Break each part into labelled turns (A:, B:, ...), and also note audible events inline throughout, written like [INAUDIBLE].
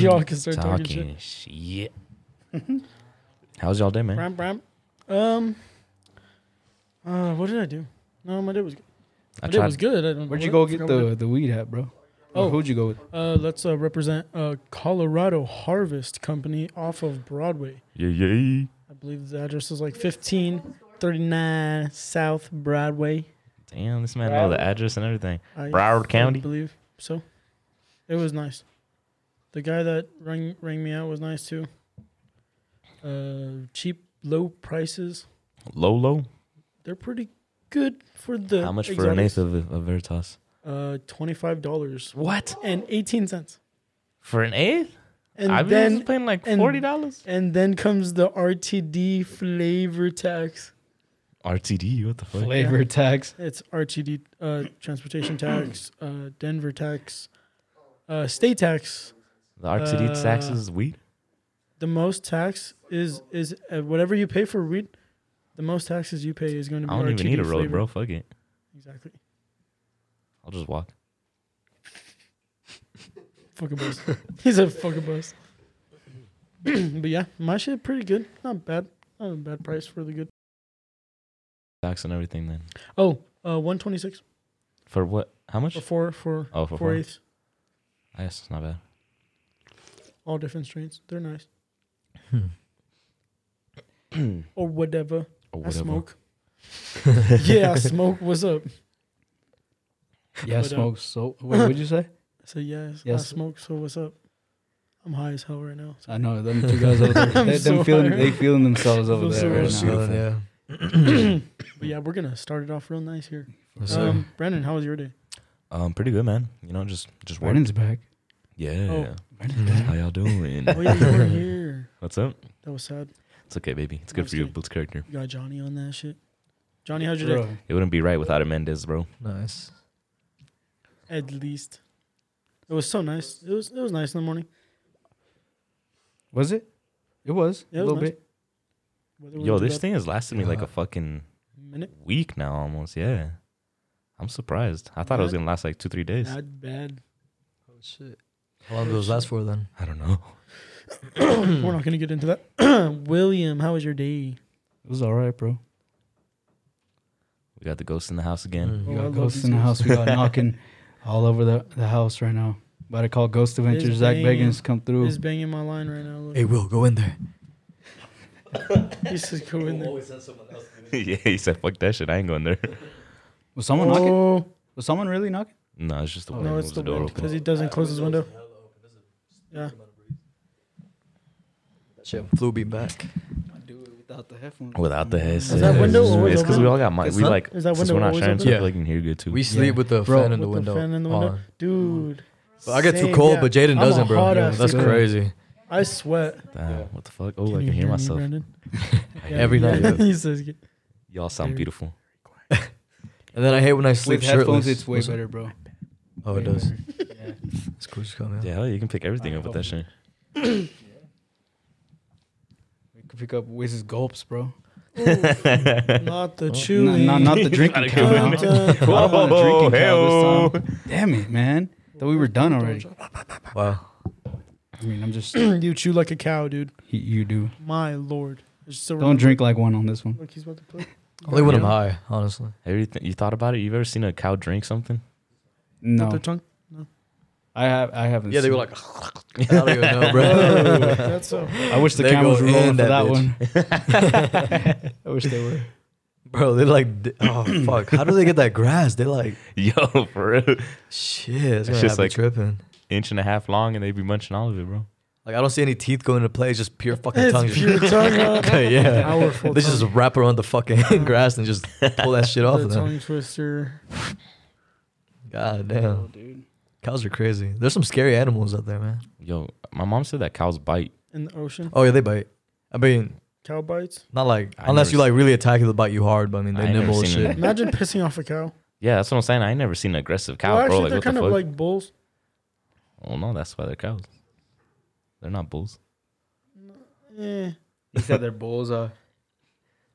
A: Y'all can start talking
B: talking shit. How's y'all day, man?
A: Bram, bram. Um, uh, what did I do? No, my day was good.
B: I
A: My day was good. I don't
C: Where'd
A: know
C: you go
A: what-
C: get
A: forgot what I
C: the, the weed at, bro?
A: Oh.
C: Oh, who'd you go with?
A: Uh, let's uh, represent uh, Colorado Harvest Company off of Broadway.
B: Yeah, yeah.
A: I believe the address is like 1539 South Broadway.
B: Damn, this man know the address and everything.
A: I
B: Broward County?
A: believe so. It was nice. The guy that rang rang me out was nice too. Uh, cheap, low prices.
B: Lolo.
A: They're pretty good for the.
B: How much for an
A: exotics.
B: eighth of a Veritas?
A: Uh, twenty five dollars
B: What
A: and eighteen cents.
B: for an eighth?
A: And
B: I've been
A: then
B: paying like
A: and-
B: forty dollars.
A: and then comes the RTD flavor tax.
B: RTD, what the fuck?
A: [LAUGHS]
C: Flavor tax.
A: It's RTD uh,
B: [CLEARS THROAT]
A: transportation tax, uh, Denver tax, uh, state tax.
B: The RTD
A: Uh,
B: taxes weed.
A: The most tax is is uh, whatever you pay for weed. The most taxes you pay is going to be.
B: I don't even
A: RTD
B: need a road,
A: flavor.
B: bro. Fuck it.
A: Exactly.
B: I'll just walk.
A: Fucking bust. [LAUGHS] He's a fucking bust. [CLEARS THROAT] but yeah, my shit pretty good. Not bad. Not a bad price for the good.
B: Tax and everything then.
A: Oh, uh, one twenty six.
B: For what? How much?
A: Or four, four,
B: Oh, for
A: four
B: four.
A: eighths,
B: I guess it's
A: [CLEARS THROAT]
B: not bad.
A: all different strains. They're nice. or whatever.
B: Or
A: I
B: whatever.
A: smoke. yeah, I smoke. What's up?
C: Yeah,
A: But, uh,
C: smoke. So, wait, what'd you say?
A: I said, yes,
C: Yes.
A: I smoke. So what's up? I'm high as hell right now.
C: I know them two guys over there.
A: [LAUGHS] I'm
C: They,
A: so
C: them feeling,
A: high.
C: they feeling themselves
A: Feel
C: over
A: so
C: there right
A: high.
C: now.
D: Chilling, yeah.
A: [CLEARS THROAT] But yeah, we're going to start it off real nice here.
D: What's up?
A: Um, Brandon, how was your day?
B: Um, pretty good, man. You know, just just work.
C: Brandon's back.
B: Yeah.
A: Oh.
B: How y'all
A: [LAUGHS]
B: doing?
A: Oh, yeah, you weren't here.
B: What's up?
A: That was sad.
B: It's okay, baby. It's good
A: I'm
B: for you.
A: just
B: Builds character.
A: You got Johnny on that shit. Johnny, how's your day?
C: Bro,
B: It wouldn't be right without a Mendez, bro.
D: Nice.
A: At least. It was so nice. It was it was nice in the morning.
C: was it? It was.
A: Yeah,
C: a
A: it was
C: little
A: nice.
C: bit.
A: Weather
B: Yo,
A: wasn't
B: this
A: bad.
B: thing has lasted me like a
D: Yeah.
B: fucking
A: Minute.
B: week now, almost. Yeah. I'm surprised. I thought it was
A: What?
B: gonna last like two, three days.
A: Not bad. [COUGHS]
D: Oh, shit. How long do those last for then?
B: I don't know.
A: We're not going to get into that. [COUGHS] William, how was your day?
C: It was all right, bro.
B: We got the ghost in the house again.
A: Oh,
C: We
A: I
C: got
A: love
C: ghosts
A: these
C: in the
A: guys.
C: house.
A: [LAUGHS]
C: We got knocking all over the, the house right now. About to call Ghost Adventures. Zach
A: banging.
C: Bagans come through.
A: He's banging my line right now.
D: Hey,
A: Look.
D: Will, go in there.
A: He's just going there.
B: [LAUGHS] yeah, he said, "Fuck that shit. I ain't going there." [LAUGHS]
C: Was someone knocking?
A: Oh,
C: Was someone really knocking?
B: no, it's just the
C: Oh,
B: wind.
A: no,
B: moves
A: it's the
B: door
A: door
B: open.
A: because he doesn't close his window. Yeah.
D: That shit flew me back.
C: I do it without the headphones.
B: Without the head.
D: Is that window always
B: It's because we
A: open?
B: all got mics.
D: It's
B: We
D: not-
B: like
A: is that
B: since
A: window
B: we're not
A: always
B: sharing, so
D: open?
B: I feel like you can hear good too.
D: We sleep with the
C: Bro,
D: fan in the
A: With
D: window.
A: fan in the window.
D: on.
A: Dude.
D: But I get too
A: same,
D: cold,
A: yeah.
D: but Jaden
A: I'm a
D: doesn't, bro.
A: hot
D: Yeah,
A: ass
D: that's
A: dude.
D: crazy.
A: I sweat.
B: Damn,
C: Yeah.
B: what the fuck? Oh, I can hear myself. [LAUGHS]
D: Every night, yeah.
A: [LAUGHS] he says,
B: Y'all sound beautiful.
D: And then I hate when I sleep
C: With headphones,
D: shirtless.
C: it's way
D: What's up?
C: better, bro.
D: Oh,
C: Way
D: it does.
C: better.
D: [LAUGHS]
C: Yeah.
D: It's cool. Just come out.
B: Yeah, hell, you can pick everything up with that shit.
C: We could pick up Wiz's gulps, bro.
A: not
B: [LAUGHS]
A: the
C: Not,
A: chewing.
C: not, not the drinking
B: Gotta
C: count.
B: go
C: huh?
B: in
A: there.
D: [LAUGHS]
C: We're not on a
B: Oh,
C: drinking count
B: hey-o.
C: this time. Damn it, man. Thought we
A: [LAUGHS]
C: were done already.
D: Wow.
C: I mean, I'm
A: [CLEARS THROAT]
C: just. [CLEARS THROAT]
A: you chew like a cow, dude.
C: He- you do.
A: My lord. It's just a
C: Don't drink like one on this one.
A: Look, he's about to play.
D: Only when I'm
B: Yeah.
D: high, honestly.
B: Everything you thought about it? You've ever seen a cow drink something?
A: With
C: No,
A: their
B: [LAUGHS]
A: tongue.
C: I have. I haven't. seen-
D: [LAUGHS] I don't even know, bro.
A: That's so.
C: I wish the
D: They
C: cameras
D: go
C: were rolling
D: in
C: for
D: that
C: that
D: bitch.
C: one.
A: [LAUGHS]
C: I wish they were.
D: bro, they're like, di- oh, fuck. How do they get that grass? They're like,
B: [LAUGHS] Yo, for real.
D: shit, it's gonna
B: just
D: have me
B: like-
D: tripping.
B: Inch and a half long, and they be munching all of it, bro.
D: Like, I don't see any teeth going into play. It's just pure fucking tongue.
A: It's pure tongue. out.
B: [LAUGHS]
D: Okay, yeah.
A: Powerful
D: They just wrap around the fucking grass and just pull that shit off
A: tongue.
D: of
A: The
D: them.
A: tongue twister.
D: God damn.
C: dude.
D: Cows are crazy. There's some scary animals out there, man.
B: Yo, my mom said that cows bite.
A: in the ocean.
D: Oh yeah, they bite. I mean,
A: Cow bites.
D: not like
B: I
D: unless you
B: never
D: like really attack it, they bite you hard. But I mean,
B: I
D: they
B: ain't never
D: nibble and
B: seen
D: shit.
B: them.
A: Imagine pissing off a cow.
B: Yeah, that's what I'm saying. I ain't never seen an aggressive cow,
A: well, actually,
B: bro. Like,
A: they're
B: what the
A: kind of
B: fuck?
A: like bulls.
B: oh no, that's why they're cows. They're not bulls.
A: Eh.
C: He said they're bulls. Uh,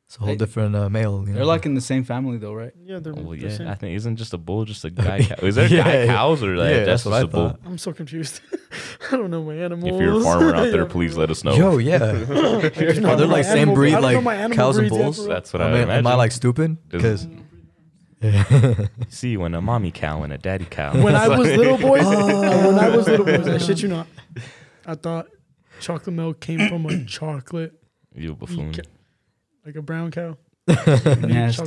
D: It's a whole
C: They-
D: different uh, male. You know?
C: they're like in the same family though, right?
A: Yeah, they're
B: Well,
A: the
B: yeah,
A: same.
B: I think isn't just a bull just a guy cow? Is there
D: [LAUGHS] Yeah,
B: guy
D: yeah.
B: cows or like
D: yeah,
B: that's
D: that's,
B: just
D: what I
B: a bull?
D: thought.
A: I'm so confused. [LAUGHS] I don't know my animals.
B: If you're a farmer out
A: [LAUGHS]
B: there,
A: Yeah.
B: please let us know.
D: Yo,
B: [LAUGHS]
D: yeah.
A: I don't know
D: Are they
A: my
D: like same
A: animal-
D: breed,
A: I don't know
D: like
A: my animal
D: cows and
A: breeds yet,
D: bulls?
A: bro.
B: That's what I,
D: I mean,
B: imagine.
D: am I like stupid? Because
B: Does-
D: [LAUGHS]
B: see when a mommy cow and a daddy cow.
A: when
B: [LAUGHS]
A: I was little boys,
B: Oh.
A: [LAUGHS] when I was little boys, I shit you not, I thought chocolate milk came from
B: [CLEARS THROAT]
A: a chocolate,
B: you buffoon.
A: ca- like a brown cow.
C: Nasty.
A: Chocolate
C: ass.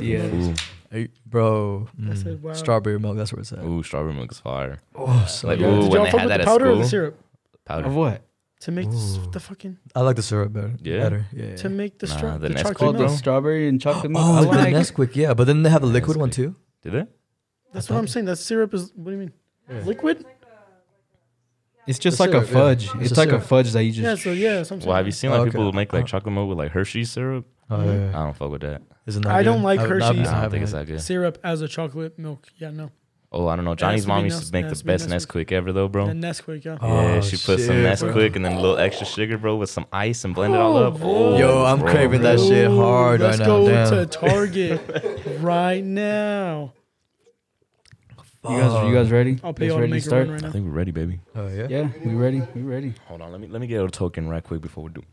B: Ooh,
D: bro, mm,
A: said, wow.
D: strawberry milk. That's where it's at.
B: ooh, strawberry milk is fire.
D: Oh, so
B: Like,
D: good.
A: Did
B: ooh, when
A: y'all
B: they
A: fuck
B: had
A: with
B: that
A: the
B: at
A: powder or the
B: school?
A: syrup
C: Of
B: Powder.
C: what?
A: to make s-
D: Ooh.
A: the fucking
D: I like the syrup better.
B: Yeah.
D: Better. Yeah. yeah.
A: to make the,
B: Nah,
A: stra-
B: the
A: the,
B: Nesquik,
C: Oh,
A: chocolate
B: bro.
A: milk?
C: the strawberry and chocolate milk.
D: Oh,
C: I
D: like
C: like.
D: the Nesquik, yeah, but then they have a liquid one
B: Nesquik.
D: too.
B: Did it?
A: That's what I'm saying. That syrup is. What do you mean? Liquid?
C: It's just
D: The
C: like a
D: syrup, yeah.
C: fudge.
D: It's
C: It's,
D: a
C: like a
D: syrup.
C: fudge that you just.
A: Yeah. So yeah. So I'm saying.
B: Well, have you seen like
D: Okay.
B: people who
A: Uh-huh.
B: make like chocolate milk with like Hershey syrup?
D: Oh, yeah, yeah.
B: I don't fuck with that.
D: Isn't
A: I don't like
D: haven't-
A: Hershey's.
B: I
A: Yeah,
D: haven't-
B: don't think it's
D: haven't-
B: that good.
A: syrup as a chocolate milk? Yeah. No.
B: Oh, I don't know.
A: It has
B: Johnny's
A: to be
B: mom
A: Nes-
B: used to make
A: it has
B: the
A: to be
B: best
A: Nesquik.
B: Nesquik ever though, bro.
A: The Nesquik. Yeah.
B: Yeah,
D: Oh,
B: she put some
D: shit, bro.
B: Nesquik and then a little extra sugar, bro, with some ice and blend it all
A: Oh,
B: up.
A: boy.
D: Yo, I'm
B: bro.
D: craving that shit
A: Ooh,
D: hard right
A: Let's
D: now.
A: go
D: Damn.
A: to Target [LAUGHS] right now.
C: You guys, you guys ready?
A: I'll pay
C: you
A: y'all
C: guys
A: to
C: ready
A: make a
C: start?
A: run right
B: I
A: now.
B: think we're ready, baby.
D: Oh yeah.
C: Yeah, we ready. We ready.
B: Hold on, let me let me get a token right quick before we do.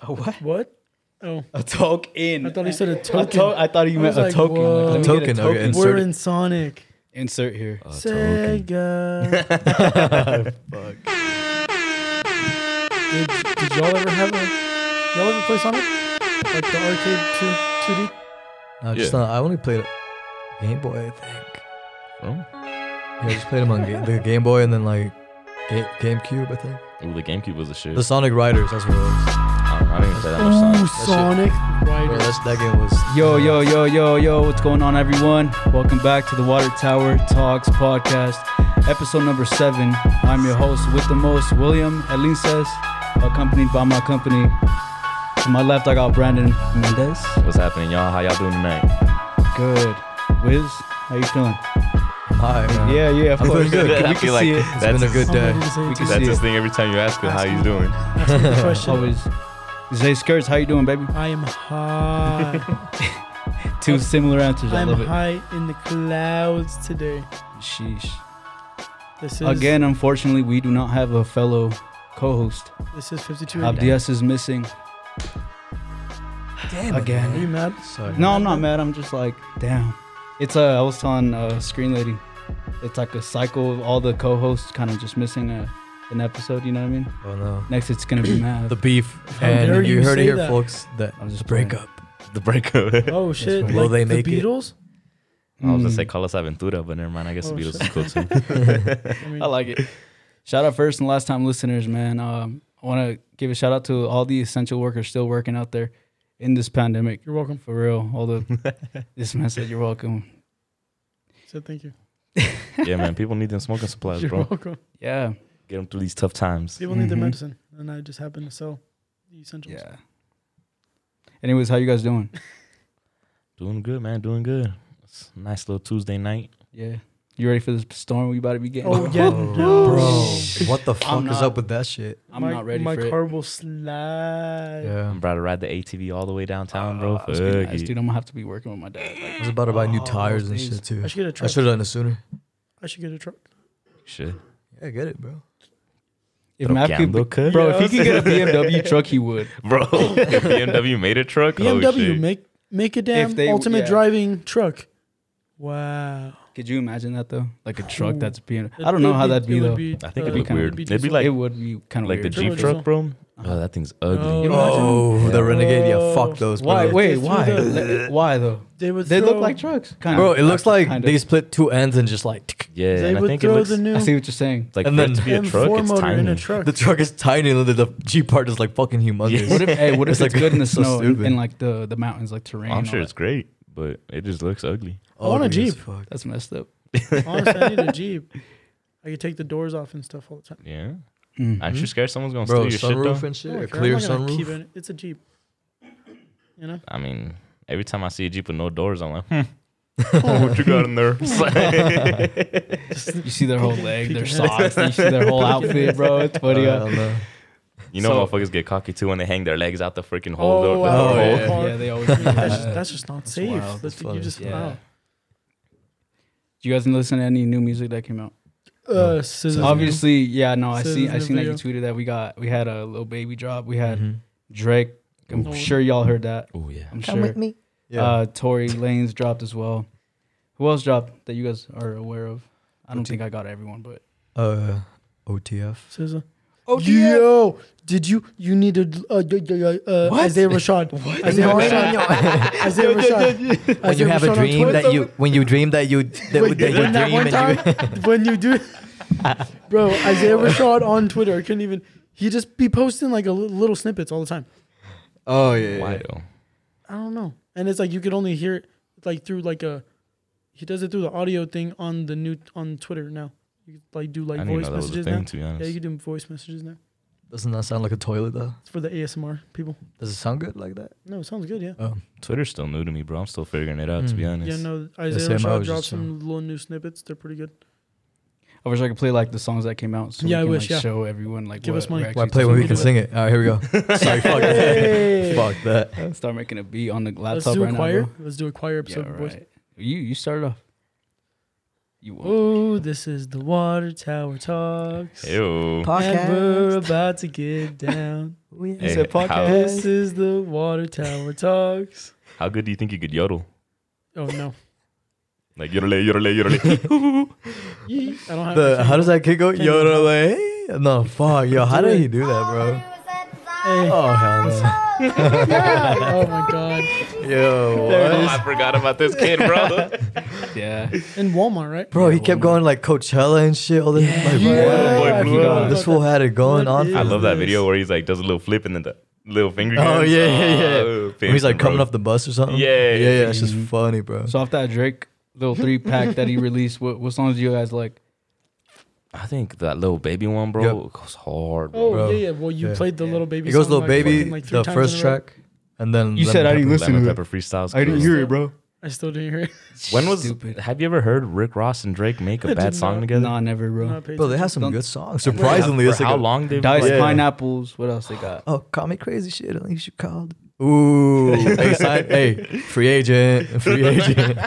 C: A what?
A: What? Oh,
C: A token.
A: I thought he said a
C: I
A: token.
C: thought, I thought he
A: I
C: meant
A: was like,
C: a token.
A: whoa.
C: Like, let me
D: Token,
C: get a
D: okay, insert
A: We're
D: it.
A: in Sonic.
C: Insert here.
B: A uh, token.
A: [LAUGHS]
B: [LAUGHS]
A: Sega. Did, did y'all ever have a? Y'all ever play Sonic? Like the arcade two two D?
D: No, just
B: Yeah.
D: not, I only played Game Boy, I think.
B: Oh,
D: Yeah, I just played them on game, the Game Boy and then like Ga- GameCube, I think.
B: Ooh, the GameCube was a shit.
D: The Sonic Riders, that's what it was.
B: I don't, I didn't even play that much
A: Ooh,
B: Sonic.
A: Sonic
D: Bro,
A: Riders.
D: that's, that game was.
C: Yo, yo, yo, yo, yo. What's going on, everyone? Welcome back to the Water Tower Talks podcast, episode number seven. I'm your host with the most, William Elinces, accompanied by my company. To my left, I got Brandon Mendez.
B: What's happening, y'all? How y'all doing tonight?
C: Good. Wiz, how you feeling?
D: Hi, man.
C: Yeah, yeah, of
D: I'm
C: course.
D: feeling
C: [LAUGHS]
D: good.
C: We
B: [LAUGHS] I
C: can
B: feel like
C: see it.
D: It's
B: that's
D: been a good
A: Oh,
D: day.
A: I didn't say it
C: can
A: too.
B: that's
C: see
B: his
C: it.
B: thing every time you ask him how he's doing.
A: Ask
C: [LAUGHS]
A: me the question.
C: Always. Zay Skirts, how you doing, baby?
A: I am
C: [LAUGHS]
A: high.
C: Two similar answers. I
A: I'm
C: love it.
A: high in the clouds today.
C: Sheesh.
A: This is
C: Again, unfortunately, we do not have a fellow co-host.
A: This is 52. Are
C: Abdias is missing.
D: Damn it,
C: Again.
A: you
D: man.
A: mad?
D: Sorry.
C: No, I'm not mad. I'm just like, damn. It's uh, I was telling uh, Screen Lady, it's like a cycle of all the co-hosts kind of just missing a, an episode. You know what I mean?
D: Oh no.
C: Next, it's gonna be Mav.
D: The beef.
A: How dare
D: And you
A: you
D: heard it
A: say
D: here,
A: that.
D: folks. That
C: I'm
D: the
C: just playing.
D: breakup.
B: the breakup.
A: Oh shit!
C: right.
A: Like
D: Will they make
A: the
D: it?
C: [LAUGHS]
A: Beatles?
B: I was gonna
C: Mm.
B: say Carlos Aventura, but never mind. I guess
A: Oh,
B: the Beatles
A: shit.
B: is cool too.
C: [LAUGHS]
A: I mean,
C: I like it. Shout out first and last time listeners, man. Um, I want to give a shout out to all the essential workers still working out there in this pandemic.
A: you're welcome.
C: For real, all the this man said you're welcome.
A: So thank you.
B: yeah, man. People need them smoking supplies,
A: You're
B: bro.
A: welcome.
C: Yeah,
B: Get them through these tough times.
A: People need their
C: Mhm.
A: medicine, and I just happen to sell the essentials.
C: yeah. Anyways, how you guys doing?
B: Doing good, man. Doing good. It's a nice little Tuesday night.
C: Yeah. You ready for this storm we about to be getting?
A: [LAUGHS] Oh yeah,
D: Oh,
A: no.
D: Bro, what the fuck is
C: not-
D: up with that shit?
C: I'm
A: my,
C: not ready
A: My
C: for
A: car
C: it.
A: will slide.
D: Yeah.
B: I'm about to ride the ATV all the way downtown, bro.
C: Ah, It's been
B: Fuck
C: nice,
B: it.
C: dude. I'm gonna have to be working with my dad. Like,
D: I was about to buy new
C: Oh,
D: tires and
C: these-
D: shit too.
A: I should get a
D: I
A: truck.
D: should have done it sooner.
A: I should get a truck.
B: Shit.
D: Yeah, get it, bro.
C: if
B: Pero
C: Matt
B: que
C: could,
B: ando que-
C: bro, if he could get
B: [LAUGHS]
C: a BMW truck, he would.
B: Bro, [LAUGHS] if BMW made a truck. oh,
A: BMW,
B: shit.
A: make make a damn
C: If they-
A: ultimate
C: yeah.
A: driving truck. Wow.
C: Could you imagine that though? Like a
A: Ooh.
C: truck that's being. I don't know how that'd be
A: it would uh,
C: though.
B: I think it'd
C: it'd look
B: look
C: kinda
B: weird.
A: be
B: It'd be
A: decent.
B: like
C: it would be kind of
B: like the
C: weird.
B: Jeep
A: Turbo
B: truck,
A: diesel.
B: bro. Oh, that thing's ugly.
A: No.
D: Oh,
B: Imagine.
D: the Renegade. Yeah,
A: Oh.
D: fuck those. Bro.
C: Why? Wait,
A: They
C: why?
A: threw the-
C: Le- why though?
A: They would.
C: They
A: throw,
C: look like trucks, kind
D: Bro,
C: of.
D: it looks like
C: Kind of.
D: they split two ends and just like [LAUGHS]
B: Yeah,
A: They
B: and I
A: would
B: think it
A: throw
B: looks
A: the new
C: I see what you're saying.
B: like
D: And
B: for
D: then-
B: it to be a
A: M4
B: truck. It's
A: motor in
B: tiny.
A: a
B: [LAUGHS]
A: truck.
D: the truck is tiny. and The, the Jeep part is like fucking humongous.
C: What
D: [LAUGHS]
C: if? Hey, what if
D: It's
C: it's,
D: like
B: [LAUGHS]
C: good in the
D: so
C: snow and,
D: stupid.
C: and, like the the mountains, like terrain?
B: Oh, I'm
C: and
B: sure
C: all
B: it's great, but it just looks ugly.
A: I want a
D: Ugly as
A: Jeep.
D: fuck.
C: that. That's messed up.
A: Honestly, I need a Jeep. I could take the doors off and stuff all the time.
B: Yeah. Mm-hmm.
C: Mm.
B: Aren't you scared someone's gonna
D: Bro,
B: steal your shit
D: sunroof
B: though?
D: and
A: I
D: shit.
A: don't
D: A
A: care.
D: clear
A: Oh, I'm not gonna keep
D: sunroof.
A: it. It's a Jeep. You
B: [LAUGHS]
A: know?
B: I mean, every time I see a Jeep with no doors, I'm like, [LAUGHS] hmm. oh, what you got in there? It's like-
C: You see their whole
A: Peeking-
C: leg, their
A: peeking
C: socks, you see their whole outfit, bro. It's funny.
D: Uh,
C: uh,
D: I don't
A: [LAUGHS]
D: know.
B: [LAUGHS] [LAUGHS] you know,
C: So-
B: motherfuckers get cocky too when they hang their legs out the freaking hole.
A: Oh,
B: the- the
A: wow.
B: door hole.
D: yeah.
A: Car.
C: Yeah, they always do
A: [LAUGHS] that's, just,
C: that.
A: that's just not safe.
D: wild.
A: That's
D: That's
A: you just
C: Yeah.
A: wow.
C: Do you guys listen to any new music that came out?
A: Uh, scissors.
C: Obviously, yeah, no, I
A: Says
C: see.
A: in
C: I
A: the
C: seen that you tweeted that we got we had a little baby drop. We had
D: Mm-hmm.
A: Uh,
C: Drake. I'm
A: Oh.
C: sure y'all heard that.
E: Oh yeah.
C: I'm sure.
D: me. Yeah.
C: Uh, Tory Lanes dropped as well. Who else dropped that you guys are aware of? I don't
D: OT.
C: think I got everyone, but
D: Uh, OTF.
A: Scissor.
C: oh
A: Yo, did you? You needed uh, d- d- uh, uh,
C: What?
A: Isaiah Rashad. What? Isaiah Rashad.
B: [LAUGHS]
A: Isaiah Rashad.
D: when you have a dream that you when you dream that
A: [LAUGHS]
D: you that,
A: Wait,
D: that you
A: when that
D: dream
A: one
D: and you
A: time [LAUGHS] when you do, bro, Isaiah Rashad on Twitter I couldn't even. He just be posting like a li- little snippets all the time.
D: [LAUGHS] oh yeah, yeah,
E: Why
D: yeah.
E: though?
A: I don't know, and it's like you could only hear it like through like a. He does it through the audio thing on the new on Twitter now. You could, like do like
B: I didn't even
A: voice
B: know that was a
A: messages
B: thing,
A: now.
B: to be
A: Yeah,
B: honest.
A: you can do voice messages now.
D: doesn't that sound like a toilet though
A: It's for the ASMR people.
D: does it sound good like that
A: No, it sounds good. Yeah.
D: oh
B: Twitter's still new to me, bro. I'm still figuring it out, to be
D: Mm.
B: honest.
A: Yeah, no, Isaiah
D: same, I
A: Rashad
D: was
A: dropped
D: just,
A: some little new snippets. They're pretty good.
C: I wish I could play like the songs that came out, so
A: Yeah, I
C: we can
A: wish,
C: like
A: yeah.
C: show everyone like
A: Give
C: what
A: us money.
C: we're
D: why
C: actually
D: play when we
C: talking
D: can
C: about.
D: sing it all right here we
A: [LAUGHS]
D: go sorry fuck that.
A: Hey.
D: fuck that
C: Start making a beat on the
A: Let's
C: laptop
A: do
C: right
A: a choir.
C: now. bro.
A: Let's do a choir episode.
C: yeah,
A: boys.
C: right. You you started off. You won.
A: Oh, this is the Water Tower Talks.
B: Ew.
A: And we're about to get down.
B: Hey,
C: said
B: how,
A: this is the Water Tower Talks.
B: how good do you think you could yodel?
A: Oh, no.
B: Like yodel,
A: [LAUGHS]
B: yodel, yodel.
A: Yee. I don't have
D: the,
A: I
D: how
A: can't-
D: does that kid go
A: Can you-
D: yo no fuck yo how
A: Do
D: did
A: it.
D: he do that bro
A: Hey.
D: oh hell
A: Oh, my God.
D: no yo what?
B: Oh, I forgot about this kid, bro.
C: [LAUGHS]
A: [LAUGHS]
C: Yeah.
A: In Walmart, right?
D: bro he kept going like Coachella and shit all this like,
A: Yeah.
D: what?
B: Boy,
A: I
B: blew
A: forgot
B: up.
A: about
D: this fool
A: that.
D: had it going
A: What
D: on
A: is
B: I love that
A: this?
B: video where he's like does a little flip and then the little finger.
D: Oh
B: guns.
D: yeah, yeah, yeah.
B: Oh,
D: When he's like
B: pimp, bro.
D: coming off the bus or something.
B: Yeah.
D: yeah, yeah. It's just funny, bro.
C: So off that Drake little three pack that he released, what what songs do you guys like?
B: I think that little baby one, bro,
D: Yep.
B: it goes hard. Bro.
A: Oh,
D: Bro.
A: yeah, yeah. Well, you
D: Yeah.
A: played the little baby.
D: It goes
A: song,
D: little
A: like,
D: baby,
A: fucking, like, three
D: the
A: times
D: first
A: in a row.
D: track, and then
C: You said I didn't listen
B: Lemon
C: to it.
B: pepper freestyles.
C: I didn't
B: goes.
C: hear it, bro.
A: I still didn't hear it.
B: When was?
C: Stupid.
B: Have you ever heard Rick Ross and Drake make
A: I
B: a
A: did
B: bad song
A: not.
B: together?
C: Nah, never, bro.
A: Not paid
D: Bro, they have
A: attention.
D: some
C: Don't-
D: good songs.
B: For how-
D: Surprisingly,
B: for
D: it's like
B: how
D: a-
B: long they've
C: Diced
D: Yeah.
C: pineapples. What else they [LAUGHS] got?
D: Oh, call me crazy shit. At least you called. Ooh, hey, sign- hey, free agent, free agent.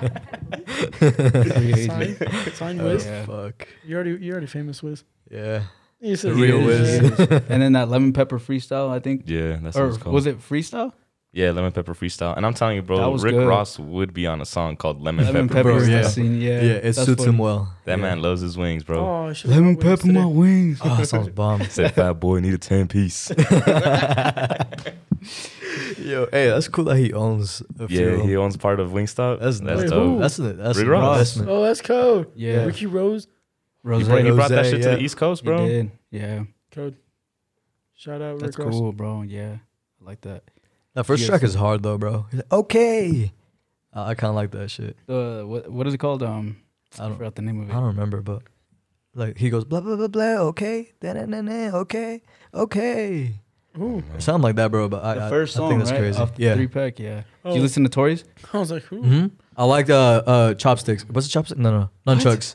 C: Free
A: Sign,
C: agent.
A: sign
D: Oh,
A: Wiz.
C: Yeah.
D: Fuck.
A: You already, you already famous Wiz.
D: Yeah.
A: You said
D: The real
A: yeah.
D: Wiz.
C: and then that lemon pepper freestyle, I think.
B: Yeah, that's what
C: Or
B: it's called.
C: was it freestyle?
B: Yeah, Lemon Pepper Freestyle. And I'm telling you,
C: That
B: bro,
C: was
B: Rick
C: good.
B: Ross would be on a song called Lemon,
C: Lemon
B: Pepper.
C: pepper
D: Bro, yeah.
C: yeah. scene, yeah.
D: Yeah, it
C: That's
D: suits
C: what-
D: him well.
B: That
D: Yeah.
B: man loves his wings, bro.
A: Oh, I should've
C: Lemon
A: bought Wiz
C: pepper my
A: today.
C: wings.
D: [LAUGHS] Oh, that
B: [LAUGHS]
D: sounds bomb. [LAUGHS]
B: Said fat boy need a ten
C: [LAUGHS]
B: piece.
D: Yo, hey, that's cool that he owns a few.
B: yeah,
D: of
B: he
D: them.
B: owns part of Wingstop.
D: that's
B: That's,
A: Wait,
B: that's
A: who?
B: dope.
D: That's an, that's
B: Rick
D: an
B: Ross.
D: investment.
A: Oh, that's code.
C: Yeah.
A: Ricky Rose.
B: He
C: Rose.
B: brought, he brought that
D: Rosé,
B: shit
D: yeah.
B: to the East Coast,
C: He
B: bro.
C: did, Yeah.
A: Code. Shout out
C: That's
A: Rick Ross.
C: cool, bro. Yeah. I like that.
D: That first
C: Yes.
D: track is hard though, bro. He's like, okay, Uh, I, I kind of like that shit.
C: The what what is it called? Um
D: I
C: I
D: don't,
C: forgot the name of
D: I
C: it.
D: don't remember, but like he goes blah blah blah blah. Okay, da na na na. Okay, okay.
A: Ooh.
D: It sounded like that, bro. But I,
C: The
D: I-
C: first
D: I,
C: song,
D: think that's
C: right?
D: crazy.
C: Off the
D: yeah.
C: Three pack, yeah.
A: Oh,
C: Do you listen to
D: [LAUGHS]
C: Tories?
A: I was like, who?
D: hmm I liked uh, uh chopsticks. What's a chopstick? No, no, nunchucks,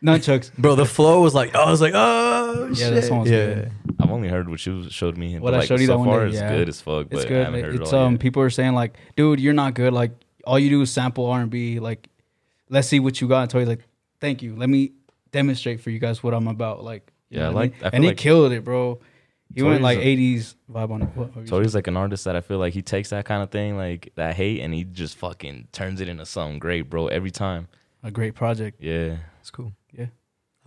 C: Nunchucks.
D: bro. The flow was like, I was like, oh
C: Yeah,
D: shit.
C: that song was
D: yeah.
C: good.
B: I've only heard what you showed me.
C: What
B: but,
C: I
B: like,
C: showed you
B: so
C: that one
B: far
C: day,
B: it's
C: yeah.
B: good as fuck, but
C: It's
B: I
C: good.
B: haven't heard
C: It's
B: it all
C: um
B: yet.
C: people are saying like, dude, you're not good. Like all you do is sample R and B. Like, let's see what you got. And Tory's like, thank you. Let me demonstrate for you guys what I'm about. Like, you
B: Yeah,
C: know
B: I
C: what
B: like- I
C: mean?
B: feel
C: and he
B: like-
C: killed it, bro. He went
B: Tory's
C: like
B: a-
C: '80s vibe on it. What, what
B: Tori's like an artist that I feel like he takes that kind of thing, like that hate, and he just fucking turns it into something great, bro. Every time.
C: a great project.
B: Yeah.
D: It's cool.
C: Yeah.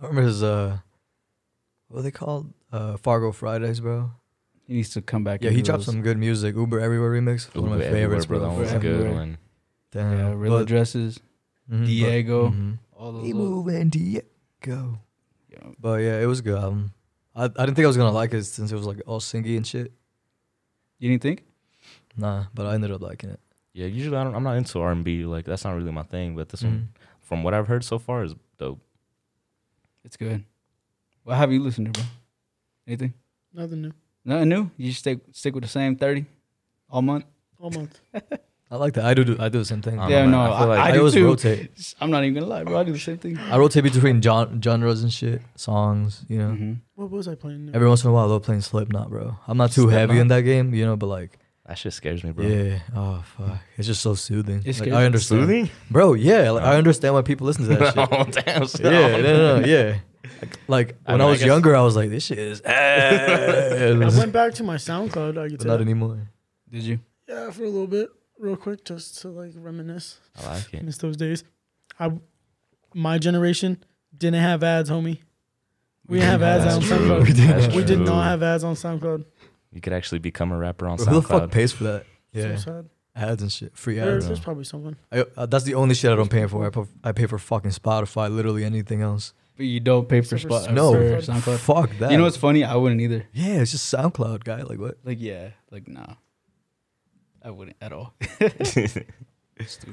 D: I remember his uh, what are they called? Uh, Fargo Fridays, bro.
C: He needs to come back.
D: Yeah,
C: and
D: he
C: do
D: dropped
C: those.
D: some good music. Uber Everywhere remix, one
B: Ooh,
D: of my
B: Everywhere,
D: favorites,
B: bro.
D: bro.
B: That one was a
C: Everywhere.
B: good one.
D: Damn.
C: Yeah, real
D: uh, But-
C: addresses.
D: Mhm, but-
C: Diego.
D: mhm.
C: All those.
D: We
C: Little,
D: move and Diego.
C: yeah.
D: But yeah, it was a good album. I, I didn't think I was gonna like it since it was like all singy and shit.
C: You didn't think?
D: Nah, but I ended up liking it.
B: Yeah, usually I don't, I'm not into R and B. Like that's not really my thing. But this
C: Mm-hmm.
B: one, from what I've heard so far, is dope.
C: It's good. What have you listened to, bro? Anything?
A: Nothing new.
C: Nothing new. You just stick stick with the same thirty all month.
A: All month.
D: I like that. I do, do I do the same thing.
B: I don't
D: I,
C: Yeah,
B: know, man.
C: no,
B: I feel
C: I-
B: like
C: I do
D: always
C: too.
D: rotate.
C: I'm not even gonna lie, bro. I do the same thing.
D: I rotate between gen- genres and shit, songs. You know,
C: Mhm.
A: What was I playing? New?
D: every once in a while they'll play Slipknot, bro. I'm not too heavy in that game, you know, but like,
B: that shit scares me, bro. [LAUGHS]
D: yeah, oh fuck, it's just so soothing.
C: It's
D: like,
C: good.
D: I understand,
B: Soothing? [LAUGHS]
D: bro. [LAUGHS] Yeah, like, I understand why people listen to that shit.
B: oh, damn.
D: Yeah, no, no, no, yeah. Like
B: I
D: when I,
B: mean, I
D: was
B: guess-
D: younger, I was like, this shit is
A: I
D: ass.
A: went back to my SoundCloud. I could
D: but
A: say
D: not
A: that.
D: anymore.
C: Did you?
A: yeah, for a little bit, real quick, just to like reminisce.
B: I like it.
A: Miss those days. I, my generation didn't have ads, homie. We didn't have ads
B: That's
A: on
B: true.
C: [LAUGHS]
A: SoundCloud.
D: We did
B: That's
D: not.
A: We did
B: true.
A: not have ads on SoundCloud.
B: You could actually become a rapper on
D: Bro,
B: SoundCloud.
D: who the fuck pays for that?
A: Yeah.
D: Yeah,
A: So sad.
D: ads and shit, free
A: There-
D: ads.
A: there's probably someone.
D: I, uh, that's the only shit I don't pay for. I, pu- I pay for fucking Spotify, literally anything else.
C: But you don't pay for
A: Except
C: spot.
A: for
D: No,
C: for
A: SoundCloud.
C: SoundCloud.
D: fuck that.
C: You know what's funny? I wouldn't either.
D: yeah, it's just SoundCloud guy. Like what?
C: Like yeah, like nah, I wouldn't at all. [LAUGHS]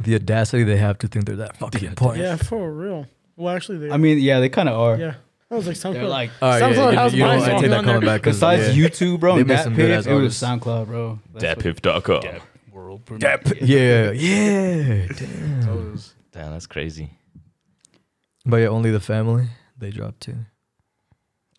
D: The audacity they have to think they're that fucking important.
A: Yeah, for real. Well, actually, they.
C: I mean, yeah, they kind of are.
A: yeah. I was like
C: They're
A: SoundCloud.
C: like
D: All right,
A: SoundCloud
D: yeah,
A: has
D: you, you
A: my
D: know, what? I
A: song
D: take that
A: on there.
D: comment back. Uh, 'cause,
C: besides
D: yeah.
C: YouTube, bro.
D: They
C: and
D: made
C: Dat
D: some
C: Pig,
D: good-ass
C: it was
D: artists.
C: SoundCloud, bro. That's what-
B: Datpiff.com.
C: Dap World.
B: Dap-
C: Premiere.
D: [LAUGHS] Yeah, yeah.
C: That
D: Damn.
C: was-
B: Damn, that's crazy.
D: But yeah, only the family they dropped too.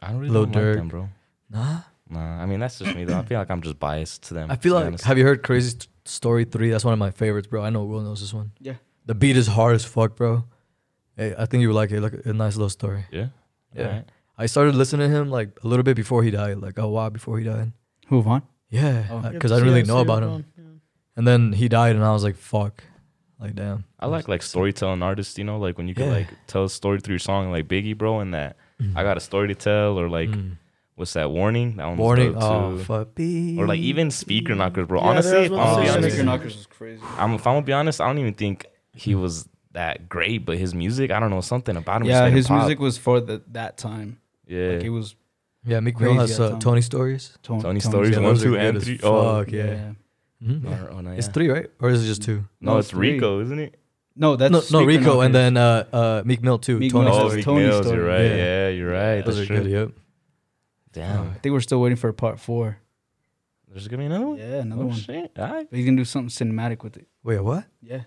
B: I don't really
D: Lil
B: don't
D: Durk.
B: like them, bro.
D: Nah,
B: Nah, I mean that's just me though. I feel like I'm just biased to them.
D: I feel
B: to be
D: like
B: honest.
D: have you heard Crazy St- Story Three? That's one of my favorites, bro. I know Will knows this one.
C: Yeah.
D: The beat is hard as fuck, bro. Hey, I think you would like it. Like a nice little story.
B: yeah,
D: Yeah.
B: Alright.
D: I started listening to him like a little bit before he died, like a while before he died.
C: Who Vaughn? Oh.
D: Yeah,
A: Yeah,
D: because I didn't really know
A: TLC
D: about
A: was
D: him.
A: on,
D: And then he died, and I was like, fuck. Like, damn.
B: I like like storytelling artists. You know, like when you can
D: Yeah. Mm-hmm.
B: like tell a story through your song, like Biggie, bro, and that I got a story to tell, or like
D: Mm.
B: what's that warning? That one was
D: warning.
B: dope,
D: Oh,
B: too.
D: fuck.
B: or like even speaker knockers, bro.
A: Yeah,
B: honestly,
A: that's
B: if I'm
A: what
B: gonna
A: I'm saying.
B: be
C: Oh,
B: honest,
A: Speaker
C: Knockers was crazy.
B: I'm if I'm gonna be honest, I don't even think he
D: Mm-hmm.
B: was that great, but his music, I don't know, something about him. just
C: Yeah,
B: made it
C: his
B: pop.
C: music was for the, that time.
B: Yeah,
C: Like it was
D: Yeah, Meek Mill has
C: Crazy at
D: uh,
C: time.
D: Tony Stories.
C: Tony,
B: Tony
C: Tony's-
B: Stories
D: Yeah,
B: one,
D: those are
B: two,
D: good
B: and
D: as
B: three. Oh,
D: fuck, yeah. Mhm.
B: Or- oh, no,
D: It's
B: yeah.
D: three, right? Or is it just two?
B: No,
C: No,
B: it's
C: three.
B: Rico, isn't it?
C: No, that's
D: No, no
C: Speaker
D: Rico
C: Knockers.
D: and then uh, uh, Meek Mill too.
C: Meek
D: Tony
C: Mill.
B: Oh,
D: Stories.
B: Rick
C: Tony
B: Mills,
C: Story.
B: you're right.
D: Yeah.
B: Yeah, you're right.
D: Those are
B: That's
D: good.
B: true.
D: Yep.
B: Damn,
C: I think we're still waiting for a part four.
B: there's gonna be another one.
C: Yeah, another
B: Oh
C: one.
B: shit! All right.
C: But he's gonna do something cinematic with it.
D: Wait, what?
C: Yeah.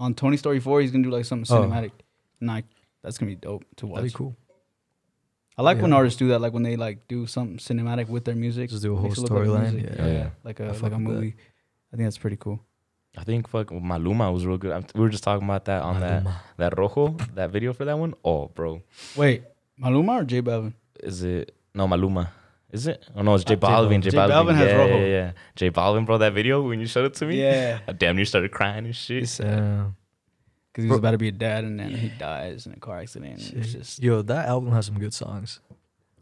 C: On Tony Story four, he's gonna do like something
D: Oh.
C: cinematic. Nah, that's gonna be dope to watch.
D: That'd be cool.
C: I like when
D: Yeah.
C: artists do that, like when they like do something cinematic with their music.
D: Just do a whole
C: Makes it look like
D: storyline.
C: music.
D: Yeah.
B: Oh, Yeah.
C: Like
D: I
C: a
D: fuck
C: like a
D: with that.
C: movie. I think that's pretty cool.
B: I think fuck Maluma was real good. I'm, we were just talking about that on that
D: Maluma.
B: that Rojo that video for that one. Oh, bro,
C: Wait, Maluma or J Balvin?
B: is it no Maluma? Is it? Oh no, it's J
D: J
B: Balvin.
D: Balvin.
B: J
C: J
B: Balvin,
C: Balvin has
B: yeah,
C: Rojo.
B: yeah, yeah. J Balvin, bro, that video when you showed it to me.
C: Yeah.
B: I damn near started crying and shit.
C: It's sad
D: Damn.
C: because he was about to be a dad and then he dies in a car accident. and It's
D: Shit.
C: just.
D: Yo, that album has some good songs,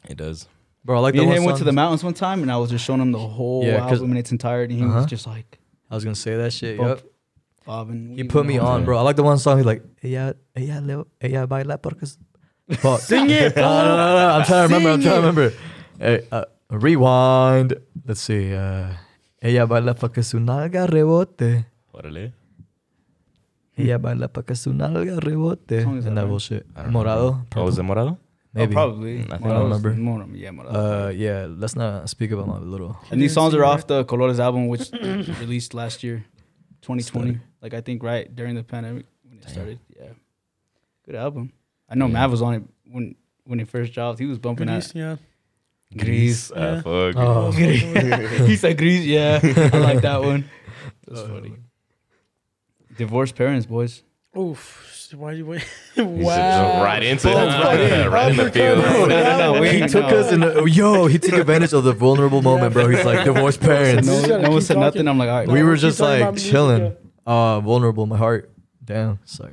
B: It does.
D: bro. I like
C: Me
D: the
C: and
D: one
C: him went to
D: song-
C: the mountains one time, and I was just showing him the whole
D: Yeah, 'cause-
C: album in its entirety. And he
D: Uh-huh.
C: was just like,
D: I was gonna say that shit.
C: Bump.
D: Yep.
C: "Bobbing."
D: He put me on, bro. I like the one song. He's like, ella, ella, le- ella baila porque. Fuck.
A: Sing it,
D: [LAUGHS] No, no, no, no. I'm trying to remember. I'm
A: Sing
D: trying to remember. Hey, uh, rewind. Let's see. Uh, ella baila pa que su nalga rebote.
B: Orale.
D: Ella baila pa que su nalga rebote.
C: Song is
D: And
C: that,
D: that
C: right?
D: bullshit.
B: I don't
D: Morado.
B: Oh, was it Morado?
A: Oh,
D: Maybe.
C: Oh,
D: Mm,
C: probably.
B: I think I
C: Morales-
D: remember.
C: Mor- yeah, Morales.
D: Uh, yeah. Let's not speak about my little.
C: and these
A: Hidden
C: songs are
A: Secret.
C: off the Colores album,
A: [COUGHS]
C: which released last year, 2020.
D: Stutter.
C: Like I think right during the pandemic when it
B: Damn.
C: started. Yeah, good album. I know
B: Yeah.
C: Mav was on it when when it first dropped. He was bumping
A: Grease, yeah.
C: at Grease.
B: Ah,
A: Yeah.
B: fuck.
D: Oh.
A: I was fucking with
D: [LAUGHS]
A: it.
C: [LAUGHS] he said Grease. Yeah, I like that one. That's
D: Oh,
C: funny. Divorced parents, boys.
A: Oof. Why you wait? [LAUGHS]
B: He's just
A: wow.
B: right into it.
C: Boom, right
B: [LAUGHS]
C: in.
B: right in the
C: [LAUGHS] No,
B: field.
C: no, no. we-
D: he took
C: no.
D: us in. A, yo, he took advantage of
C: [LAUGHS]
D: the vulnerable moment, bro. He's like divorced parents.
A: You
C: No,
A: just gotta
C: no one
A: keep
C: said
A: talking.
C: nothing. I'm like, all right.
A: No,
D: we were
A: keep
D: just
A: talking
D: like
A: about music,
D: chilling. Uh, vulnerable. My heart. Damn. Sorry.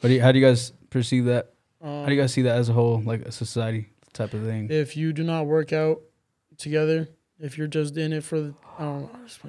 C: But do you- how do you guys perceive that?
A: yeah.
C: How do you guys see that as a whole, like a society type of thing?
A: if you do not work out together, if you're just in it for the, I don't know, I just-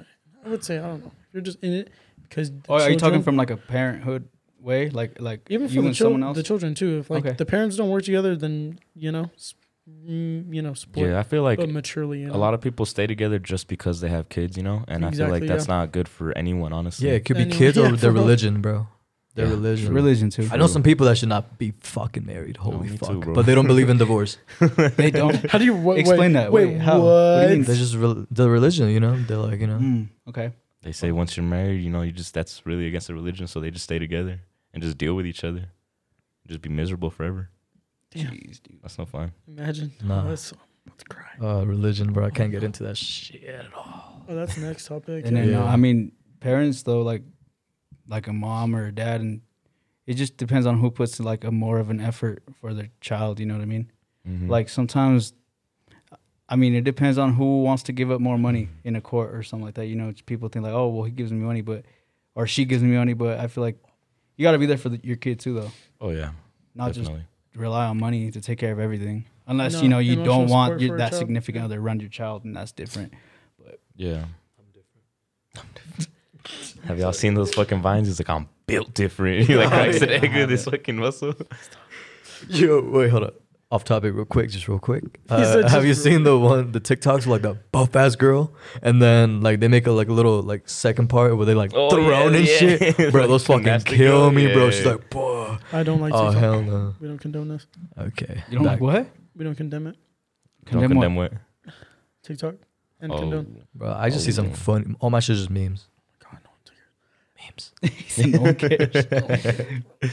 A: I would say I don't know. You're just in it because. the
C: Or Oh, are you
A: children-
C: talking from like a parenthood way, like like
A: even for
C: you
A: the,
C: and
A: chil-
C: someone else?
A: the children too? If like
C: Okay.
A: the parents don't work together, then you know, s- mm, you know, split
B: Yeah, I feel like
A: but maturely. You know?
B: a lot of people stay together just because they have kids, you know, and I feel
A: Exactly,
B: like that's
A: yeah.
B: not good for anyone, honestly.
D: Yeah, it could be
A: Anyway,
D: kids
A: yeah,
D: or their
A: for both.
D: religion, bro. Their
B: Yeah,
D: religion.
C: Religion too.
D: I know some people that should not be fucking married. Holy
B: me
D: fuck!
B: too, bro.
D: but they don't believe in divorce.
C: they [LAUGHS] don't.
A: How do you wha-
C: Explain
A: wait,
C: that.
A: Wait,
C: Wait, how? What do
A: What?
C: you mean?
D: That's just re- the religion, you know. They're like, you know,
C: Mm, okay.
B: They say once you're married, you know, you just that's really against the religion, so they just stay together and just deal with each other, just be miserable forever.
A: Damn.
C: Jeez, dude.
B: That's no fun.
A: Imagine.
D: Nah.
A: Oh, that's, I'm about to cry.
D: uh, religion, bro. I can't get into that shit at all.
A: Oh, that's the next topic.
C: And then
D: Yeah.
C: uh, I mean, parents though, like like a mom or a dad, and it just depends on who puts like a more of an effort for their child. You know what I mean?
D: Mm.
B: Mhm.
C: Like sometimes, I mean, it depends on who wants to give up more money
D: Mm.
C: in a court or something like that. You know, it's- people think like, oh, well, he gives me money, but or she gives me money, but I feel like you got to be there for the, your kid too, though.
B: oh yeah,
C: Not
B: definitely.
C: just rely on money to take care of everything, unless
A: No,
C: you know you
A: emotional
C: don't want
A: support for
C: your,
A: a
C: that
A: child,
C: significant
A: yeah.
C: other around your child, and that's different.
B: yeah. Have y'all seen those fucking vines? He's like, I'm built different. [LAUGHS] He like
D: Yeah.
B: cracks an
D: Yeah.
B: egg with his fucking muscle.
D: [LAUGHS] Yo, wait, hold up. Off topic, real quick, just
A: [LAUGHS]
D: real quick. Uh,
A: said
D: have
A: just
D: you
A: real
D: seen the one, the TikToks with, like the buff ass girl, and then like they make a like little like second part where they like
B: Oh,
D: thrown
B: yeah,
D: and
B: yeah. [LAUGHS]
D: shit, bro.
B: Like
D: those fucking
B: gymnastic
D: kill
B: girl,
D: me, bro.
B: yeah.
D: She's like, Boah.
A: I don't like
D: oh
A: TikTok.
D: hell no.
A: We don't condone this.
D: Okay,
C: You don't
D: That-
C: what?
A: We don't condemn it.
B: Don't
C: Condemn what? [LAUGHS]
B: condemn what?
A: TikTok and
B: Oh,
A: condone.
D: bro. I just see some
B: Oh.
D: fun. All my shit's just memes.
A: God, no one cares.
D: Memes.
C: no one cares.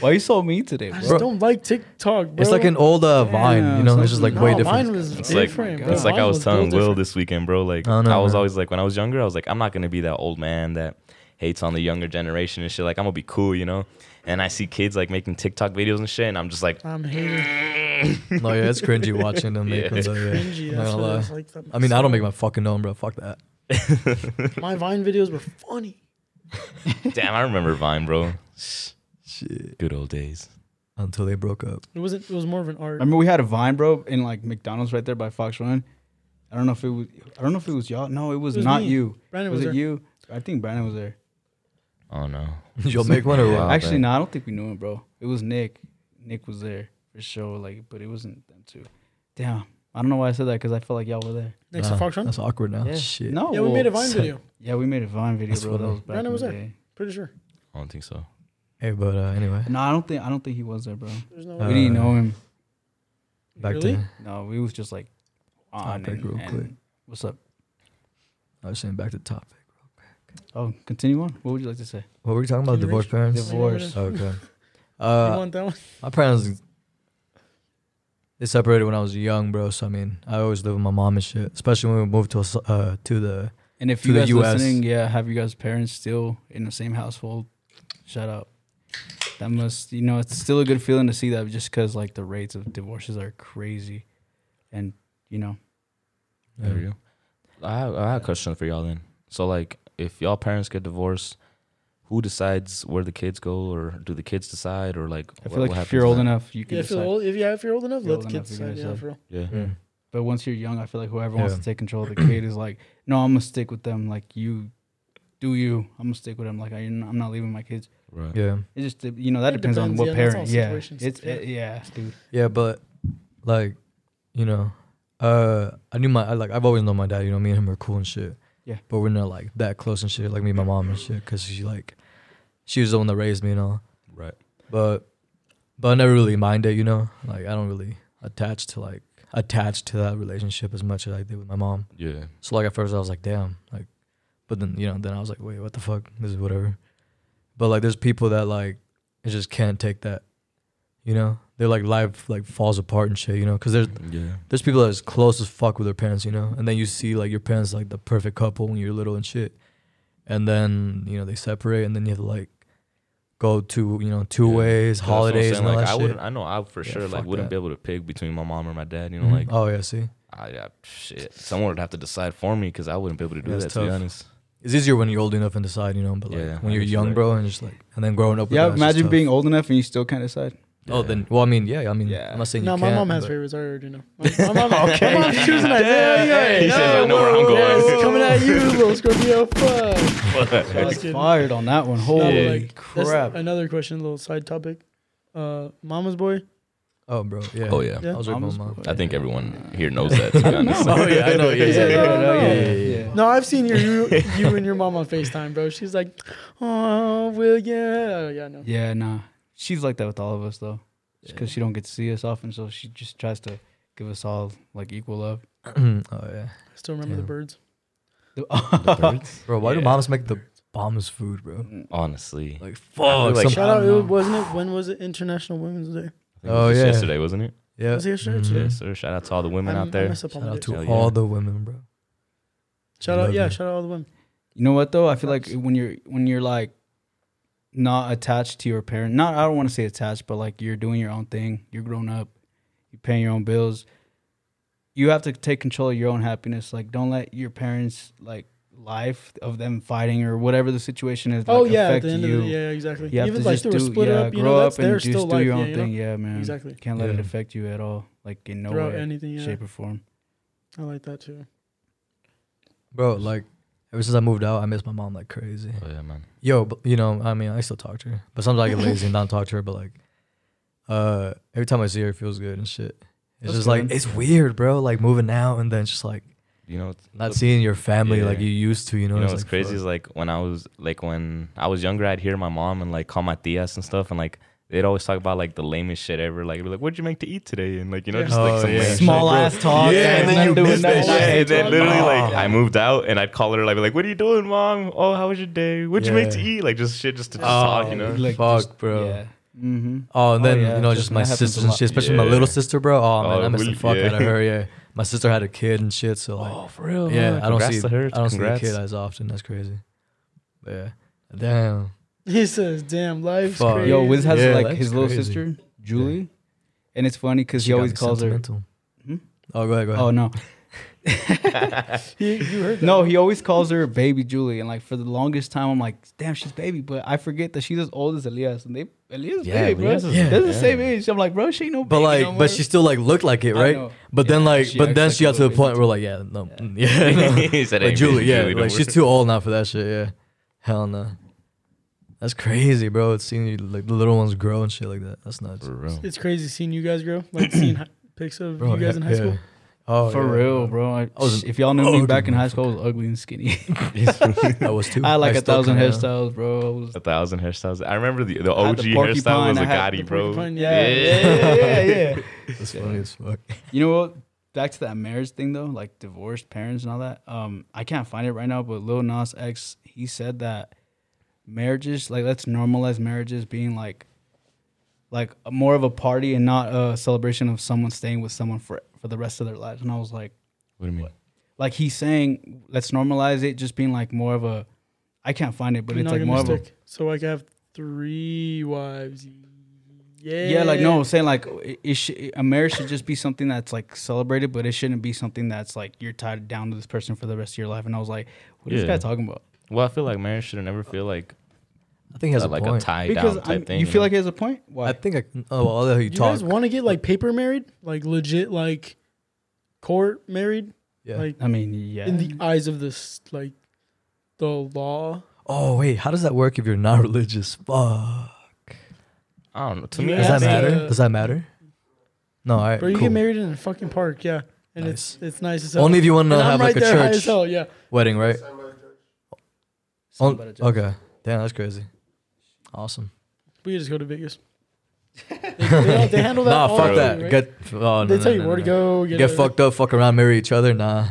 A: [LAUGHS]
C: Why you so mean today,
A: I
C: bro?
A: just don't like TikTok, bro.
D: It's like an old uh, Vine, you know.
C: Damn,
D: It's just like
A: no,
D: way different.
A: Mine was
B: It's like-
A: different, bro.
B: it's like
A: Mine
B: I was,
A: built
B: telling Will
A: different.
B: this weekend, bro. Like
D: I know,
B: I was
D: man.
B: always like when I was younger, I was like, I'm not gonna be that old man that hates on the younger generation and shit. Like I'm gonna be cool, you know. And I see kids like making TikTok videos and shit, and I'm just
C: [LAUGHS]
B: like,
A: I'm hating.
D: no, yeah,
A: [LAUGHS]
D: it's cringy watching them make
B: Yeah. It's
D: ones. though, yeah.
A: Cringy. That's
D: I'm
A: what
D: not gonna
A: I
D: lie.
A: was like. that-
D: I mean, I don't make my fucking own, bro. Fuck that.
A: My Vine videos were funny.
B: damn, I remember Vine, bro.
D: Shit.
B: Good old days.
D: Until they broke up. [LAUGHS]
A: It wasn't. It was more of an art.
C: Remember we had a Vine, bro, in like McDonald's right there by Fox Run. I don't know if it was. I don't know if it was y'all. No, it was,
A: It was
C: not
A: me.
C: you.
A: Brandon
C: was
A: was
C: it
A: there.
C: you? I think Brandon was there.
B: Oh no.
D: You'll make one or what?
C: Actually,
B: man.
C: no, I don't think we knew him, bro. It was Nick. Nick was there for sure. Like, but it wasn't them two. Damn, I don't know why I said that because I felt like y'all were there.
A: Next
D: Nah,
A: to Fox Run.
D: That's awkward now.
C: Yeah.
D: Oh, Shit.
C: No.
A: Yeah, we
D: [LAUGHS]
A: made a
C: well,
A: Vine
D: so-
A: video.
C: Yeah, we made a Vine video,
D: That's
C: bro.
D: funny.
C: That was back
A: Brandon
C: in
A: was
C: the
A: there.
C: day.
A: Pretty sure.
B: I don't think so.
D: Hey, but uh, anyway,
C: No, I don't think. I don't think he was there, bro.
A: There's no
C: we
D: Uh,
A: way.
C: didn't know him.
D: back
A: really?
D: to
C: No, we was just like on
D: Topic
C: and,
D: real
C: and-
D: quick.
C: What's up?
D: I was saying back to the topic.
C: Oh, continue on. What would you like to say?
D: What were we talking about? Divorced parents. Oh,
C: Divorce.
D: Okay.
A: you
D: Uh,
A: want that one?
D: my parents. They separated when I was young, bro. So I mean, I always lived with my mom and shit. Especially when we moved to Aus- uh, to the
C: And if
D: to
C: you
D: the
C: guys
D: US.
C: listening, yeah, have you guys' parents still in the same household? Shout out. That must, you know, it's still a good feeling to see that just because like the rates of divorces are crazy, and you know,
B: There you go. I have, I have a question for y'all then. So like, if y'all parents get divorced, who decides where the kids go, or do the kids decide, or like?
C: I
B: what-
C: feel
B: what
C: like if
B: happens
C: you're old
B: then?
C: enough, you can
A: Yeah, if
C: decide.
A: you're old, if yeah, if you're old enough,
C: You're
A: let the
C: old
A: kids
C: enough,
A: decide.
C: you can
A: Yeah,
C: decide.
A: for real.
B: Yeah.
D: Mm.
C: But once you're young, I feel like whoever wants
D: Yeah.
C: to take control of the kid is like, no, I'm gonna stick with them. Like you, do you? I'm gonna stick with them. Like I, I'm not leaving my kids.
B: Right.
D: Yeah.
C: It just, you know, that
A: It
C: depends, on
A: depends,
C: what
A: yeah, that's
C: parent.
A: all
C: Yeah,
A: situation
C: it's
A: stuff, yeah.
C: it- yeah, dude.
D: Yeah, but like, you know, uh, I knew my I, like I've always known my dad. You know, me and him are cool and shit.
C: Yeah.
D: But we're not like that close and shit. Like me and my mom and shit, because she like, she was the one that raised me and all.
B: Right.
D: But, but I never really mind it. You know, like I don't really attach to like attach to that relationship as much as I did with my mom.
B: Yeah.
D: So like at first I was like, damn, like, but then you know, then I was like, wait, what the fuck? This is whatever. But like, there's people that like, it just can't take that. You know, they're like life like falls apart and shit. You know, because there's
B: Yeah.
D: there's people that's close as fuck with their parents. You know, and then you see like your parents like the perfect couple when you're little and shit, and then you know they separate and then you have to like go to you know two
B: Yeah.
D: ways,
B: That's what I'm
D: holidays
B: saying,
D: and all
B: like,
D: that
B: I
D: shit.
B: wouldn't. I know I for
D: Yeah,
B: sure
D: fuck
B: like wouldn't
D: that.
B: be able to pick between my mom or my dad. You know,
D: Mhm.
B: like
D: oh yeah, see,
B: I, I shit. Someone would have to decide for me because I wouldn't be able to do
D: That's
B: that. To be
D: tough. [LAUGHS]
B: honest,
D: it's easier when you're old enough and decide, you know. But like
B: Yeah,
D: when
B: I
D: you're
B: guess
D: young,
B: you're
D: bro, and just like and then growing up. With
C: Yeah,
D: that, it's just
C: imagine
D: tough.
C: being old enough and you still can't decide.
D: Oh,
B: Yeah.
D: then well, I mean, yeah, I mean,
C: Yeah.
D: I'm not saying
A: No,
D: you
A: my
D: can't,
A: mom has
D: but-
A: favorites. I already
D: [LAUGHS]
A: know. My, my mom, okay. my mom's choosing that. Yeah, yeah,
B: He
A: yeah.
B: says, "I know where I'm going."
A: It's coming at you,
D: [LAUGHS]
A: little Scorpio. Fuck. Fuck it.
C: Fired on that one. Holy
A: No, like, that's
C: crap!
A: Another question, little side topic. Uh, Mama's boy.
D: Oh, bro, yeah.
B: Oh, yeah.
D: I was with my
B: [LAUGHS]
C: Mama's
D: mom.
B: I think everyone here knows [LAUGHS] that.
D: [LAUGHS]
B: To be honest,
D: Oh yeah, I know. Yeah,
A: He's
D: yeah,
A: like,
D: yeah,
A: "Oh,
D: yeah,
A: no."
D: yeah, yeah, yeah.
A: No, I've seen your you, you and your mom on Facetime, bro. She's like, oh, William. Oh, yeah, no.
C: Yeah, nah. She's like that with all of us though, because she don't get to see us often, so she just tries to give us all like equal love.
D: [CLEARS THROAT] oh yeah,
A: I still remember the
D: Yeah.
A: birds.
D: bro. Why do
B: Yeah.
D: moms make the bombest food, bro?
B: honestly,
D: Like fuck.
B: fuck, like-
D: some-
A: Shout out,
C: I don't
A: it,
C: know.
A: wasn't it? When was it International Women's Day?
B: I think it
D: Oh,
B: was just
D: yeah.
B: yesterday wasn't it?
D: yeah.
A: Was it yesterday or
D: Mhm.
A: today?
B: Yes, sir. Shout out to all the women
A: I'm-
B: out
A: I
B: there.
A: messed up on
D: Shout
A: the
D: out
A: dates.
D: to
B: Hell
D: all
B: yeah.
D: the women, bro.
A: Shout out,
D: Love
A: yeah,
D: you.
A: shout out all the women.
C: You know what though? I feel like
A: Facts.
C: when you're when you're like not attached to your parent. Not I don't want to say attached, but like you're doing your own thing. You're grown up. You're paying your own bills. you have to take control of your own happiness. Like, don't let your parents like life of them fighting or whatever the situation is. Like,
A: oh yeah, at
C: affect
A: the end
C: you.
A: of the yeah, exactly.
C: You have
A: Even
C: to
A: like
C: just
A: they were
C: do,
A: split
C: yeah,
A: up, you
C: grow
A: know, that's
C: up and
A: their
C: just
A: still
C: do
A: life.
C: your
A: yeah,
C: own
A: you know?
C: thing. Yeah, man.
A: Exactly.
C: Can't let it
D: Yeah.
C: affect you at all. Like in no
A: Throughout
C: way,
A: anything, yeah.
C: shape, or form.
A: I like that too. [LAUGHS]
D: bro. Like ever since I moved out, I miss my mom like crazy.
B: Oh yeah, man.
D: Yo, but, you know, I mean, I still talk to her, but sometimes
B: [LAUGHS]
D: I get lazy and don't talk to her. But like, uh, every time I see her, it feels good and shit. It's
C: That's
D: just like
C: good.
D: it's weird, bro. Like moving out and then just like
B: You know, it's-
D: not seeing your family
B: Yeah.
D: like you used to. You know,
B: you know
D: it's
B: what's
D: like,
B: crazy
D: fuck.
B: is like when I was like when I was younger, I'd hear my mom and like call my tias and stuff, and like they'd always talk about like the lamest shit ever. Like, like what'd you make to eat today? And like you know,
A: Yeah.
B: just like
D: Oh,
B: some
D: yeah.
B: lame shit,
C: Small
B: bro.
C: ass talk.
B: Yeah, and
C: it's
B: then
C: not
B: you
C: doing
B: miss that
C: nothing.
B: shit. And then literally, like,
D: Oh.
B: I moved out and I'd call her, like, be like, what are you doing, mom? Oh, how was your day? What'd you make to
D: Yeah.
B: eat? Like, just shit, just to just
D: Oh,
B: talk, you know?
C: Like,
D: fuck,
C: just-
D: bro.
C: Yeah. Mm-hmm.
D: Oh, and
C: Oh,
D: then
C: yeah,
D: you know,
C: just-
D: just my
C: that happens
D: sisters
C: a
D: and
C: lot.
D: shit, especially my little
B: Yeah.
D: sister, bro. Oh, man,
B: Oh,
D: I miss the
B: really?
D: fuck out of
B: Yeah. [LAUGHS]
D: her. Yeah, my sister had a kid and shit, so like,
B: Oh, for
A: Oh,
B: real?
D: yeah, I don't
B: Congrats
D: see,
B: to her.
D: I don't
B: Congrats.
D: see the kid as often. That's crazy. But yeah, damn.
A: He says, "Damn, life's
D: Fuck.
A: crazy."
C: Yo, Wiz has
D: Yeah,
C: like
D: that's
C: his little
D: crazy.
C: sister, Julie, and it's funny because
D: She
C: he
D: got
C: always
D: me
C: calls her.
D: sentimental.
C: Hmm?
D: Oh, go ahead, go ahead.
C: Oh no,
A: He- [LAUGHS] you heard that?
C: no, he always calls her baby Julie, and like for the longest time, I'm like, damn, she's baby, but I forget that she's as old as Elias, and they Elias
B: Yeah,
C: baby, bro.
B: Elias
C: They're
B: is- yeah.
C: the same age. I'm like, bro, she ain't no.
D: but
C: baby
D: like,
C: no more.
D: but she still like looked like it,
C: I
D: right?
C: know.
D: But then
C: Yeah,
D: like,
C: she
D: but
C: acts
D: then
C: like
D: she
C: a
D: got to the
C: little
D: point
C: baby
D: where like, yeah, no, [LAUGHS] yeah,
C: [LAUGHS]
D: no.
B: [LAUGHS] He said, "Hey,
D: like
B: man,
D: Julie, yeah,
B: don't
D: like she's
B: worry."
D: too old now for that shit. Yeah, hell no. That's crazy, bro. It's seeing you, like the little ones grow and shit like that. That's nuts,
B: For real.
A: it's crazy seeing you guys grow. Like seeing hi- pics of you guys in high
D: yeah.
A: school.
D: Oh,
C: For
D: yeah.
C: real, bro. I,
D: [LAUGHS] I was
C: if y'all knew me
D: ugly
C: back in high school, I was ugly and skinny.
D: [LAUGHS] I was too.
C: [LAUGHS] I had like a
D: a
C: thousand hairstyles, bro. I was,
B: A thousand hairstyles. I remember the, the
C: I had
B: OG
C: the
B: hairstyle
C: porcupine,
B: was a
C: I had
A: the
B: Gotti, bro.
A: porcupine,
C: yeah,
A: yeah.
C: yeah, yeah,
B: [LAUGHS]
C: yeah. yeah.
D: That's funny as fuck.
C: You know what? Back to that marriage thing though, like divorced parents and all that. Um, I can't find it right now, but Lil Nas X he said that marriages, like let's normalize marriages being like, like more of a party and not a celebration of someone staying with someone for for the rest of their lives. And I was like,
B: What do you mean?
C: like he's saying, let's normalize it, just being like more of a. I can't find it, but it's like more of a
A: Monogamistic. So like I have three wives. Yeah.
C: Yeah, like no, I'm saying like it, it sh- a marriage should just be something that's like celebrated, but it shouldn't be something that's like you're tied down to this person for the rest of your life. And I was like, what is this
B: Yeah.
C: guy talking about?
B: Well, I feel like marriage should never feel like
D: I think he has a
B: like
D: point.
B: a tie
C: Because
B: down type
C: I'm-
B: thing.
C: you feel
B: know?
C: like it has a point. Why?
D: I think I. Oh, well, I'll let you,
A: You
D: talk.
A: guys want to get like paper married, like legit, like court married,
D: yeah.
A: like
C: I mean, yeah.
A: in the eyes of this, like the law.
D: oh wait, how does that work if you're not religious? Fuck.
B: I don't know. To
A: You
B: me,
A: Yeah,
D: Does
A: have
D: that
A: they,
D: matter?
A: uh,
D: Does that matter? No, all right.
A: Bro, you
D: cool.
A: get married in a fucking park, yeah, and it's it's nice as hell.
D: Only if you want to
A: And I'm
D: have like
A: right
D: a
A: there, high as
D: church
A: hell, yeah.
D: wedding, right?
C: Something
D: On-
C: about a judge.
D: okay. Damn, that's crazy. Awesome.
A: We could just go to Vegas.
D: [LAUGHS]
A: they, they, they handle that.
D: Nah,
A: all
D: fuck
A: for
D: that.
A: you, right?
D: Get. Oh, no,
A: they
D: no,
A: tell you
D: no,
A: where
D: no,
A: to
D: no.
A: go.
D: Get,
A: Get, a-
D: fucked up, fuck around, marry each other. Nah,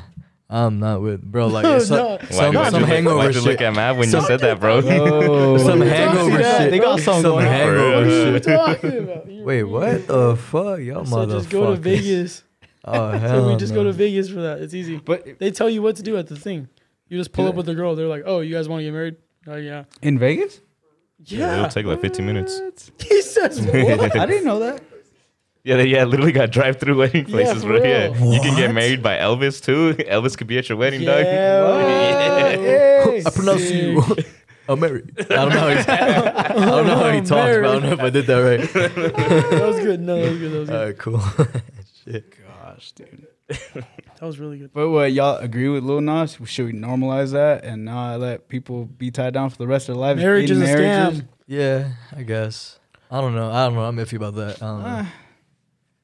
D: I'm not with bro.
A: [LAUGHS]
D: Like it's
A: No.
D: some,
B: [LAUGHS]
D: some,
A: did
B: why'd
D: some
B: you look-
D: hangover
B: why'd you
D: shit.
B: look at Matt when you said that, bro?
C: Oh,
D: Some
A: Don't
D: hangover
A: see that.
D: shit.
C: They got something
D: some
C: going on.
D: hangover
B: Bro.
A: What are you
D: shit.
A: talking about? You're
D: [LAUGHS] Wait,
A: weird.
D: what the fuck, y'all
A: So
D: motherfuckers?
A: just go to
D: [LAUGHS]
A: Vegas.
D: Oh hell
A: [LAUGHS] So we just
D: no.
A: go to Vegas for that. It's easy.
C: But
A: They tell you what to do at the thing. You just pull
C: Do
A: up
C: they?
A: with a girl. They're like, "Oh, you guys want to get married?" Oh yeah.
C: in Vegas,
A: Yeah.
B: It'll take like 15 minutes.
A: [LAUGHS] he
D: [LAUGHS]
A: says,
B: [LAUGHS]
A: "What?"
C: What? I didn't know that.
B: Yeah, they, yeah, literally got drive-through [LAUGHS] wedding
A: Yeah,
B: places,
A: for
B: bro. Yeah,
A: real.
B: you can get
D: What?
B: married by Elvis too. [LAUGHS] Elvis could be at your wedding, dog.
A: Yeah.
C: Hey.
D: I pronounce you. [LAUGHS] I'm married. I don't know. [LAUGHS] How he's, I don't know how he
A: I'm
D: talks, but I don't know if I did that right.
A: [LAUGHS] that was good. No, that was good. That was,
D: [LAUGHS] All
A: good.
D: right, cool.
C: Gosh, dude.
A: That was really good.
C: But what y'all agree with Lil Nas? Should we normalize that and not let people be tied down for the rest of their lives?
A: Marriage
C: in
A: is a
C: marriages?
A: scam.
D: Yeah, I guess. I don't know. I don't know. I'm iffy about that. Um, I don't know.
C: Ah,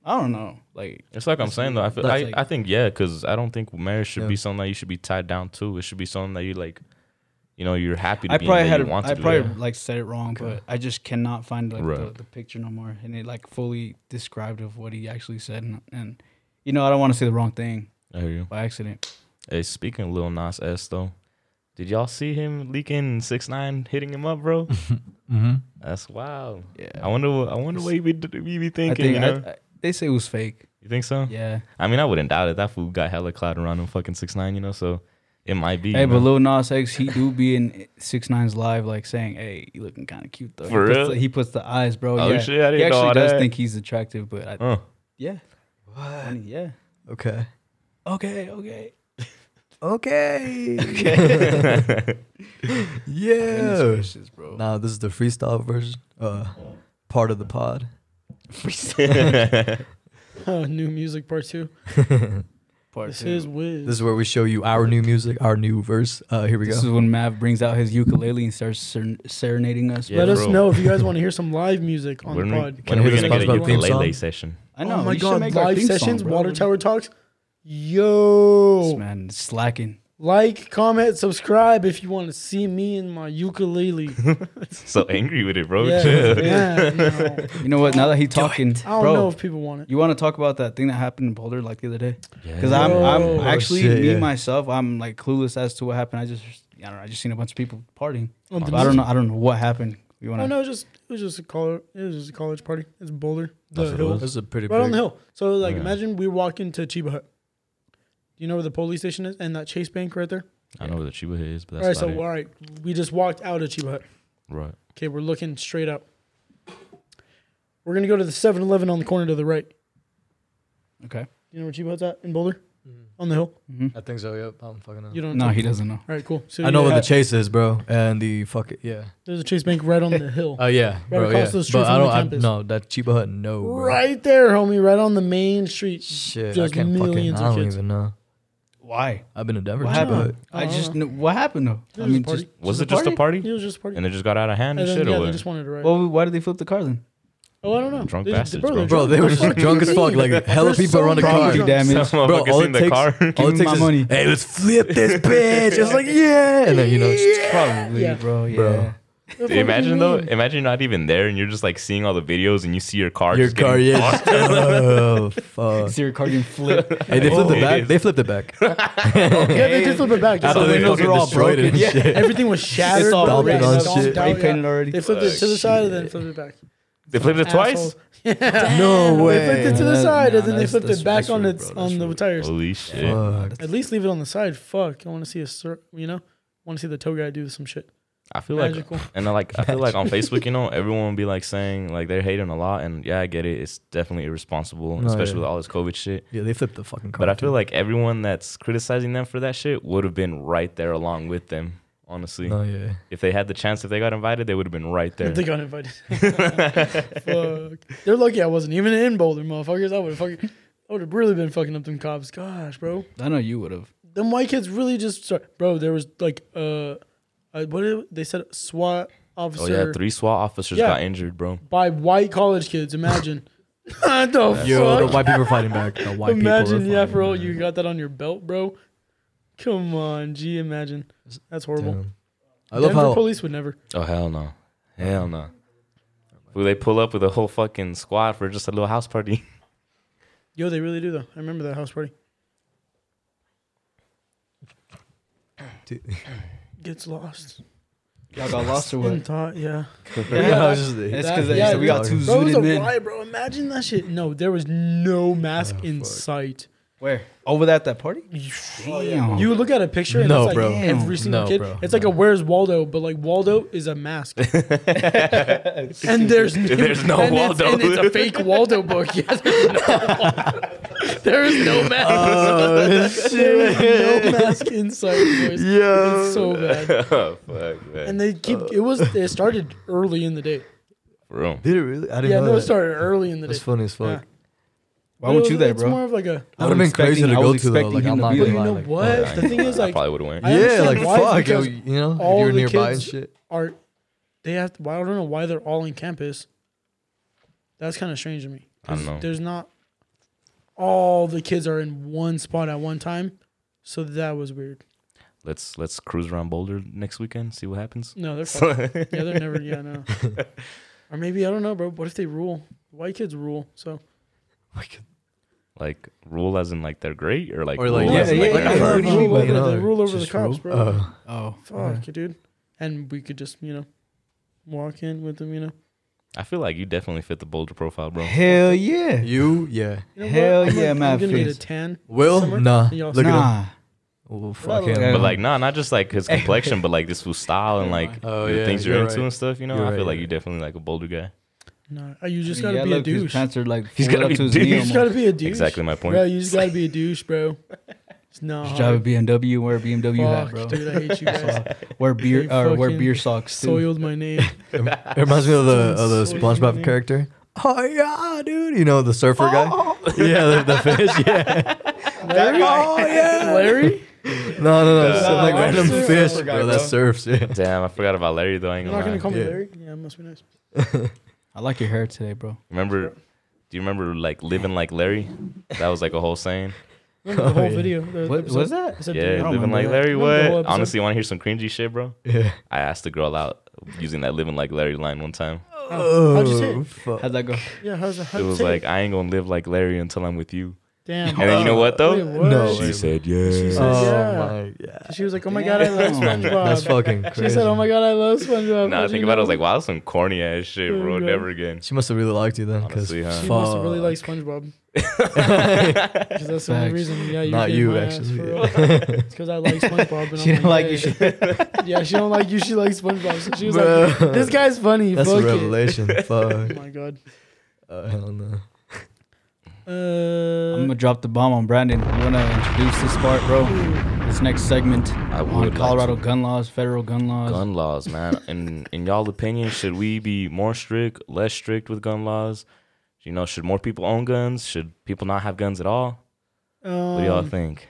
C: I don't know. Like,
B: It's like I'm saying though. I feel,
C: That's
B: I,
C: like-
B: I think yeah, because I don't think marriage should
D: Yeah.
B: be something that you should be tied down to. It should be something that you like, you know, you're happy to
C: I
B: be.
C: probably
B: in,
C: had
B: that
C: a,
B: you want
C: I
B: to
C: probably
B: be.
C: like said it wrong, but I just cannot find like the,
B: Right.
C: the picture no more, and it like fully described of what he actually said, and, and you know I don't want to say the wrong thing
B: I hear you.
C: by accident.
B: Hey, speaking of Lil Nas S though, did y'all see him leaking six nine hitting him up,
C: [LAUGHS]
B: bro?
C: Mm-hmm.
D: Mhm.
B: That's wild.
C: Yeah,
B: I wonder. what- I wonder what he be, he be thinking.
C: I think
B: you know?
C: I, I- they say it was fake.
B: you think so?
C: Yeah.
B: I mean, I wouldn't doubt it. That fool got hella cloud around him, fucking six nine. You know, so it might be.
C: Hey,
B: you
C: but
B: know?
C: Lil Nas X, he do be in Six Nine's live, like saying, "Hey, you looking kind of cute though."
B: For
C: he puts
B: real?
C: The, he puts the eyes, bro.
B: Oh,
C: yeah.
B: shit, I
C: he
B: didn't know [LAUGHS]
C: actually
B: all
C: does
A: [LAUGHS]
B: that.
C: think he's attractive, but I,
B: Huh.
C: yeah, funny, yeah.
D: Okay. okay, okay. okay. okay. [LAUGHS] yeah.
C: bro.
D: Now this is the freestyle version, uh, part of the pod.
A: Oh, new music part two.
C: Part
A: this
C: two.
A: is Wiz.
D: This is where we show you our new music, our new verse. Uh, here we
C: This
D: go.
C: is when Mav brings out his ukulele and starts ser- serenading us.
B: Yeah,
A: Let us
B: bro.
A: know if you
D: [LAUGHS]
A: guys want to hear some live music on
B: when
A: the
B: we,
A: pod.
B: when
D: I
B: are we
D: hit
B: gonna
D: us
B: get
D: up
B: a
D: about theme
B: ukulele
D: song?
B: session? [LAUGHS]
C: I know.
A: oh my
C: you should
A: god,
C: make our
A: live
C: theme song,
A: sessions,
C: bro.
A: Water Tower Talks.
C: This
A: Yo,
C: man is slacking.
A: like, comment, subscribe if you want to see me in my
C: [LAUGHS]
A: ukulele.
B: So angry with it, bro.
A: yeah, yeah, no.
C: You know what? Now that he's talking,
A: I don't
C: bro,
A: know if people want it.
C: you want to talk about that thing that happened in Boulder like the other day? Because
B: Yeah.
C: I'm, I'm
A: Oh,
C: actually
D: shit,
C: me
D: yeah.
C: myself. I'm like clueless as to what happened. I just, I don't know. I just seen a bunch of people partying.
A: On the
C: But I don't
A: music-
C: know. I don't know what happened. You want
A: Oh
C: to?
A: no, it was just it was just a college. It was just a college party. It's Boulder,
B: That's
A: the
B: what it
A: hill,
B: was.
A: right
D: This is a pretty
A: on the
D: big.
A: hill. So like,
B: Yeah.
A: imagine we walk into Chiba Hut. You know where the police station is and that Chase Bank right there.
B: I know where the Chiba is, but
A: all right,
B: that's
A: so
B: about
A: all right, we just walked out of Chiba Hut.
B: it. Right.
A: Okay, we're looking straight up. We're gonna go to the 7-Eleven on the corner to the right.
C: Okay.
A: You know where Chiba Hut's at in Boulder, on the hill.
D: I think so. Yep. I'm fucking. Up.
A: You don't.
C: Mm-hmm. No, he doesn't know.
A: All right, cool. So
D: I know
A: you
D: where the
A: have-
D: chase is, bro, and the fuck it, yeah.
A: There's a Chase Bank right on the hill.
D: Oh yeah,
A: Right
D: bro,
A: across
D: yeah.
A: the street
D: but I
A: from the
D: don't. I,
A: campus.
D: no, that Chiba Hut, no. Bro.
A: Right there, homie, right on the main street.
D: Shit,
A: Just
D: I can't fucking.
A: millions of
D: I don't
A: kids.
D: even know.
C: Why?
D: I've been to Denver.
C: What
D: Chiba
C: happened?
D: Hut.
A: Oh,
C: I
A: I
C: just
A: don't
C: know. what happened though.
A: It
C: I
A: was
C: mean,
A: a party.
C: just
B: Was
C: a
B: it just a
A: It
B: party?
A: was just a party.
B: And it just got out of hand
A: And
B: and,
A: then,
B: shit,
A: yeah,
B: or
A: they
B: what? [LAUGHS]
A: just wanted to ride.
C: well, why did they flip the car then?
A: Oh, I don't know.
B: Drunk
A: They just-
B: bastards,
A: they're
B: bro.
D: Bro, they were just drunk as fuck. Like hella
A: They're
D: people
A: so
D: around the
A: drunk.
D: car.
C: Property
A: Drunk.
C: damage.
B: Some
D: Bro,
B: motherfuckers
D: all
B: in
D: it
B: the
D: takes, [LAUGHS]
B: car.
D: all
C: me
D: it takes
C: my
D: is,
C: money.
D: hey, let's flip
A: [LAUGHS]
D: this bitch. It's like, yeah, and then you know,
C: Probably,
A: Yeah.
C: bro. Yeah.
D: Bro.
A: What the fuck do
B: imagine
A: you
B: though,
A: mean?
B: imagine you're not even there and you're just like seeing all the videos and you see your car.
D: your
B: just
D: car,
B: getting
D: yeah.
B: fucked.
D: Oh
B: [LAUGHS]
D: fuck!
C: See your car getting flipped.
D: Hey, they flipped
B: Oh.
D: it back. They flipped
A: [LAUGHS]
D: it back
A: Yeah, they just flip it back. Just so
D: after they
A: they know
D: fucking destroyed it. and shit.
A: Everything was [LAUGHS] shattered.
C: It's all
A: bro.
D: dumped
A: Yeah,
D: on
A: it's all
D: shit.
A: dumped out,
C: Spray painted
A: yeah.
C: already.
A: They flipped it to the side and then flipped it back.
B: They flipped it twice.
A: Assholes. [LAUGHS] Damn.
D: [LAUGHS] No
A: They flipped it to the
C: way.
A: side
D: Nah,
A: and then they
D: that's-
A: flipped
D: that's-
A: it back
D: that's
A: on
D: rude,
A: its
D: bro.
A: on
D: That's
A: the
D: rude.
A: tires.
B: Holy shit!
D: Fuck.
A: At least leave it on the side. Fuck, I want to see a cir- you know, want to see the tow guy do some shit.
B: I feel like,
A: Magical.
B: and I like, I feel like
A: [LAUGHS]
B: on Facebook, you know, everyone will be like saying like they're hating a lot, and yeah, I get it. It's definitely irresponsible,
A: Oh,
D: No,
B: especially
D: yeah.
B: with all this COVID shit.
D: Yeah, they flipped the fucking car.
B: But I feel like everyone that's criticizing them for that shit would have been right there along with them. Honestly,
D: no, yeah.
B: if they had the chance, if they got invited, they would have been right there.
A: If [LAUGHS] they got
B: [LAUGHS]
A: invited. Fuck. They're lucky I wasn't even in Boulder, motherfuckers. I would have fucking, I would have really been fucking up them cops. Gosh, bro.
C: I know you would have.
A: them white kids really just start, bro. There was like uh, uh what did, they said SWAT officer
B: oh yeah, three SWAT officers
A: Yeah.
B: got injured, bro.
A: by white college kids. Imagine, [LAUGHS] what the
D: Yo, the
A: fuck?
D: white people are fighting back. The white people.
A: imagine,
D: are
A: yeah,
D: fighting
A: bro.
D: back.
A: You got that on your belt, bro. Come on, gee, imagine. That's horrible.
D: Damn. I love
A: Denver
D: how
A: police would never.
B: Oh hell no, hell no. Will they pull up with a whole fucking squad for just a little house party?
A: Yo, they really do though. I remember that house party.
D: Dude.
A: [COUGHS] Gets
D: [COUGHS]
A: lost.
C: Y'all got lost or
A: In
C: what?
A: thought, yeah.
D: [LAUGHS] Yeah, I was just-
C: That's
A: That-
C: because
A: yeah, Oh,
C: we
A: [LAUGHS]
C: got two
D: dude. [LAUGHS]
A: Bro, it was
C: zooted
A: a
C: in.
A: riot, bro. Imagine that shit. No, there was no mask
D: Ah,
A: in sight.
C: Where? Over that that party? Damn.
A: Oh, You look at a picture and
D: No,
A: it's like
D: bro.
A: every single
D: No,
A: kid.
D: bro.
A: It's like a Where's Waldo, but like Waldo is a
D: [LAUGHS]
A: mask. and there's
B: There's no
A: and it's-
B: Waldo.
A: and It's, a fake Waldo book. [LAUGHS] Yeah, there's no Waldo. there is no
D: [LAUGHS]
A: mask.
D: Oh,
A: [LAUGHS] there is no mask inside. Boys. It's so bad.
B: oh [LAUGHS] fuck, man.
A: And they keep. It was. It started early in the day.
B: For real.
D: Did it really? I didn't
A: Yeah,
D: know
A: no,
D: that.
A: it started early in the
D: That's
A: day.
D: funny as fuck.
A: Yeah.
C: Why weren't
A: It
C: you
A: was-
C: there,
A: it's
C: bro?
A: more of like a.
D: That would have been
C: expecting-
D: crazy to
C: I
D: go
C: was
D: to though.
C: expecting
D: Like
C: him
D: I'm
C: to
D: not
C: be
D: gonna
C: there.
A: You
D: lie.
A: know
D: like,
A: what?
B: Yeah, I
A: the thing
B: ain't-
A: is,
B: I
A: like,
B: probably would have went.
A: I
D: Yeah,
A: understand
D: like
A: why,
D: fuck. Yo,
A: because
D: you know, if
A: all
D: you're
A: the
D: nearby and
A: kids
D: shit.
A: are they have to, well, I don't know why they're all in campus. That's kind of strange to me.
B: I don't know.
A: There's not all the kids are in one spot at one time. So that was weird.
B: Let's let's cruise around Boulder next weekend, see what happens.
A: No, they're fucked. yeah, they're never yeah, no. or maybe I don't know, bro. What if they rule? White kids rule. So
B: Like rule as in like they're great or like
D: Or, like,
B: rule
D: yeah,
B: as in,
D: yeah,
B: like,
D: yeah,
B: they're
D: yeah.
A: they
B: hurt?
A: rule
D: Anyway,
A: over,
D: you know,
A: they rule over the
D: just
A: cops, bro.
D: Uh,
C: Oh,
A: Fuck, dude. And we could just, you know, walk in with them, you know.
B: I feel like you definitely fit the Boulder profile, bro.
C: hell yeah.
D: you, yeah.
A: You know
C: Hell
A: what? I'm
C: yeah,
A: gonna-
C: my
A: I'm gonna get a
C: face.
A: tan.
D: Will,
A: Summer?
D: nah.
A: Y'all
D: Look at him.
C: nah.
D: Oh, fuck
C: Well,
D: him.
C: yeah.
A: [LAUGHS]
B: But like, nah, not just like
D: [LAUGHS]
B: his complexion, but like this food style and like
D: Oh,
B: the
D: yeah,
B: things you're,
D: you're
B: into
D: right.
B: and stuff. You know,
D: You're
B: I
D: right,
B: feel like
D: you're
B: you
D: right.
B: definitely like a Boulder guy.
A: No, you just
C: I mean,
A: gotta
C: yeah,
A: be a
C: look, his
A: douche.
C: Pants are like
B: He's
C: folded
B: gotta
C: up
B: be
C: to his
B: douche.
C: knee
A: You just
C: [LAUGHS] almost.
A: gotta be a douche.
B: Exactly my point.
A: Bro, you just gotta be a douche, bro. It's not
C: Just
A: hard.
C: drive a BMW, wear a BMW hat,
A: Fuck,
C: bro.
A: dude, I hate you guys.
C: Wear beer [LAUGHS]
A: You
C: or wear
A: fucking
C: beer socks too.
A: Soiled my name.
D: It reminds me of the of the
A: Soiled
D: SpongeBob
A: name.
D: character. Oh yeah, dude. You know the surfer
A: [LAUGHS]
D: guy. Yeah, the, the fish. Yeah.
C: [LAUGHS]
A: Larry?
D: Oh [LAUGHS] [LAUGHS] yeah.
A: Larry?
D: No, no, no. some, like
C: no,
D: random
C: surfer
D: fish,
C: guy,
D: bro. That
C: bro.
D: surfs.
B: [LAUGHS]
D: Yeah.
B: Damn, I forgot about Larry though. I ain't
A: You're
B: gonna
A: not gonna call
B: lie.
A: me
D: Yeah.
A: Larry? Yeah, it must be
D: [LAUGHS]
A: nice.
C: I like your hair today, bro.
B: Remember? Do you remember like living like Larry? That was like a whole
D: [LAUGHS]
B: saying.
A: Remember the
D: Oh,
A: whole
D: yeah.
A: video. the- the
C: What
A: episode?
C: was that?
A: I said, dude, I
B: Yeah,
A: don't
B: living
A: remember
B: like
A: that.
B: Larry.
A: Remember the whole
B: What?
A: episode?
B: Honestly, want to hear some cringy shit, bro?
D: Yeah.
B: I asked the girl out using that living like Larry line one time.
D: Oh,
A: how'd you say it?
D: fuck.
C: How'd that go?
A: Yeah, how's that?
B: It was like I ain't gonna live like Larry until I'm with you.
A: damn.
B: And then you know what though?
A: Wait, what?
D: No.
B: She said yeah.
A: She said,
D: Oh
A: yeah.
D: my. Yeah.
A: She was like, oh my god, I love
C: Damn.
A: SpongeBob.
D: That's fucking crazy.
A: She said, oh my god, I love SpongeBob.
B: Nah, I
A: How'd
B: think
A: you
B: about it. I was
A: know?
B: like, wow, that's some corny ass shit,
A: Oh,
B: bro.
A: God.
B: Never again.
D: She must have really liked you then, because
B: Honestly, huh?
A: She must have really
D: Fuck.
A: liked SpongeBob.
B: [LAUGHS]
A: [LAUGHS] Because that's the
D: Facts.
A: only reason. Yeah, you
D: Not
A: gave
D: you,
A: my ass
D: [LAUGHS] actually.
A: for- It's because I like SpongeBob.
D: [LAUGHS]
A: And
C: She
A: I'm
C: didn't like [LAUGHS] you.
A: "Hey."
C: She,
A: Yeah, she don't like you. She likes SpongeBob. So she was like,
D: Bruh.
A: "This guy's funny."
D: that's
A: fuck
D: a
A: it."
D: revelation. Fuck.
A: Oh my god.
D: Uh, hell no.
A: Uh,
C: I'm gonna drop the bomb on Brandon. You wanna introduce this part, bro? This next segment
B: I
C: on
B: like
C: Colorado
B: to-
C: gun laws, federal gun laws.
B: gun laws, man. In in y'all opinion, should we be more strict, less strict with gun laws? You know, should more people own guns? Should people not have guns at all? What do y'all
A: um,
B: think?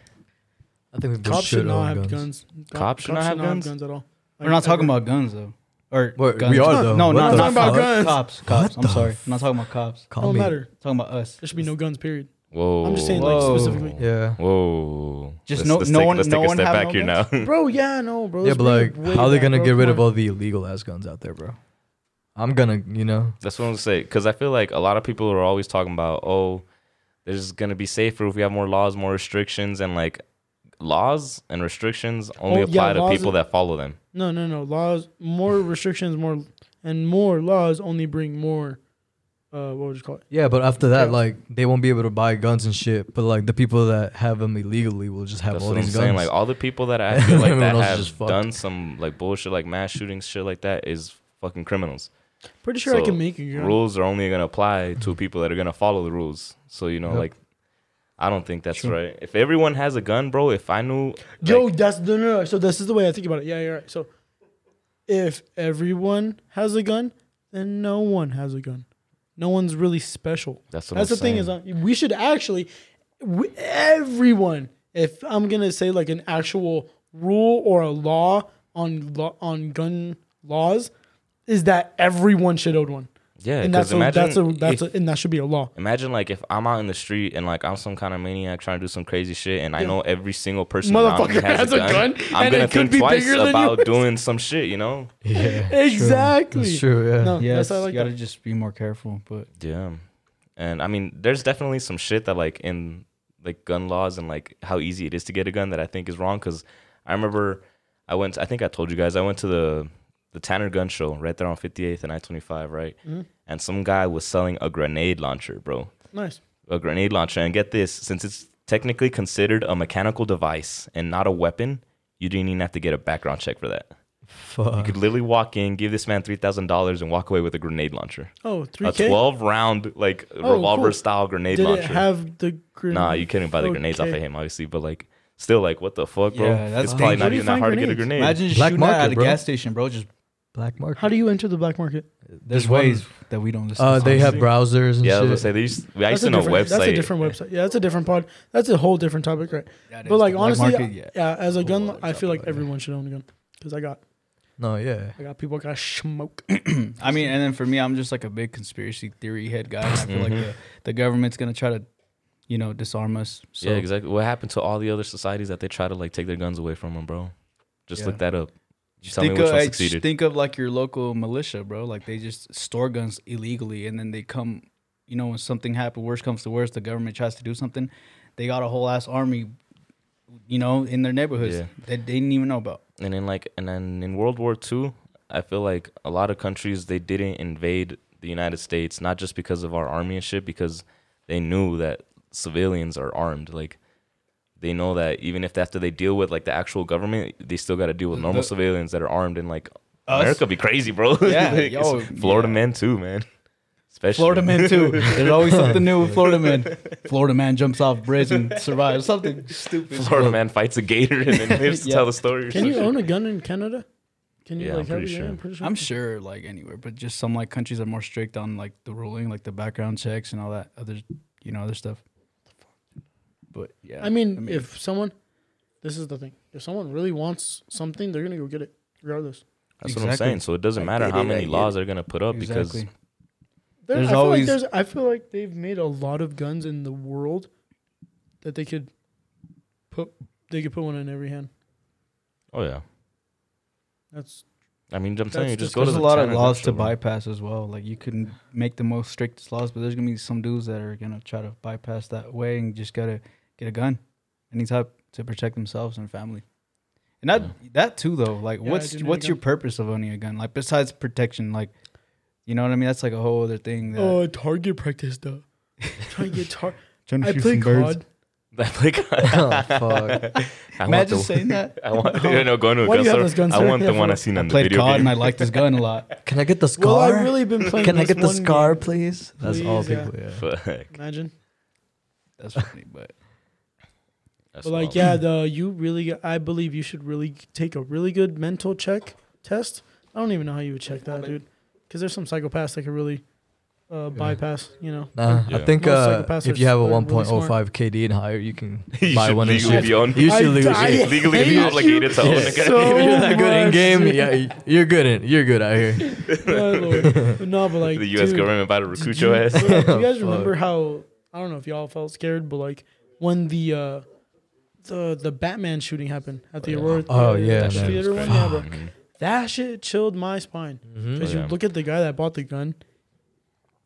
D: I think we both
A: Cops should
D: own
A: not have guns. Cop-
B: Cops should not have guns?
A: at all.
C: We're not talking
A: ever.
C: about guns though, or
D: Wait,
C: guns.
D: we are though.
C: No,
D: What
C: not,
D: the
A: talking
C: not
A: about
C: cops.
A: guns.
C: Cops, cops.
D: What
C: I'm
D: the
C: sorry, I'm not talking about cops.
D: Call
A: Don't
D: me.
A: matter.
C: I'm talking about us.
A: There should be no guns. Period.
B: Whoa.
A: I'm just saying, like
D: Whoa.
A: specifically.
D: Yeah.
B: Whoa.
C: Just
B: let's,
C: no-
B: let's
C: no
B: take,
C: one-
B: let's
C: no
B: take a
C: one
B: step
C: have
B: back
C: no
B: here now. [LAUGHS]
A: Bro, yeah, no, bro.
D: yeah,
A: let's
D: but
A: bring it
D: like,
A: way
D: how are they
A: back,
D: gonna
A: bro,
D: get rid
A: come
D: of
A: on.
D: all the illegal ass guns out there, bro? I'm gonna, you know,
B: That's what I'm saying. Because I feel like a lot of people are always talking about, oh, there's going to be safer if we have more laws, more restrictions. And like laws and restrictions only
A: Oh, yeah,
B: apply to
A: laws
B: people
A: and-
B: that follow them.
A: No, no, no. Laws, more restrictions, more and more laws only bring more. Uh, what would you call it?
D: yeah. But after that,
A: Yeah.
D: like, they won't be able to buy guns and shit. But like, the people that have them illegally will just have
B: That's
D: all
B: what I'm
D: these
B: saying.
D: guns.
B: Like all the people
A: [LAUGHS]
B: that I feel like
D: Everyone
B: that
D: else is
B: have
D: just fucked.
B: done some like bullshit, like mass shootings, shit like that, is fucking criminals.
A: Pretty sure I
B: So,
A: can make it. girl.
B: Rules are only gonna apply to people that are gonna follow the rules. So you know,
D: Yep.
B: like, I don't think that's
D: True.
B: right. If everyone has a gun, bro, if I knew,
A: Yo,
B: like,
A: that's no, no, no. So this is the way I think about it. Yeah, you're right. So if everyone has a gun, then no one has a gun. No one's really special.
B: that's what
A: That's
B: I'm
A: the thing is,
B: saying.
A: uh, we should actually, we, everyone. If I'm gonna say like an actual rule or a law on lo- on gun laws, is that everyone should own one,
B: yeah,
A: and
B: 'cause
A: that's a,
B: imagine
A: that's a that's
B: if-
A: a, and that should be a law.
B: imagine like if I'm out in the street and like I'm some kind of maniac trying to do some crazy shit, and I
A: Yeah.
B: know every single person around me
A: Motherfucker
B: has, a gun. I'm
A: and
B: gonna
A: it could
B: think
A: be
B: twice
A: bigger than
B: about
A: yours.
B: [LAUGHS] doing some shit, you know? [LAUGHS]
D: yeah,
A: Exactly.
D: That's true. Yeah.
A: No,
C: yes,
A: that's how I like
C: you gotta
A: that.
C: just be more careful. But
B: Yeah. And I mean, there's definitely some shit that like in like gun laws and like how easy it is to get a gun that I think is wrong cuz I remember I went I think I told you guys I went to the the Tanner Gun Show right there on 58th and I-25, right?
A: Mm-hmm.
B: And some guy was selling a grenade launcher, bro.
A: Nice.
B: A grenade launcher and get this, since it's technically considered a mechanical device and not a weapon, you didn't even have to get a background check for that. You
D: Fuck.
B: could literally walk in, give this man $3,000 and walk away with a grenade launcher
A: Oh, 3K.
B: a 12 round like
A: Oh,
B: revolver
A: cool.
B: style grenade
A: Did
B: launcher.
A: it have the grenade?
B: nah, you couldn't buy the grenades off of
A: Okay.
B: him, obviously, but like still like what the fuck, bro?
C: Yeah, that's
B: it's probably
A: Where
C: dangerous.
B: not
A: do you
B: even that
A: find
B: hard to get a
A: grenades?
B: grenade.
C: imagine just
D: Black
C: shooting that
D: market,
C: at a
D: bro.
C: gas station, bro. Just
D: Black market.
A: How do you enter the black market?
C: there's
D: There's one-
C: ways that we don't.
D: Uh, they have
A: Honestly.
D: browsers and
B: yeah, I was gonna
D: shit.
B: say they used, I used to
A: a
B: know
A: different,
B: website.
A: That's a different website. Yeah, that's a different pod. That's a whole different topic, right?
C: That
A: But
C: is
A: like
C: the black
A: honestly,
C: market, yeah.
A: yeah. as a gun,
D: Whole
A: I feel like
D: topic, yeah.
A: everyone should own a gun because I got,
D: no, yeah.
A: I got people got smoke.
C: I mean, and then for me, I'm just like a big conspiracy theory head guy. and I feel like
D: Mm-hmm.
C: the, the government's gonna try to, you know, disarm us. So
B: yeah, exactly. What happened to all the other societies that they try to like take their guns away from them, bro? Just
D: Yeah.
B: look that up. You Tell me
C: think
B: which
C: of,
B: one
C: I
B: succeeded.
C: think of like your local militia, bro. Like they just store guns illegally, and then they come. You know, when something happens, worst comes to worst, the government tries to do something. They got a whole ass army, you know, in their neighborhoods
B: Yeah.
C: that they didn't even know about.
B: and then like and then in World War II, I feel like a lot of countries they didn't invade the United States not just because of our army and shit, because they knew that civilians are armed. Like they know that even if after they deal with like the actual government, they still got to deal with normal
C: the-
B: civilians that are armed and like
C: Us?
B: America be crazy, bro. [LAUGHS]
C: Yeah,
B: Like,
C: yo,
B: it's Florida
C: yeah.
B: men too, man. Especially
C: Florida man too. There's always something new with Florida man. Florida man jumps off bridge and
A: [LAUGHS]
C: survives something stupid.
B: [LAUGHS] Florida man fights a gator and
C: [LAUGHS]
B: then lives to
C: Yeah.
B: tell the story. Or
A: Can
B: some
A: you
B: shit.
A: own a gun in Canada? Can you
B: Yeah, I'm
A: like have
B: pretty
A: a gun?
B: sure.
A: I'm pretty sure.
C: I'm sure like anywhere, but just some like countries are more strict on like the ruling, like the background checks and all that other, you know, other stuff. But yeah,
A: I mean, if someone, this is the thing. If someone really wants something, they're gonna go get it, regardless.
B: That's what I'm
C: Exactly.
B: saying. So it doesn't
F: Like,
B: matter
F: they
B: how
F: did, I
B: many
F: did.
B: laws they're gonna put up because
A: There,
C: There's
A: I feel
C: always-
A: Like there's, I feel like they've made a lot of guns in the world that they could put. They could put one in every hand.
B: oh yeah,
A: That's
B: I mean I'm
A: That's
B: telling you, just
A: just-
B: go to
C: there's
B: the
C: a lot of
B: China
C: laws to
B: grocery store.
C: bypass as well. Like you can make the most strictest laws, but there's gonna be some dudes that are gonna try to bypass that way and just gotta get a gun, any type to protect themselves and family. And that that too though, like
A: Yeah, I
C: what's
A: do need a
C: what's your
A: gun.
C: purpose of owning a gun? Like besides protection, like you know what I mean? That's like a whole other thing. That
A: oh target practice though. Trying to get tar-
D: [LAUGHS]
C: trying to
A: I
C: shoot
A: play
C: some birds.
A: COD.
B: That's [LAUGHS] like
D: oh, fuck.
B: [LAUGHS] I want
C: Imagine
B: the
C: saying that.
B: [LAUGHS] I want you know going to a
A: Why do
B: gun
A: you have
B: store.
A: this gun
B: I
A: store?
B: want the
A: Yeah,
B: one I
A: for-
B: seen
C: I
B: on the
C: played
B: video
C: COD and I
B: game.
C: liked this gun a lot.
D: Can I get the
A: Well,
D: scar?
A: I've really
D: [LAUGHS]
A: been playing.
D: Can I
A: this
D: get the
A: one
D: scar,
A: game.
D: please? That's all
A: Please, yeah.
D: people. Yeah.
B: [LAUGHS] Fuck.
A: Imagine,
C: That's funny, but
B: That's
A: but like,
B: wild.
A: yeah, the you really. I believe you should really take a really good mental check test. I don't even know how you would check that, dude, because there's some psychopaths that could really uh, bypass. You know,
D: Nah, I
B: Yeah.
D: think
A: Most
D: uh,
A: psychopaths
D: if
A: are
D: you have a
A: really
D: 1.05
A: smart.
D: KD and higher, you can
B: [LAUGHS] You
D: buy
B: should
D: one and
B: legally
D: shit.
B: be on.
D: You should lose.
A: I
D: it.
B: legally
A: hate
B: be
A: you
B: obligated to
D: [LAUGHS]
B: own a gun. [LAUGHS]
A: so
D: if you're that good in
A: much,
D: game,
A: dude. [LAUGHS]
D: yeah, you- you're good in. You're good out here.
A: My lord. no, but like
B: the U.S.
A: dude,
B: government about to
A: did
B: recruit
A: you-
B: your
A: [LAUGHS]
B: ass.
A: Do you guys
B: [LAUGHS]
D: Fuck.
A: remember how I don't know if y'all felt scared, but like when the uh the the Batman shooting happened at the
B: Yeah.
A: Aurora
D: Oh, yeah,
A: the
D: man.
A: theater one, yeah, bro.
B: Mhm.
A: that shit chilled my spine because
B: Oh, Yeah.
A: you look at the guy that bought the gun,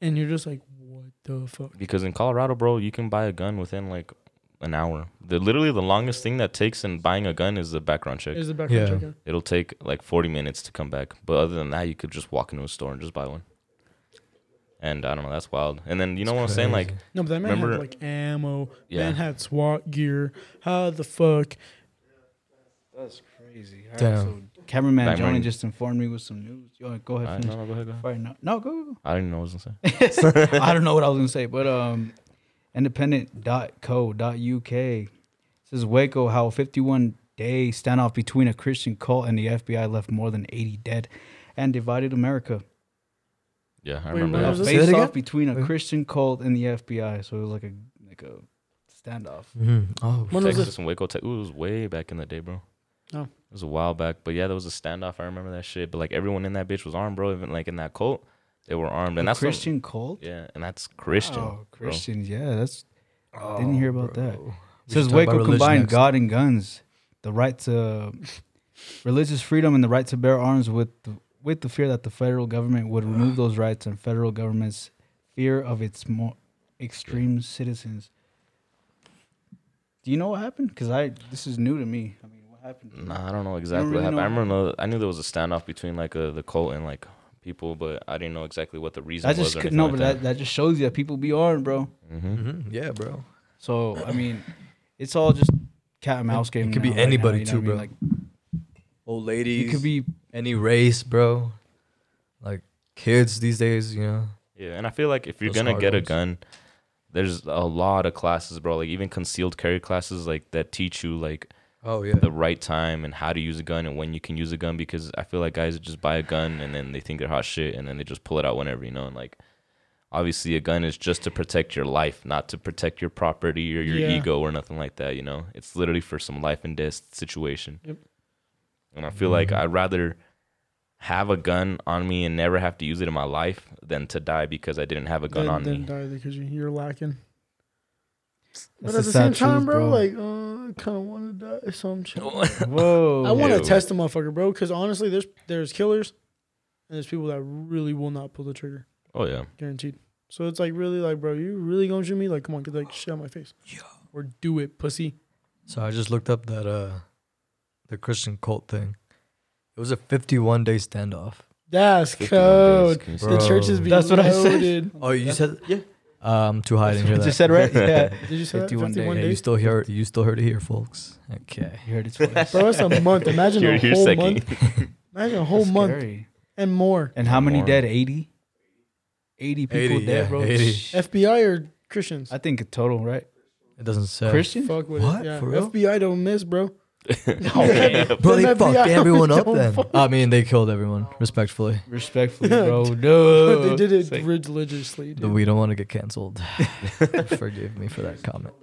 A: and you're just like, what the fuck?
B: Because in Colorado, bro, you can buy a gun within like an hour. The literally the longest thing that takes in buying a gun is the background check.
A: Is the background
D: Yeah.
A: check? on?
B: It'll take like 40 minutes to come back. But other than that, you could just walk into a store and just buy one. And I don't know, that's wild. And then you know what I'm saying? Like,
A: No, but that man
B: Remember-
A: had like ammo.
B: Yeah.
A: Man had SWAT gear. How the fuck?
C: that's crazy. All right,
D: Damn.
C: so cameraman
B: Bang,
C: Johnny
B: bang.
C: just informed me with some news. Yo, go
B: I,
C: ahead.
B: no,
C: Finish.
B: no, go ahead, go ahead.
C: Fire, no, no, go. go,
B: I didn't know what I was going to say.
C: go. [LAUGHS] I don't know what I was gonna say, but um, independent.co.uk says Waco how 51 day standoff between a Christian cult and the FBI left more than 80 dead and divided America.
B: Yeah, I
A: Wait,
B: remember
A: what was
B: that.
C: A
A: it?
D: Say that
C: face off
D: again?
C: between a
D: Wait.
C: Christian cult and the FBI, so it was like a like a standoff.
D: Mhm. Oh,
A: When was
B: Texas
A: this?
B: and Waco. Te- Ooh, it was way back in the day, bro.
A: Oh.
B: It was a while back, but yeah, there was a standoff. I remember that shit. But like everyone in that bitch was armed, bro. Even like in that cult, they were armed, and
C: A
B: that's
C: Christian cult.
B: Some, yeah, and that's Christian. bro.
C: Oh, Christians, yeah, that's didn't hear about that.
D: Oh, We
C: says
D: should talk about
C: Waco
D: religion
C: combined
D: next.
C: God and guns, the right to religious freedom and the right to bear arms with the, with the fear that the federal government would
D: Ah.
C: remove those rights and federal government's fear of its more extreme citizens. Do you know what happened? Because I this is new to me. I mean, what happened?
B: Nah, I don't know exactly what
C: really
B: happened.
C: know.
B: I remember know- I knew there was a standoff between like uh, the cult and like people, but I didn't know exactly what the reason
C: I
B: was.
C: just
B: Or
C: could,
B: anything
C: no,
B: like
C: but that, that just shows you that people be armed, bro.
B: Mhm.
D: Mhm. Yeah, bro.
C: So I mean, it's all just cat and mouse game.
D: it could be
C: now, right now,
D: anybody
C: you know
D: too,
C: what I mean?
D: bro.
C: Like
D: Old ladies.
C: it could be
D: any race, bro. Like kids these days, you know.
B: Yeah, and I feel like if you're
D: Those
B: gonna
D: hard
B: get a
D: ones.
B: gun, there's a lot of classes, bro. Like even concealed carry classes, like that teach you like
D: Oh yeah.
B: the right time and how to use a gun and when you can use a gun because I feel like guys just buy a gun and then they think they're hot shit and then they just pull it out whenever you know and like obviously a gun is just to protect your life not to protect your property or your
A: Yeah.
B: ego or nothing like that you know it's literally for some life and death situation
A: Yep. Mm-hmm.
B: and I feel like I'd rather have a gun on me and never have to use it in my life than to die because I didn't have a gun
A: Then,
B: on
A: then
B: me
A: die because you- you're lacking.
C: That's
A: but at
C: the
A: the
C: sad
A: same time,
C: truth,
A: bro,
C: bro.
A: like, uh, I kind of want to die. So I'm chill.
C: whoa.
A: I want to
B: Oh, Ew.
A: test a motherfucker, bro. Because honestly, there's there's killers, and there's people that really will not pull the trigger,
B: oh yeah
A: guaranteed. So it's like really like, bro, you really gonna shoot me? Like, come on, get like shit out my face.
D: Yeah.
A: Or do it, pussy.
D: So I just looked up that uh the Christian cult thing. It was a 51 day standoff.
A: That's
B: 51 days,
A: code.
B: can you
A: The
D: Bro.
A: church is being
C: That's what I said.
A: loaded.
D: Oh, you said
C: yeah.
D: Um, too high to hear
C: You
D: that.
C: just said
D: [LAUGHS]
C: right. Yeah.
A: Did you say
C: 51
A: that? 51
D: Yeah, you
A: days.
D: still hear you still heard it here, folks. Okay.
C: You heard it twice.
A: Bro, that's a
B: [LAUGHS]
A: month. Imagine
B: You're-
A: a
B: you're
A: whole
B: second.
A: month. Imagine a whole month
C: Scary.
A: and more.
C: And how many
B: More.
C: dead? 80? 80 people
D: 80,
C: dead,
D: yeah,
C: bro.
D: 80.
C: Shh.
A: FBI or Christians?
C: I think total, right?
D: It doesn't say.
C: Christian?
A: Fuck with
D: What?
A: it. Yeah.
D: For real?
A: FBI don't miss, bro.
D: Bro, they
A: Them
D: fucked
A: FBI
D: everyone up
A: don't
D: then.
A: fuck.
D: I mean, they killed everyone, respectfully.
C: [LAUGHS]
A: [LAUGHS]
C: Respectfully, bro.
A: But
C: No.
A: they did it
C: It's like-
A: religiously.
D: The
A: Dude.
D: we don't want to get
A: [LAUGHS]
D: canceled. Forgive me for that comment.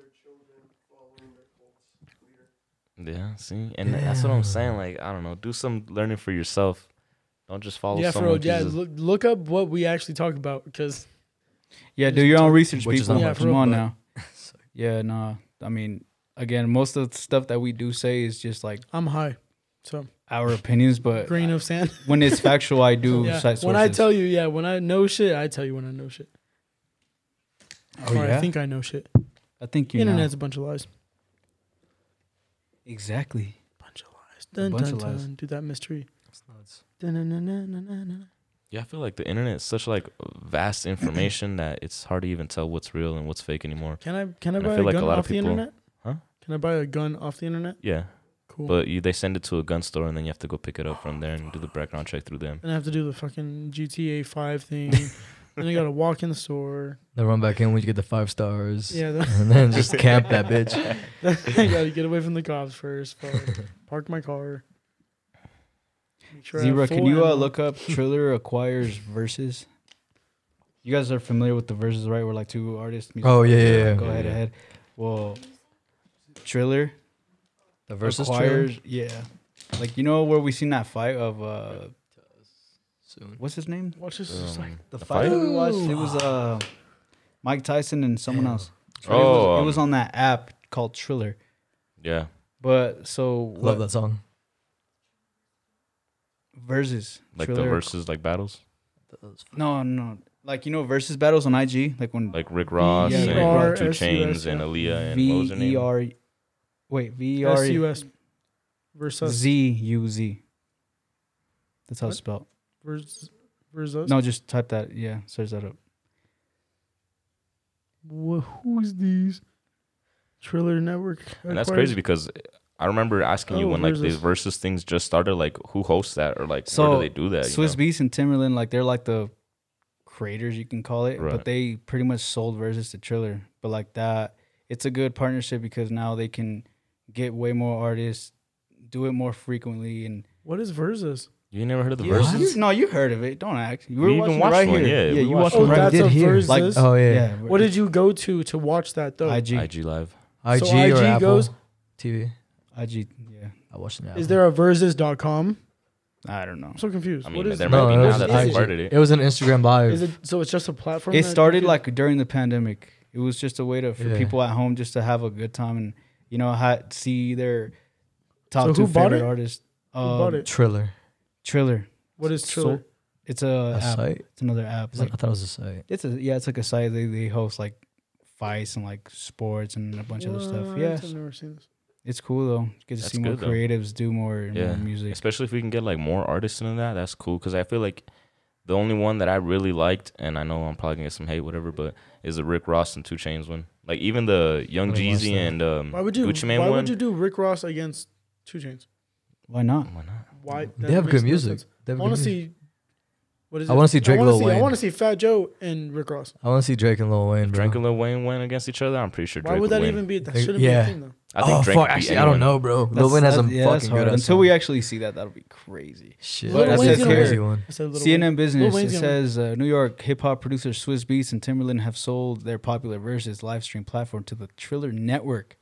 B: Yeah, see, and that's what I'm saying. Like, I don't know, do some learning for yourself. Don't just follow
A: Yeah, for
B: someone.
A: real. Yeah,
B: who's a-
A: look, look up what we actually talk about because
C: Yeah, do your own research,
D: Which is
C: people.
D: not Yeah, much.
A: for
C: Come on
A: real,
D: [LAUGHS]
C: now. yeah, nah. I mean, again, most of the stuff that we do say is just like
A: I'm high. So
C: our opinions, but
A: grain of sand.
C: when it's factual, I do
A: [LAUGHS] Yeah.
C: cite sources.
A: When I tell you, yeah, when I know shit, I tell you when I know shit.
C: Oh,
A: or
C: yeah?
A: I think I know shit.
C: I think you
A: Internet's
C: know
A: a bunch of lies.
C: exactly.
A: Bunch of lies. Dun,
C: bunch
A: dun,
C: of lies.
A: dun. Do that mystery. Dun, dun, dun, dun, dun, dun, dun.
B: yeah, I feel like the internet is such like vast information that it's hard to even tell what's real and what's fake anymore.
A: Can I can I
B: And I
A: buy a
B: feel like a
A: gun
B: lot of
A: off the
B: people-
A: internet?
B: Huh?
A: Can I buy a gun off the internet?
B: Yeah,
A: Cool.
B: but you, they send it to a gun store and then you have to go pick it up from there and do the background check through them.
A: Then I have to do the fucking GTA Five
B: [LAUGHS]
A: thing. then I gotta walk in the store.
D: Then run back in when you get the five stars.
A: Yeah, the-
D: And then just camp that bitch.
A: I gotta get away from the cops first. fuck. Park my car. Make sure I have
C: Zebra,
A: full
C: can you uh,
A: ammo.
C: look [LAUGHS] up Triller acquires verses? You guys are familiar with the verses, right? We're like two artists. music
D: Oh, yeah,
C: artists,
D: yeah,
C: like,
D: yeah.
C: Go
D: Yeah,
C: ahead,
D: yeah.
C: ahead. Well, Triller
D: The versus
C: acquires,
D: trailer.
C: yeah. Like you know where we seen that fight of uh,
D: Soon.
C: what's his name?
A: Watch this. it's like,
B: Um,
C: The
B: fight?
C: fight that we watched. It was uh, Mike Tyson and someone
D: Damn.
C: else.
B: Oh,
C: it was, it
B: um,
C: was on that app called Triller.
B: yeah,
C: But so
D: Love
C: what-
D: that song.
C: verses
B: like the
C: Triller-
B: versus like battles,
C: No, no. Like you know versus battles on IG, like when
B: like Rick Ross
A: Yeah,
B: and
A: yeah.
B: Two
A: VRSUS,
B: Chains and
A: yeah.
B: Aaliyah and what was
C: V
B: her
C: E
B: name?
C: R, wait V E R
A: SUS versus
C: Z U Z. That's how
A: What?
C: it's spelled.
A: versus versus.
C: No, just type that. Yeah, search that up.
A: Wha- who's these? Triller Network.
B: And that's
A: acquires-
B: crazy because I remember asking you
A: Oh,
B: when like the
A: versus.
B: versus things just started, like who hosts that or like
C: So,
B: where do they do that? you
C: Swiss
B: know?
C: Beats and Timberland, like they're like the creators, you can call it,
B: Right.
C: but they pretty much sold versus to Triller. But like that, it's a good partnership because now they can get way more artists, do it more frequently, and
A: What is versus?
B: you never heard of the
C: You-
B: versus?
C: you- no, you heard of it. Don't act. You were
B: We even
C: watching it
B: watched
C: right
B: one,
C: here.
B: yeah, we
C: you
B: watched
C: watched
A: Oh,
C: it right
A: that's
C: here.
A: a versus.
C: Like, uh,
D: Oh, yeah.
C: Yeah.
A: What did you go to to watch that though?
C: IG, IG,
B: IG Live.
D: IG
A: So
D: or
A: IG
D: Apple
A: goes-
D: TV.
C: Yeah.
D: I watched it.
A: Is there a versus.com?
C: I don't know.
A: I'm so confused.
B: I
A: what
B: mean,
A: is
B: there
A: it?
B: might
D: No,
B: be
D: it
B: now
D: was
B: that
A: an
B: they
A: IG.
B: started it.
D: It was an Instagram bio.
A: Is it so? It's just a platform.
C: It
A: that-
C: started like during the pandemic. It was just a way to for
D: Yeah.
C: people at home just to have a good time and you know ha- see their top
A: So
C: two
A: who bought
C: favorite
A: it?
C: artists. Who
A: bought it?
D: Triller.
C: Triller.
A: What is
C: So-
A: Triller?
C: It's a,
D: A
C: app.
D: site?
C: It's another app. It's
D: Is it-
C: like
D: I thought it was a site.
C: it's a yeah. It's like a site they they host like fights and like sports and a bunch of other stuff.
A: What?
C: Yeah,
A: Uh, I've never seen this.
C: it's cool though. Get to
B: That's
C: see more
B: good, though.
C: creatives do more, and
B: Yeah.
C: more music.
B: Especially if we can get like more artists into that, that's cool. Cause I feel like the only one that I really liked, and I know I'm probably gonna get some hate, whatever, but is the Rick Ross and Two Chains one. Like even the Young
D: I didn't watch
B: Jeezy
D: that.
B: and um,
A: Why would you?
B: Gucci Mane
A: why
B: one.
A: would you do Rick Ross against Two Chains?
C: Why not?
B: Why not?
A: Why? that
D: They have
A: makes
D: good
A: no
D: music.
A: sense.
D: They
A: I
D: have good
A: want to
D: music.
A: see. What is it?
D: I wanna see Drake,
A: I wanna
D: Lil
A: see- I
D: Wayne.
A: want to see Fat Joe and Rick Ross.
D: I want to see Drake and Lil Wayne, bro.
B: Drake and Lil Wayne went against each other. I'm pretty sure Drake
A: Why would
B: would
A: that
B: win.
A: even be? That
D: They-
A: shouldn't
D: yeah.
A: be a thing though.
B: I think
D: oh
B: Drake
D: fuck!
B: could beat
D: Actually, I
B: anyone.
D: don't know, bro. Lil
C: That's-
D: Wayne
C: that's-
D: has some
C: yeah, that's
D: fucking good.
C: hard.
D: ass
C: Until
D: songs.
C: we actually see that, that'll be crazy.
D: shit.
A: Lil
D: That's
A: Wayne's
D: a
A: gonna
D: crazy
A: win.
D: one.
A: I said Lil Wayne.
C: CNN Business
A: Wayne's
C: it
A: gonna
C: says uh, New York hip hop producer Swiss Beats and Timberland have sold their popular versus live stream platform to the Triller Network.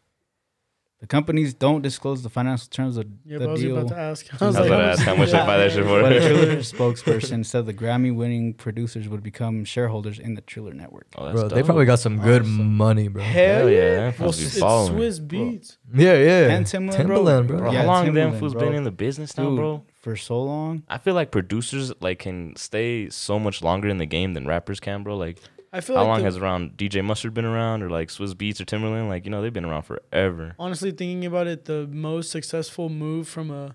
C: The companies don't disclose the financial
B: [LAUGHS]
C: terms of
A: Yeah, but I
C: the
A: was
C: deal,
A: about to ask. I was
B: I was
A: like,
B: about to ask how much I buy that shit
C: but a
B: for.
C: Triller spokesperson said the Grammy-winning producers would become shareholders in the Triller Network.
B: Oh, that's
D: bro, they
B: dope.
D: probably got some good money, bro.
B: Hell yeah, that
A: Well,
B: fool's be
A: it's
B: following.
A: Swiss Beats.
D: Yeah, yeah.
C: And Timberland, bro.
D: Timberland, bro.
B: Bro,
C: Yeah,
B: how long them
C: Timberland,
B: fools
C: bro.
B: been in the business now,
C: Dude,
B: bro?
C: for so long,
B: I feel like producers like can stay so much longer in the game than rappers can, bro. Like,
A: I feel
B: how
A: like
B: long
A: the-
B: has around DJ Mustard been around, or like Swizz Beats or Timberland? Like, you know, they've been around forever.
A: honestly thinking about it, the most successful move from a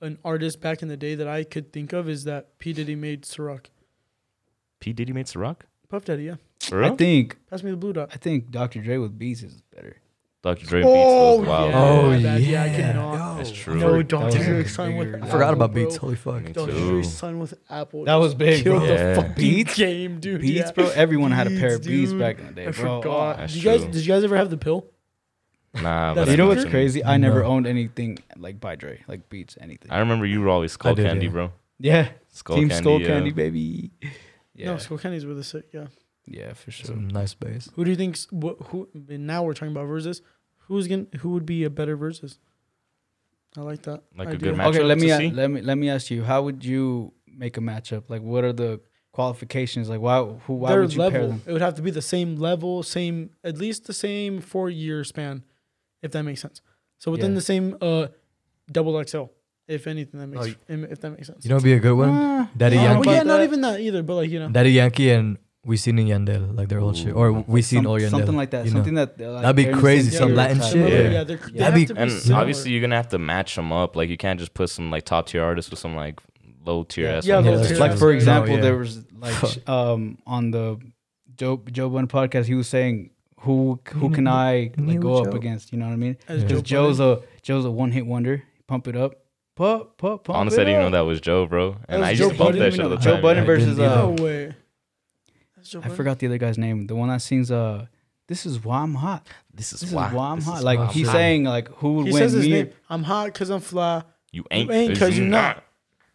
A: an artist back in the day that I could think of is that P Diddy made Ciroc.
B: P Diddy made Ciroc?
A: Puff Daddy, yeah.
B: For real?
C: I think
A: Pass me the blue dot.
C: I think Dr. Dre with Beats is better.
B: Dr. Dre beats
A: Oh,
B: was wild.
A: yeah.
D: Oh,
A: that- yeah, I
D: yeah.
A: cannot.
B: That's true.
A: No,
D: That was
A: Dr.
D: a
A: Dre's son with
D: I forgot about
A: Apple,
D: Beats.
A: bro.
D: Holy fuck.
B: Me
A: Dr.
B: too.
A: Dre's son with Apple.
C: That was big,
A: Killed
C: bro.
B: Yeah.
A: the fucking
C: Beats?
A: game, dude.
C: Beats,
A: yeah.
C: bro. Everyone had a pair of
A: Beats,
C: beats
A: dude.
C: back in the day,
A: I
C: bro. Oh,
A: forgot.
B: That's
A: Did you guys,
B: true.
A: did you guys ever have the pill?
B: Nah,
A: That's
B: but
C: You know
B: I
C: what's
B: imagine-
C: crazy? I never
D: No.
C: owned anything like by Dre, like beats, anything.
B: I remember you were always skull
D: did,
B: candy,
D: yeah.
B: bro.
C: Yeah,
B: Skull
C: Team
B: candy.
C: Skull
B: yeah.
C: Candy, baby. Yeah,
A: No, Skull Candies were the sick. Yeah.
C: yeah, for sure.
D: Some nice bass.
A: Who do you think's what? Who? and Now we're talking about versus. Who's gonna? Who would be a better versus? I like that.
B: Like a
A: idea.
B: good match.
C: Okay,
B: matchup
C: let
B: to
C: me a-
B: see?
C: let me let me ask you: How would you make a matchup? Like, what are the qualifications? Like, why who why
A: Their
C: would you
A: level.
C: pair them?
A: It would have to be the same level, same at least the same four year span, if that makes sense. So within
D: Yeah.
A: the same uh, double XL, if anything that makes
D: Like-
A: if that makes sense.
D: You know, what'd be a good one.
C: Ah,
D: Daddy
A: Uh,
D: Yankee.
A: well, yeah, not
C: that.
A: even that either, but like you know,
D: Daddy Yankee and We Seen in Yandel, like their old shit, or We Seen
C: some-
D: or Yandel.
C: something like that.
D: you know.
C: Something that uh, like,
D: That'd be
C: they're in the
D: crazy,
C: same
D: some
C: tier
D: Latin
C: type.
D: shit.
B: Yeah.
A: yeah, they're, they
C: That'd
A: have
D: be-
A: to be
B: And
A: similar.
B: obviously, you're gonna have to match them up. Like you can't just put some like top tier artist with some like low tier
D: Yeah.
B: ass.
A: Yeah,
B: on
A: low
B: there.
A: tier
C: Like
A: ass.
C: for
A: Yeah.
C: example,
D: Oh, yeah.
C: there was like sh- um on the Joe Joe Budden podcast, he was saying who who
A: Mm-hmm.
C: can I like, go up
D: Joe.
C: against? You know what I mean?
A: As
C: Because Joe's a Joe's a one hit wonder. Pump it up, pump pump pump.
B: Honestly, I
C: it
B: didn't
C: up.
B: even know that was Joe, bro. And
A: was
B: I used
A: Joe
B: to bump
A: Budden.
B: that shit all the
C: Joe
B: time.
C: Budden
B: yeah.
C: versus
D: I
A: no
C: uh,
A: way. That's Joe
C: I
A: Budden.
C: forgot the other guy's name. The one that sings uh, "This is why I'm hot."
B: This is
C: This is
B: why.
C: why, I'm
B: This
C: hot.
B: is
C: Like
B: why
C: he's
B: I'm hot.
C: saying, like who would
A: He
C: win?
A: says his
C: me?
A: name. I'm hot because I'm fly.
B: you ain't
A: ain't 'cause
B: because
A: you
B: you
A: not.
B: not.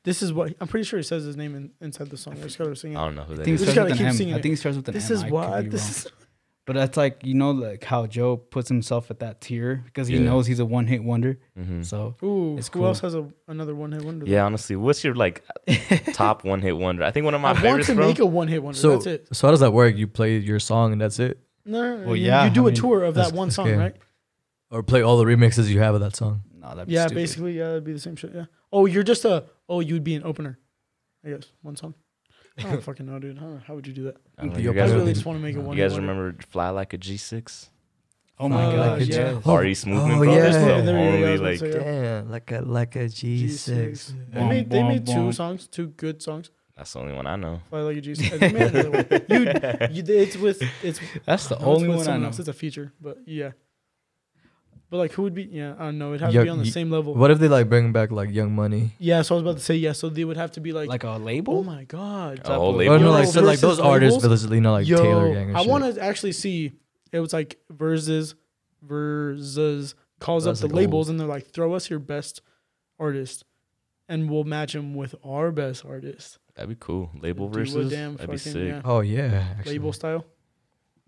A: This is what I'm pretty sure he says his name in, inside the song. I just gotta sing
B: I
A: it.
B: don't know who
C: I
B: that
C: think,
B: is.
C: it
A: Just gotta
C: starts with
A: keep
C: an M.
A: singing
C: I
A: it.
C: think it starts with an
A: This
C: M.
A: is
C: I could
A: why.
C: be
A: This
C: wrong. [LAUGHS]
A: is
C: But that's like you know, like how Joe puts himself at that tier because he
B: Yeah.
C: knows he's a one hit wonder.
B: Mhm.
C: So
A: ooh.
C: It's
A: who
C: cool.
A: else has a, another one hit wonder?
B: Yeah, honestly, what's your like top one hit wonder? I think one of my
A: I want
B: favorites,
A: to
B: bro.
A: make a one hit wonder.
D: So,
A: that's it.
D: so how does that work? You play your song and that's it,
A: No, no, no,
C: Well,
A: you,
C: yeah,
A: you do
C: I
A: a
C: mean,
A: tour of that
D: that's-
A: one
D: that's
A: song,
D: good.
A: right?
D: or play all the remixes you have of that song.
C: no, that'd be
A: Yeah,
C: stupid.
A: basically, yeah, that'd be the same shit. Yeah. Oh, you're just a. Oh, you'd be an opener, I guess. One song. I don't fucking know, dude. I don't know. How would you do that?
B: I don't know,
D: You
B: you
A: I
B: guys,
A: really
D: would-
A: just want to make a
D: you
A: one.
B: you guys remember Fly Like a G6?
C: Oh my
A: Uh,
C: god,
A: yeah.
C: yeah.
D: Oh,
B: RE Smooth
D: oh,
B: Man, bro.
D: yeah.
B: That's the
D: There you
A: go,
B: only
A: that's what I'm
B: like
A: saying.
D: [LAUGHS] Damn, like a like a G six.
A: They
C: Womp,
A: made they
C: womp,
A: made two
C: womp.
A: songs, two good songs.
B: that's the only one I know.
A: Fly like a Jesus. And they made another one.
C: [LAUGHS]
A: You, you, it's with it's
C: That's the
A: No, it's
C: only
A: with
C: one I
A: someone
C: know.
A: Else. It's a feature, but yeah. But like, who would be? Yeah, I don't know. It'd have
D: Yeah,
A: to be on the
D: y-
A: same level.
D: What if they like bring back like Young Money?
A: Yeah, so I was about to say yeah. So they would have to be like,
C: Like a
A: oh
C: label?
A: my god,
B: A whole
A: Yo,
B: label?
D: Or Oh, no, like so like
A: versus
D: those artists,
A: labels?
D: but you know, like Taylor
A: Yo,
D: Gang. Or
A: I
D: shit.
A: want to actually see. It was like versus, versus calls
D: That's,
A: up the
D: like,
A: labels and they're like, throw us your best artist, and we'll match him with our best artist.
B: That'd be cool. Label
A: Do a
B: versus.
A: damn
B: That'd be
A: fucking-
B: sick.
A: yeah.
D: Oh yeah, actually.
A: Label style,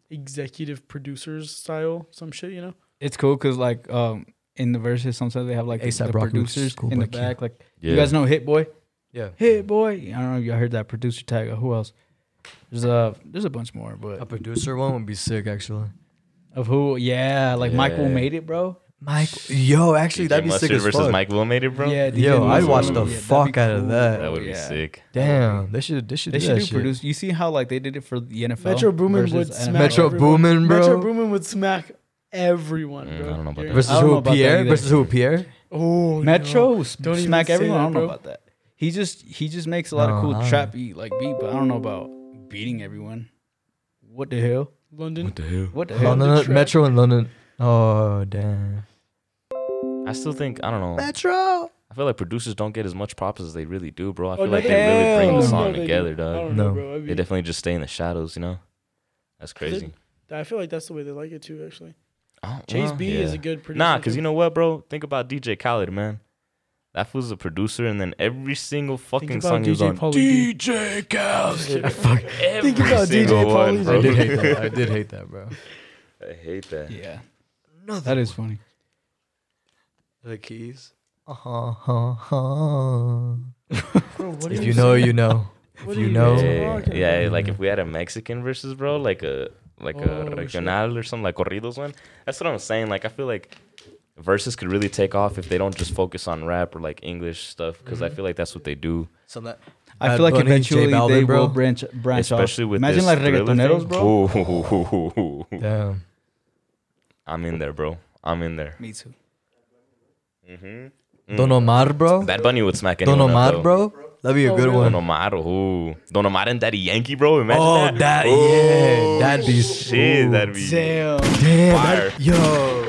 A: executive producers style, some shit, you know.
C: It's cool because like um in the verses sometimes they have like the,
D: A$AP
C: the
D: Rocky, which
C: producers
D: is cool,
C: in the
D: but yeah.
C: back. Like
B: Yeah.
C: you guys know Hit Boy,
D: Yeah.
C: Hit Boy. I don't know if y'all heard that producer tag. Or who else? There's a there's a bunch more,
D: A
C: but
D: producer one would be sick, actually.
C: of who? Yeah, like Michael
B: Yeah.
C: made it, bro.
D: Mike, yo, actually,
B: DJ
D: that'd be
B: Mustard
D: sick as
B: versus
D: fuck.
B: Mike Will made it, bro.
C: Yeah, DJ
D: Yo, I'd
C: Mustard.
D: watch the
C: that'd be
D: fuck out of that.
B: that would be
C: Yeah.
B: sick.
D: Damn, they should, they should,
C: They
D: do
C: should
D: that
C: do
D: shit.
C: produce. You see how like they did it for the NFL.
A: Metro Boomin
C: versus
A: would
C: NFL.
A: smack Oh,
D: Metro
A: everyone.
D: Boomin, bro.
A: Metro Boomin would smack everyone,
B: Mm,
A: bro.
B: I don't know about
A: During-
B: that.
D: Versus
C: I don't know
D: who?
C: about that
D: Pierre?
C: either.
D: Versus who? Pierre?
A: Oh,
C: Metro
A: no.
C: would
A: Don't even
C: smack
A: say
C: everyone.
A: that,
C: I don't know
A: bro.
C: about that. He just he just makes a lot
D: No,
C: of cool
D: I don't
C: trap beat like beat, but I don't know about beating everyone. What the hell?
A: London.
B: the hell?
C: What the hell?
A: Lon-
D: London,
A: Detroit.
D: Metro and London. Oh damn.
B: I still think I don't know.
D: Metro.
B: I feel like producers don't get as much props as they really do, bro. I
A: Oh,
B: feel
A: no,
B: like
A: they
B: they really
C: don't.
B: bring
C: Oh,
B: the
C: no,
B: song
A: they do.
B: together,
A: I
B: dog.
A: don't know,
D: No.
A: bro. I,
B: They
A: mean,
B: definitely just stay in the shadows, you know. That's crazy.
A: I feel like that's the way they like it too. Actually,
B: I don't-
A: Chase
B: well,
A: B is a
B: yeah.
A: good producer.
B: Nah, cause you know what, bro? Think about DJ Khaled, man. That fool's a producer, and then every single fucking
A: about
B: song he was
A: DJ
B: on.
A: Pauly D.
B: DJ
A: Oh,
B: Khaled.
D: Fuck.
B: every
A: Think about DJ
B: single
A: Pauly
B: one,
A: D.
B: [LAUGHS] bro.
D: I did hate that. I did hate that, bro.
B: I hate that.
C: Yeah. No, that is funny.
D: The keys. Uh huh. Uh-huh.
A: bro, what
D: If
A: are
D: you know,
A: saying?
D: you know.
A: What
D: If
A: are
D: you
A: guys
D: Oh, know.
B: Yeah,
A: talking
B: yeah,
A: about?
B: like if we had a Mexican versus bro, like a like
A: Oh,
B: a
A: shit.
B: regional or something like corridos one. That's what I'm saying. Like I feel like verses could really take off if they don't just focus on rap or like English stuff because
C: Mm-hmm.
B: I feel like that's what they do.
D: So that.
C: I
D: Bad
C: feel like
D: Bunny, J
C: eventually
D: Balvin,
C: they
D: bro.
C: will branch branch
B: Especially
C: off.
B: with
C: Imagine
B: this
C: like
B: Thriller
C: reggaetoneros,
B: thing.
C: bro.
B: Ooh. [LAUGHS]
D: Damn.
B: I'm in there, bro. I'm in there.
C: Me too.
B: Mm.
D: Don Omar, bro.
B: Bad Bunny would smack anyone
D: Don
B: up,
D: Omar,
B: though.
D: bro. That'd be a
A: Oh,
D: good
A: really?
B: Don
D: one.
B: Omar, ooh. Don Omar and Daddy Yankee, bro. Imagine
D: Oh,
B: that.
D: that
B: Ooh,
D: yeah, that'd be
B: shit.
D: ooh. [LAUGHS]
B: That'd be
C: Damn.
D: Damn,
B: fire.
D: that, yo.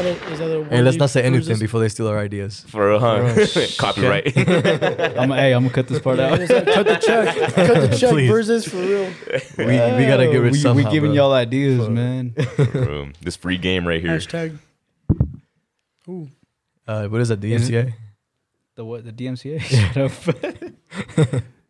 A: that a, is that a
D: Hey, let's not say
A: Who's
D: anything
A: this-
D: before they steal our ideas.
B: For real, huh?
D: Oh, shit.
B: [LAUGHS] Copyright.
C: I'm, hey, I'm gonna cut this part
A: Yeah,
C: [LAUGHS] out.
A: it was like, cut the check.
D: [LAUGHS]
A: Cut the check
D: Please.
A: versus for real.
D: We, we gotta get
C: we,
D: rich
C: we
D: somehow.
C: giving
D: bro.
C: y'all ideas,
D: [LAUGHS]
C: man.
B: Bro, this free game right here.
A: Hashtag. [LAUGHS] Ooh.
D: Uh, what is that?
C: Is it-
D: DMCA.
C: The what? The DMCA? Shut up. [LAUGHS]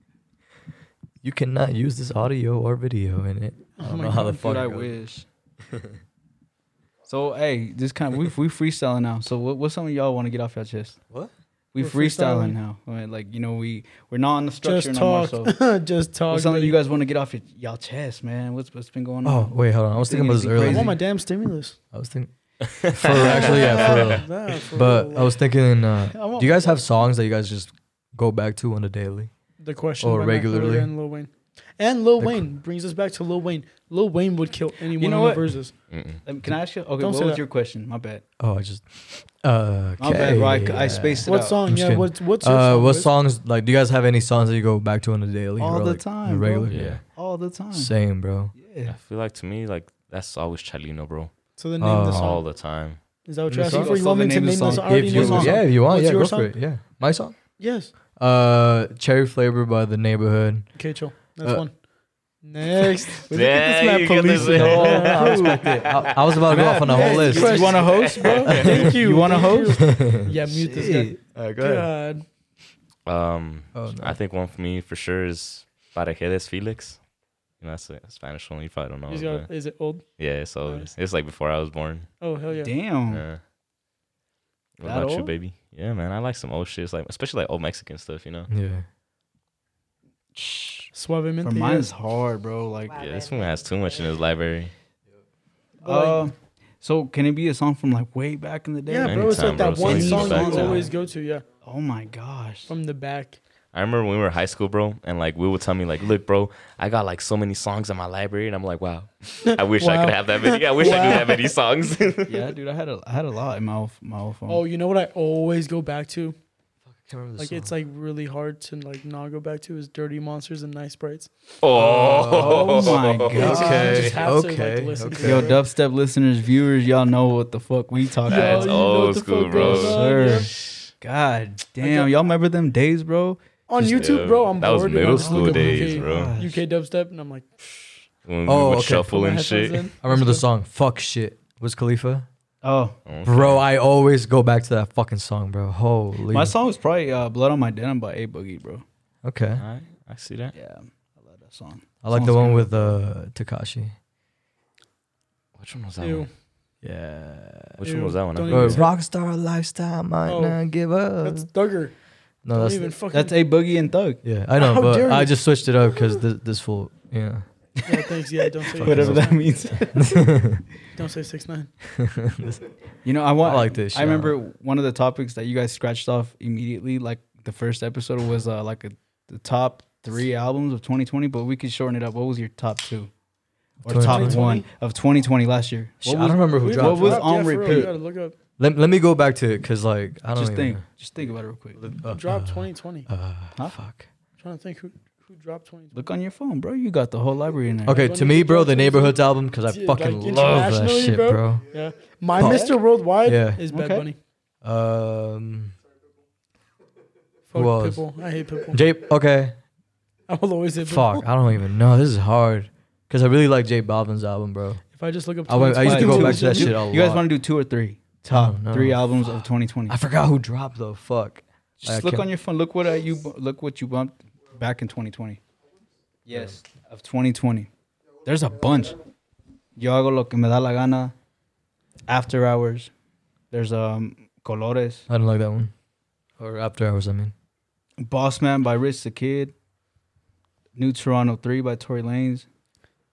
D: You cannot use this audio or video in it. I
A: Oh
D: don't
A: my
D: know how the
A: God,
D: fuck.
C: Dude, I
D: it goes.
C: wish.
D: [LAUGHS]
C: so hey, this kind of we we freestyling now. So what what's something y'all want to get off your chest?
D: What?
C: We
A: We're
C: freestyling,
A: freestyling.
C: now. I mean, like you know we we're not on the structure
A: Just
C: anymore.
A: talk.
C: So
A: Just talk.
C: what's something
A: buddy.
C: you guys want to get off your y'all chest, man? What's what's been going
D: Oh
C: on?
D: wait, hold on. I was thinking about this
C: Anything
A: I
D: earlier.
A: want my damn stimulus.
D: I was thinking. For real, actually,
A: [LAUGHS]
C: [LAUGHS]
D: yeah, for real.
A: Nah, for
D: But
A: real.
D: I was thinking, uh,
A: I want-
D: do you guys have songs that you guys just go back to on a daily?
A: the question
D: or
A: by Mac Miller
D: Oh, regularly.
A: and Lil Wayne. And Lil
D: The qu-
A: Wayne brings us back to Lil Wayne. Lil Wayne would kill anyone
C: know
A: on the
C: what?
A: verses.
B: Mm-mm.
C: Um, Can I ask you? Okay,
A: Don't
C: what
A: say
C: was
A: that.
C: your question? My bad.
D: Oh, I just. Uh,
C: My bad. Bro, I, I spaced it
A: What
C: out.
A: song?
D: I'm just
A: Yeah,
D: kidding.
A: what's what's your
D: Uh,
A: song,
D: what
A: Wiz?
D: songs like? Do you guys have any songs that you go back to on a daily?
C: All
D: or,
C: the
D: like,
C: time, bro.
D: regular.
B: Yeah.
C: all the time?
D: Same, bro.
B: I
C: Yeah.
B: feel like to me, like that's always Chalino, bro.
A: So the name of the
D: Oh.
B: All
A: song.
B: the time.
A: Is that what
D: the
A: you're asking
D: song?
A: for? You
C: Still
A: want me
C: the
A: to
C: name of
A: name
C: the
A: the song?
C: song.
A: I already
D: If
A: know
D: you,
A: the song.
D: yeah, if you want,
A: What's
D: yeah,
A: your
D: go
A: song?
D: for it. Yeah, my song.
A: Yes.
D: Uh, cherry flavor by the neighborhood.
A: Okay, chill. That's
D: Uh,
A: one. Next. We look
B: Yeah,
A: at this man
B: you get this
A: policing
B: man.
A: the whole
B: Yeah,
D: I
A: crew.
D: respect it. I, I was about to go off on a
A: Yes,
D: whole list.
A: you
C: You want to host,
A: [LAUGHS]
C: bro?
A: Thank you.
C: You want to
A: thank
C: host?
A: you. Yeah, mute this
D: Alright, go
A: guy. God.
B: Um,
D: Oh, no.
B: I think one for me for sure is Para que des Felix. You know, that's a Spanish one. You probably don't know.
A: He's
B: it,
A: got,
B: but-
A: is it old?
B: yeah, so it's, it's like before I was born.
A: Oh, hell yeah.
C: Damn.
B: Yeah. What
C: Hmm. That
B: about you,
C: old?
B: baby? Yeah, man. I like some old shit, It's like especially like old Mexican stuff. You know.
D: Yeah.
C: For
A: Suavemente.
C: mine is hard, bro. Like,
B: Yeah, this one has too much in his library.
C: uh, so can it be a song from like way back in the day?
A: yeah, bro. It's like
B: Anytime, bro.
A: that one
B: Something
A: song
B: back
A: you
B: down.
A: always go to, yeah.
C: Oh my gosh.
A: From the back.
B: I remember when we were in high school, bro, and like Will would tell me, like, look, bro, I got like so many songs in my library, and I'm like, wow, [LAUGHS] I wish I
A: Wow.
B: could have that many. I wish I
A: Wow.
B: could have many songs. [LAUGHS]
C: yeah, dude, I had a I had a lot in my old, my old phone.
A: Oh, you know what I always go back to? Like it's like really hard to like not go back to is Dirty Monsters and Nice Sprites.
B: oh,
C: Oh my [LAUGHS] God.
A: You just have to, like,
D: okay,
A: listen to
D: okay.
A: it,
C: Yo,
A: bro.
C: dubstep listeners, viewers, y'all know what the fuck we talking
A: Yo,
B: That's
A: you
C: about.
A: know
B: old
A: what the
B: school,
A: fuck
B: bro.
A: goes on, yeah.
C: God damn, y'all remember them days, bro?
A: On
B: Just-
A: YouTube, bro,
B: yeah,
A: I'm
B: that was
A: bored. and I
B: middle
A: just
B: school
A: look up
B: days,
A: UK,
B: bro.
A: UK dubstep, and I'm like,
B: When we
D: Oh,
B: would
D: okay.
A: put
B: shuffle
A: my
B: and
A: headphones
B: shit.
A: in.
D: I remember the song "Fuck Shit" was Khalifa.
C: Oh,
D: Bro, I always go back to that fucking song, bro. Holy.
C: my song was probably uh, "Blood on My Denim" by A Boogie, bro.
D: Okay,
B: Alright, I see that.
C: Yeah, I love that song.
D: I like the
C: Sounds
D: one
C: good.
D: with uh Takashi.
B: Which one was that?
A: ew.
B: One?
D: Yeah.
B: Which
A: Ew.
B: one was that one? eh? I
A: Don't
B: forget.
D: Uh,
A: even-
D: rockstar lifestyle might
A: Oh,
D: not give up.
A: That's Thugger.
D: no,
A: Don't
D: that's
A: even fucking.
C: That's A Boogie and Thug.
D: yeah. I know,
A: How dare
D: but I
A: you.
D: just switched it up because this, this fool. Yeah.
A: yeah, thanks. Yeah, don't
D: [LAUGHS]
A: say
C: Whatever
A: six
C: that means.
A: Don't say six nine.
C: [LAUGHS] You know, I want
D: I like this
C: I
D: shit.
C: remember one of the topics that you guys scratched off immediately, like the first episode was uh, like a, the top three albums of 2020, but we could shorten it up. What was your top two or top
D: 2020?
C: one of 2020 last year? What
D: Shit, I don't
C: was,
D: remember who
A: We-
C: What
D: dropped.
C: was
D: it.
A: yeah,
C: on
A: for real,
C: repeat?
A: You gotta look up.
D: Let, let me go back to it because like I don't
C: just
D: even
C: think, just think about it real quick.
D: know. Uh,
A: Drop
D: uh,
A: 2020.
D: Uh,
C: Huh?
D: Fuck.
A: I'm trying to think who who dropped 2020.
C: Look on your phone, bro. You got the whole library in there.
D: Okay,
A: Don't
D: to
A: even
D: me, bro,
A: drop
D: the
A: 2020.
D: neighborhood album because I
A: Yeah,
D: fucking
A: like,
D: love that
A: internationally,
D: shit,
A: bro.
D: bro.
A: Yeah, my
D: Fuck.
A: Mr. Worldwide
D: Yeah.
A: is Bad
C: Okay.
A: Bunny.
D: Um,
A: Fuck
D: Who else?
A: Pitbull. I hate Pitbull.
D: J. Okay,
A: I will always say Pitbull.
D: fuck. I don't even know. This is hard because I really like J Balvin's album, bro.
A: If I just look up,
D: I went- I used
C: Like,
D: to go
C: two-
D: back to that
C: you,
D: shit a
C: You guys
D: lot.
C: want to do two or three? Top
D: Oh, no.
C: three albums of 2020.
D: I forgot who dropped though. Fuck. I
C: Just look
D: can't-
C: on your phone. Look what uh, you bu- look what you bumped back in 2020. Yes, of 2020. There's a bunch. Yo hago lo que me da la gana. After Hours. There's um Colores.
D: I don't like that one. Or After Hours, I mean.
C: Boss Man by Rich the Kid. New Toronto 3 by Tory Lanez.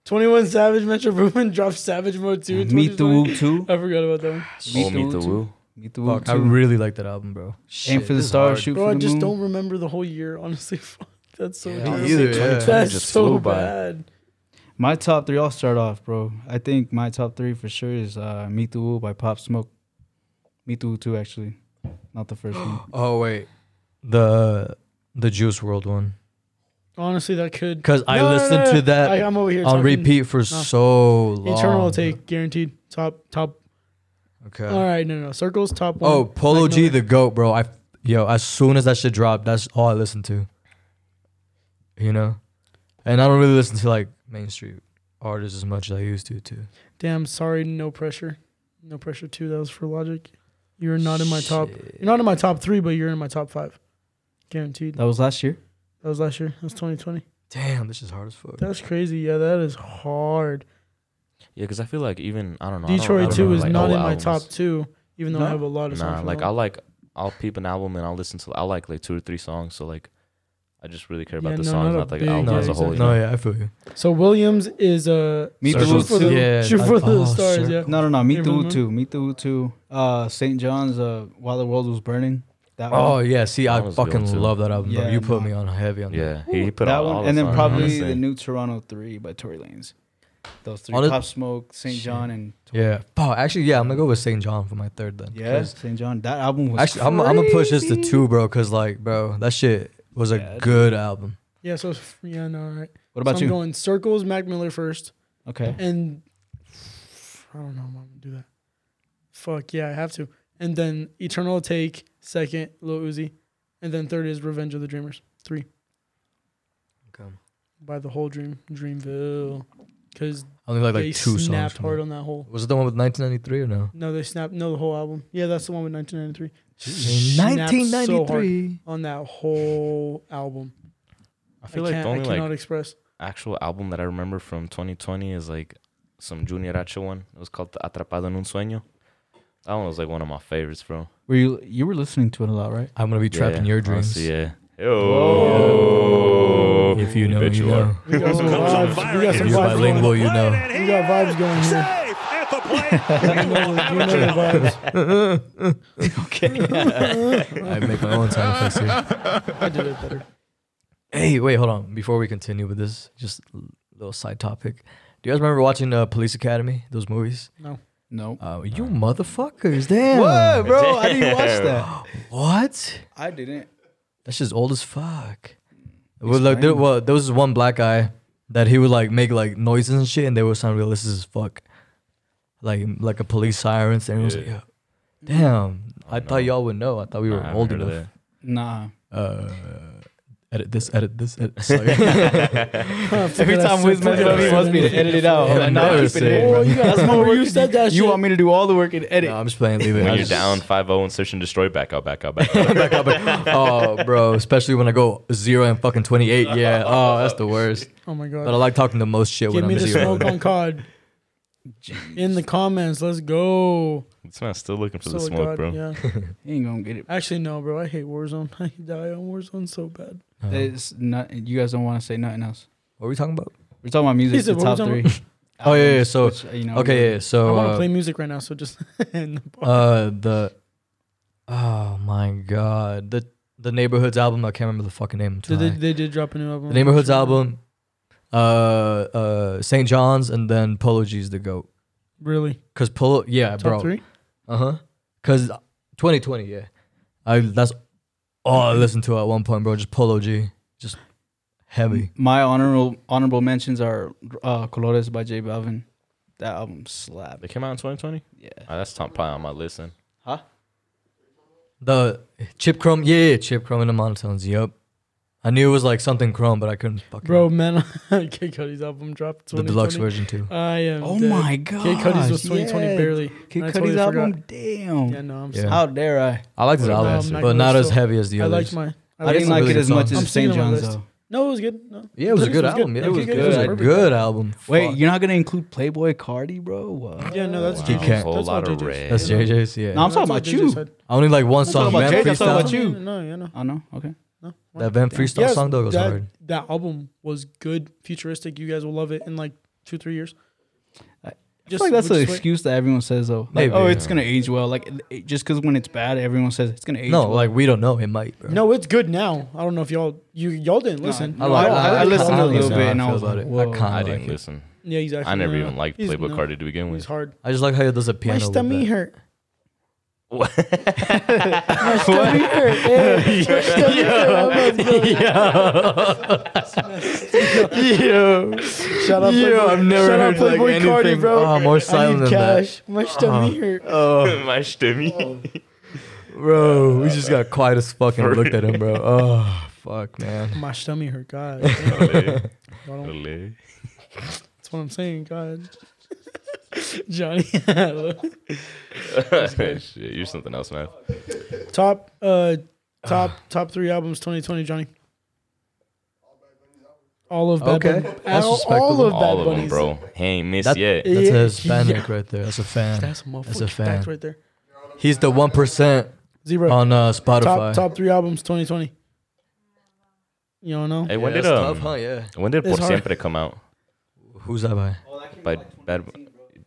A: 21 Savage Metro Boomin dropped Savage Mode 2.
C: Meet the
A: 2020.
C: Woo 2.
A: I forgot about that one. [LAUGHS]
B: Oh, Meet the
C: Two.
B: Woo.
C: Meet the Woo
D: Fuck, I
C: 2.
D: really like that album, bro.
C: Aim
D: Shit,
C: for the
D: this is
C: stars,
D: hard.
C: shoot
A: Bro,
C: for
A: I
C: the
A: just
C: moon.
A: don't remember the whole year, honestly. [LAUGHS] Fuck, that's so
D: Yeah,
A: terrible.
D: me either, yeah.
A: That's
B: Just
A: so
B: flew by.
A: bad.
C: My top three, I'll start off, bro. I think my top three for sure is uh, Meet the Woo by Pop Smoke. Meet the Woo 2, actually. Not the first one.
D: Oh wait, the the Juice World one.
A: Honestly, that could.
D: Because I
A: No, no, no,
D: listened
A: no.
D: to that
A: I, am over here
D: on
A: talking
D: repeat for so long.
A: Eternal take guaranteed top top
D: Okay.
A: All right, no, no, no. Circles top one.
D: Oh, Polo
A: Mac
D: G,
A: Miller.
D: the goat, bro. I yo, as soon as that shit dropped, that's all I listened to. You know, and I don't really listen to like Main Street artists as much as I used to too.
A: Damn, sorry, no pressure. No pressure too. That was for Logic. You're not in my top. You're not in my top three, but you're in my top five. Guaranteed.
C: [GASPS] That was last year.
A: That was last year. That was 2020.
D: Damn, this is hard as fuck.
A: That's crazy. Yeah, that is hard.
B: Yeah, because I feel like even I don't know. I don't- I
A: Detroit
B: don't
A: 2
B: know,
A: is
B: like,
A: not
B: all
A: in my
B: albums.
A: top two, even though I
C: No?
A: have a lot of songs.
B: Nah,
A: from
B: like
A: that
B: I
A: one.
B: like I'll peep an album and I'll listen to I like like two or three songs. So like, I just really care about
A: Yeah,
B: the
A: no,
B: songs,
A: not a
B: not like
A: big-
B: album
A: yeah,
B: as a whole. you
D: No,
B: know?
D: yeah, I feel you.
A: So Williams is uh,
C: Meet the
A: Shoot
C: Circles
A: for
C: Woo
A: the,
D: Yeah,
A: shoot
D: I-
A: for the
D: oh,
A: stars.
D: Circles.
A: Yeah.
C: No, no, no. Meet the
A: Everyone
C: Woo
A: know?
C: Two. Meet the Woo Two. Uh, St. John's. Uh, While the World Was Burning. That one.
D: Oh yeah, see,
B: That
D: I
B: was a good
D: fucking
B: one, too.
D: love that album. bro.
C: Yeah,
D: You put
C: no.
D: me on heavy on that.
B: Yeah, he, he put
C: that
B: all,
C: one,
B: all
C: and
B: the
C: then
B: songs,
C: probably
B: honestly.
C: the new Toronto Three by Tory Lanez. Those three:
D: Honest-
C: Pop Smoke, St.
D: Shit.
C: John, and
D: Yeah. Oh, actually, yeah, I'm gonna go with St. John for my third then.
C: yeah,
D: 'cause-
C: St. John. That album was
D: Actually, I'm, I'm gonna push this to two, bro, because like, bro, that shit was a
C: Yeah, it-
D: good album.
A: Yeah, so f- yeah, no, all right.
C: What about
A: so
C: you?
A: I'm going circles, Mac Miller first,
C: okay.
A: and I don't know. I'm gonna do that. Fuck yeah, I have to. And then Eternal Take second, Lil Uzi, and then third is Revenge of the Dreamers three by the whole Dream Dreamville, because
D: I only like
A: they
D: like two songs.
A: snapped
D: from it.
A: hard on that whole.
D: Was it the one with 1993 or no?
A: No, they snapped. No, the whole album. Yeah, that's the one with 1993
D: In
A: Snapped so
D: 1993.
A: on that whole album.
B: I
A: I,
B: feel like
A: can't.
B: the only
A: I cannot
B: like
D: [LAUGHS]
A: express.
B: actual album that I remember from 2020 is like some Junior Hacha one. It was called Atrapado en un Sueño. That one was like one of my favorites, bro.
C: Were you you were listening to it a lot, right?
D: I'm gonna be trapped in your dreams.
B: honestly, yeah. Oh.
D: If you know,
B: Bet
D: you
B: you are.
D: know.
A: We got some vibes. We got
D: If
A: some
D: you're
A: vibes going
D: bilingual, you know.
A: We got vibes going here.
D: [LAUGHS]
A: You know the- you know the vibes.
D: I make my own sound effects here.
A: I did it
C: [LAUGHS]
A: better.
D: [LAUGHS] Hey, wait, hold on. Before we continue with this, just a little side topic. Do you guys remember watching uh, Police Academy? Those movies?
C: No.
D: Uh, you motherfuckers, damn.
C: What, bro? How do you watch [LAUGHS] that?
D: What?
C: I didn't.
D: That's just old as
B: Mm.
D: fuck. Well, like,
C: Explain.
D: there, well, there was this one black guy that he would like make like noises and shit, and they would sound realistic as fuck, like like a police siren. And it was like,
B: Yeah.
D: "Yeah, damn, I,
B: know.
D: thought y'all would know. I thought we
B: Nah, I
D: were
B: haven't
D: old
B: heard of
D: enough.
B: that.
C: Nah.
D: Uh, edit this, edit this,
B: [LAUGHS]
D: edit. Sorry.
C: Every time Wiz messes up, he wants me to edit it out. I'm
D: Yeah,
C: like, nah, keep it
D: embarrassing.
C: in, bro.
A: Oh, you
C: That's
A: guys
C: more
A: remember
C: work
A: you
C: than-
A: said that shit.
C: You want me to do all the work and edit?
D: no, I'm just playing. Leave it. I
B: When you're
D: just- [LAUGHS]
B: down 5 0 and search and destroy, back out, back out, back [LAUGHS] out.
D: back up. Oh, bro, especially when I go zero and fucking twenty eight. Yeah. Oh, that's the worst.
A: Oh my
D: But I
A: god.
D: like talking the most shit
A: Give
D: when
A: me
D: I'm
A: the
D: zero.
A: smoke on COD. In the comments, let's go.
B: It's not still looking for the
A: So, God,
B: smoke, bro.
A: Yeah.
C: You ain't gonna get it.
A: Actually, no, bro. I hate Warzone. [LAUGHS] I die on Warzone so bad.
D: Uh,
C: It's not, you guys don't want to say nothing else.
D: what were we talking about?
C: We're talking about music.
A: He said,
C: the
A: what was
C: top three.
A: on-
C: [LAUGHS]
D: Oh, yeah, yeah,
C: albums,
D: so-
C: which, you know,
D: Okay, yeah,
A: I
D: so
A: want to
D: uh,
A: play music right now, so just. [LAUGHS] and the bar.
D: uh the oh my god the the neighborhoods album I can't remember the fucking name. I'm
A: Did they,
D: trying.
A: they did drop a new album.
D: the neighborhoods album, uh uh St. John's and then Polo G's the goat.
A: Really?
D: Cause Polo yeah
A: Top
D: bro
A: three?
D: uh huh. Cause 2020 yeah, I that's all I listened to at one point bro. Just Polo G just heavy.
C: My honorable honorable mentions are uh, Colores by J Balvin. That album slapped.
B: They came out in 2020?
C: Yeah.
B: Ah, that's top probably on my list. Then.
D: The Chip Chrome yeah, yeah Chip Chrome and the Monotones yup. I knew it was like something Chrome but I couldn't fucking
A: Bro, man, [LAUGHS] Kid Cudi's album dropped.
D: the deluxe
A: 2020.
D: version too.
A: I am.
C: Oh
A: dead.
C: my god.
A: Kid Cudi's was 2020
C: yeah.
A: barely.
C: Kid
A: I
C: Cudi's
A: totally
C: album.
A: forgot.
C: Damn.
A: Yeah, no, I'm
D: Yeah.
A: sorry.
C: How dare I?
D: I liked his
B: What about
D: album,
A: Mac
D: but not
A: Miller
D: as
A: still?
D: heavy as the
A: I
D: others.
A: liked my.
C: I, didn't
D: some
C: like it
D: really
C: as
D: good
C: much
D: songs.
C: as
A: I'm seeing
C: St.
A: it on my
C: John's
A: list.
C: though.
A: No, it was good. No.
D: Yeah, it was a
A: This
D: good
A: was
D: album.
A: good. It
D: Yeah, it
A: was
D: was
A: good. It
D: good.
A: was
D: A
A: perfect.
D: good album.
C: Wait,
D: Fuck.
C: you're not gonna include Playboy Cardi, bro? What?
A: Yeah, no, that's
B: Wow.
A: JJ's.
D: Okay.
A: That's
B: Whole
A: all
B: lot of
A: JJ's.
B: red.
D: That's
A: Yeah, no,
D: JJ's. Yeah.
C: No, I'm
A: that's
C: talking
A: all
C: about
A: JJ's
C: you.
A: said.
D: I only like one song.
C: talking about Jay,
D: Man
C: I'm talking
D: freestyle.
C: about you.
A: No, yeah, no.
C: Oh no. Okay.
A: no. Why?
D: That Van freestyle
A: Yes,
D: song though was
A: that,
D: hard.
A: That album was good, futuristic. You guys will love it in like two, three years.
C: I-
A: Just
C: I feel like that's
A: which
C: an
A: way-
C: excuse that everyone says though. Like,
D: Maybe.
C: oh, it's gonna age well. Like, it, just because when it's bad, everyone says it's gonna age.
D: No,
C: well.
D: like we don't know. It might. Bro.
A: No, it's good now. I don't know if y'all you y'all didn't listen.
C: no,
D: I like.
C: I- I
D: I,
C: listened to
D: kinda
C: a little
D: listen
C: bit
D: how
C: and I
D: feel
C: was
D: about
C: like,
D: it.
C: whoa.
D: I
B: I
D: kind of
B: didn't
D: like it.
B: listen.
A: Yeah, exactly.
B: I never
A: No,
B: even liked
A: he's-
B: Playboy
A: no,
B: Cardi to begin with.
A: He's hard.
D: I just like how he does a piano.
A: My
D: with
A: stomach
D: that.
A: hurt. [LAUGHS]
B: [LAUGHS]
D: Yeah.
A: Yo, shout out,
D: Yo,
A: Playboy.
D: I've never
A: shout
D: heard,
A: out
D: like,
A: Playboy Cardi,
D: anything-
A: bro.
D: oh, more silent
A: I need
D: than that. Uh-huh.
A: cash. Much to me here.
D: Oh,
B: My stimmy. [LAUGHS]
D: bro, we just got quiet as fuck and looked at him, bro. Oh, fuck, man.
A: My stomach hurt. God, [LAUGHS] damn. Y'all don't-
B: [LAUGHS]
A: that's what I'm saying. God, [LAUGHS] Johnny. [LAUGHS]
B: Shit, you're something else, man.
A: top, uh,
D: [SIGHS]
A: top, top three albums 2020, Johnny. All of Bad
D: Okay.
A: Bunny.
D: That's
A: all, all
D: respectable.
A: of Bad
B: All of them,
A: Bunny's.
B: bro. He ain't missed
D: That-
B: yet.
A: Yeah,
D: That's a Hispanic
A: yeah.
D: right there. That's a fan.
A: That's a motherfucking
D: That's a
A: fact
D: fan.
A: right there.
D: He's the one percent
A: Zero.
D: on uh,
A: top
D: Spotify.
A: top three albums 2020. You don't know?
B: Hey, when
D: Yeah,
B: did
D: that's tough,
B: um,
D: huh? Yeah.
B: when did Por
A: It's hard.
B: Siempre come out?
D: Who's that by?
B: By Bad.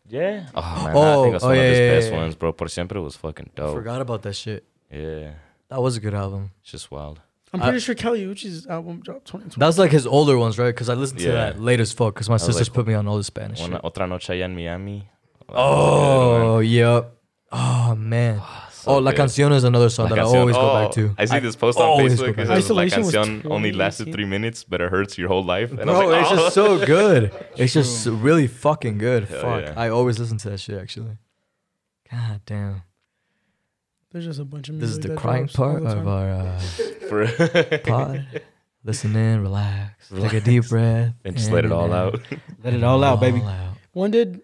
B: Yeah. Oh man, I
D: Oh,
B: think that's
D: oh,
B: one
D: yeah,
B: of his
D: yeah,
B: best
D: yeah.
B: ones, bro. Por Siempre was fucking dope.
D: Forgot about that shit.
B: Yeah,
D: That was a good album.
B: it's just wild.
A: I'm pretty sure Kelly Uchis album dropped 2020.
D: That's like his older ones, right? Because I listened to
B: Yeah.
D: that late as fuck. Because my
B: was
D: sisters
B: like,
D: put me on all the Spanish.
B: One,
D: Shit.
B: Otra noche allá en Miami.
D: Oh, yep. Oh man. oh, La
B: Ah, good.
D: Canción is another song
B: La
D: that
B: Canción.
D: I always go
B: Oh,
D: back to.
B: I see this post on
D: always go
B: Facebook.
D: back
B: It
D: to
B: says La
A: Isolation was
B: Canción only lasted
A: 2018.
B: three minutes, but it hurts your whole life. And I
D: Bro,
B: was like,
D: it's
B: oh.
D: just so good.
B: [LAUGHS]
D: It's just really fucking good.
B: Hell
D: Fuck.
B: yeah.
D: I always listen to that shit actually. God damn.
A: There's just a bunch of music.
D: This is the
A: that
D: crying
A: drops all
D: part
A: the
D: of
A: time.
D: our uh,
B: [LAUGHS] For- [LAUGHS]
D: pod. Listen in, relax, Take a deep breath.
B: and just let
D: in
B: it all [LAUGHS] out.
C: Let it all out, baby.
A: When did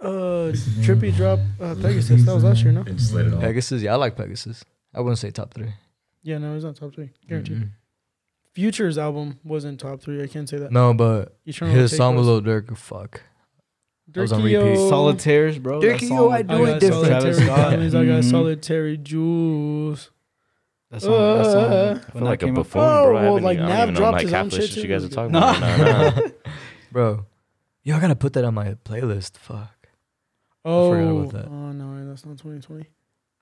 A: uh Trippy drop uh, Pegasus? That was last year, no?
D: Pegasus, yeah, I like Pegasus. I wouldn't say top 3
A: Yeah, no, he's not top three. Guaranteed.
D: Mm-mm.
A: Future's album wasn't top three. I can't say that.
D: No, but
A: Eternal
D: his
A: Take
D: song with
A: was-
D: Lil Durk, fuck. that was on repeat.
A: Durkio.
C: Solitaires, bro. that
D: Dickie,
C: song
D: yo,
A: Oh.
D: I
A: I
D: do
C: with uh,
A: got
D: it different.
A: solitary
C: Travis Scott.
A: diamonds, I got
D: Mm-hmm.
C: Mhm.
A: solitary jewels.
C: That song, that
A: Uh,
C: song. when
B: I feel
C: that
B: like a
C: came out-
B: buffoon,
A: Oh,
B: bro. I
A: well,
B: haven't
A: like,
B: even, I don't
A: Nav
B: even know
A: dropped
B: like
A: his
B: half
A: own
B: the
A: shit
B: shit you
A: too.
B: guys are talking
C: No.
B: about. [LAUGHS]
D: [LAUGHS]
B: Nah, nah.
D: Bro, yo, I gotta put that on my playlist. Fuck.
A: Oh,
D: forgot about that.
A: oh no, that's not 2020.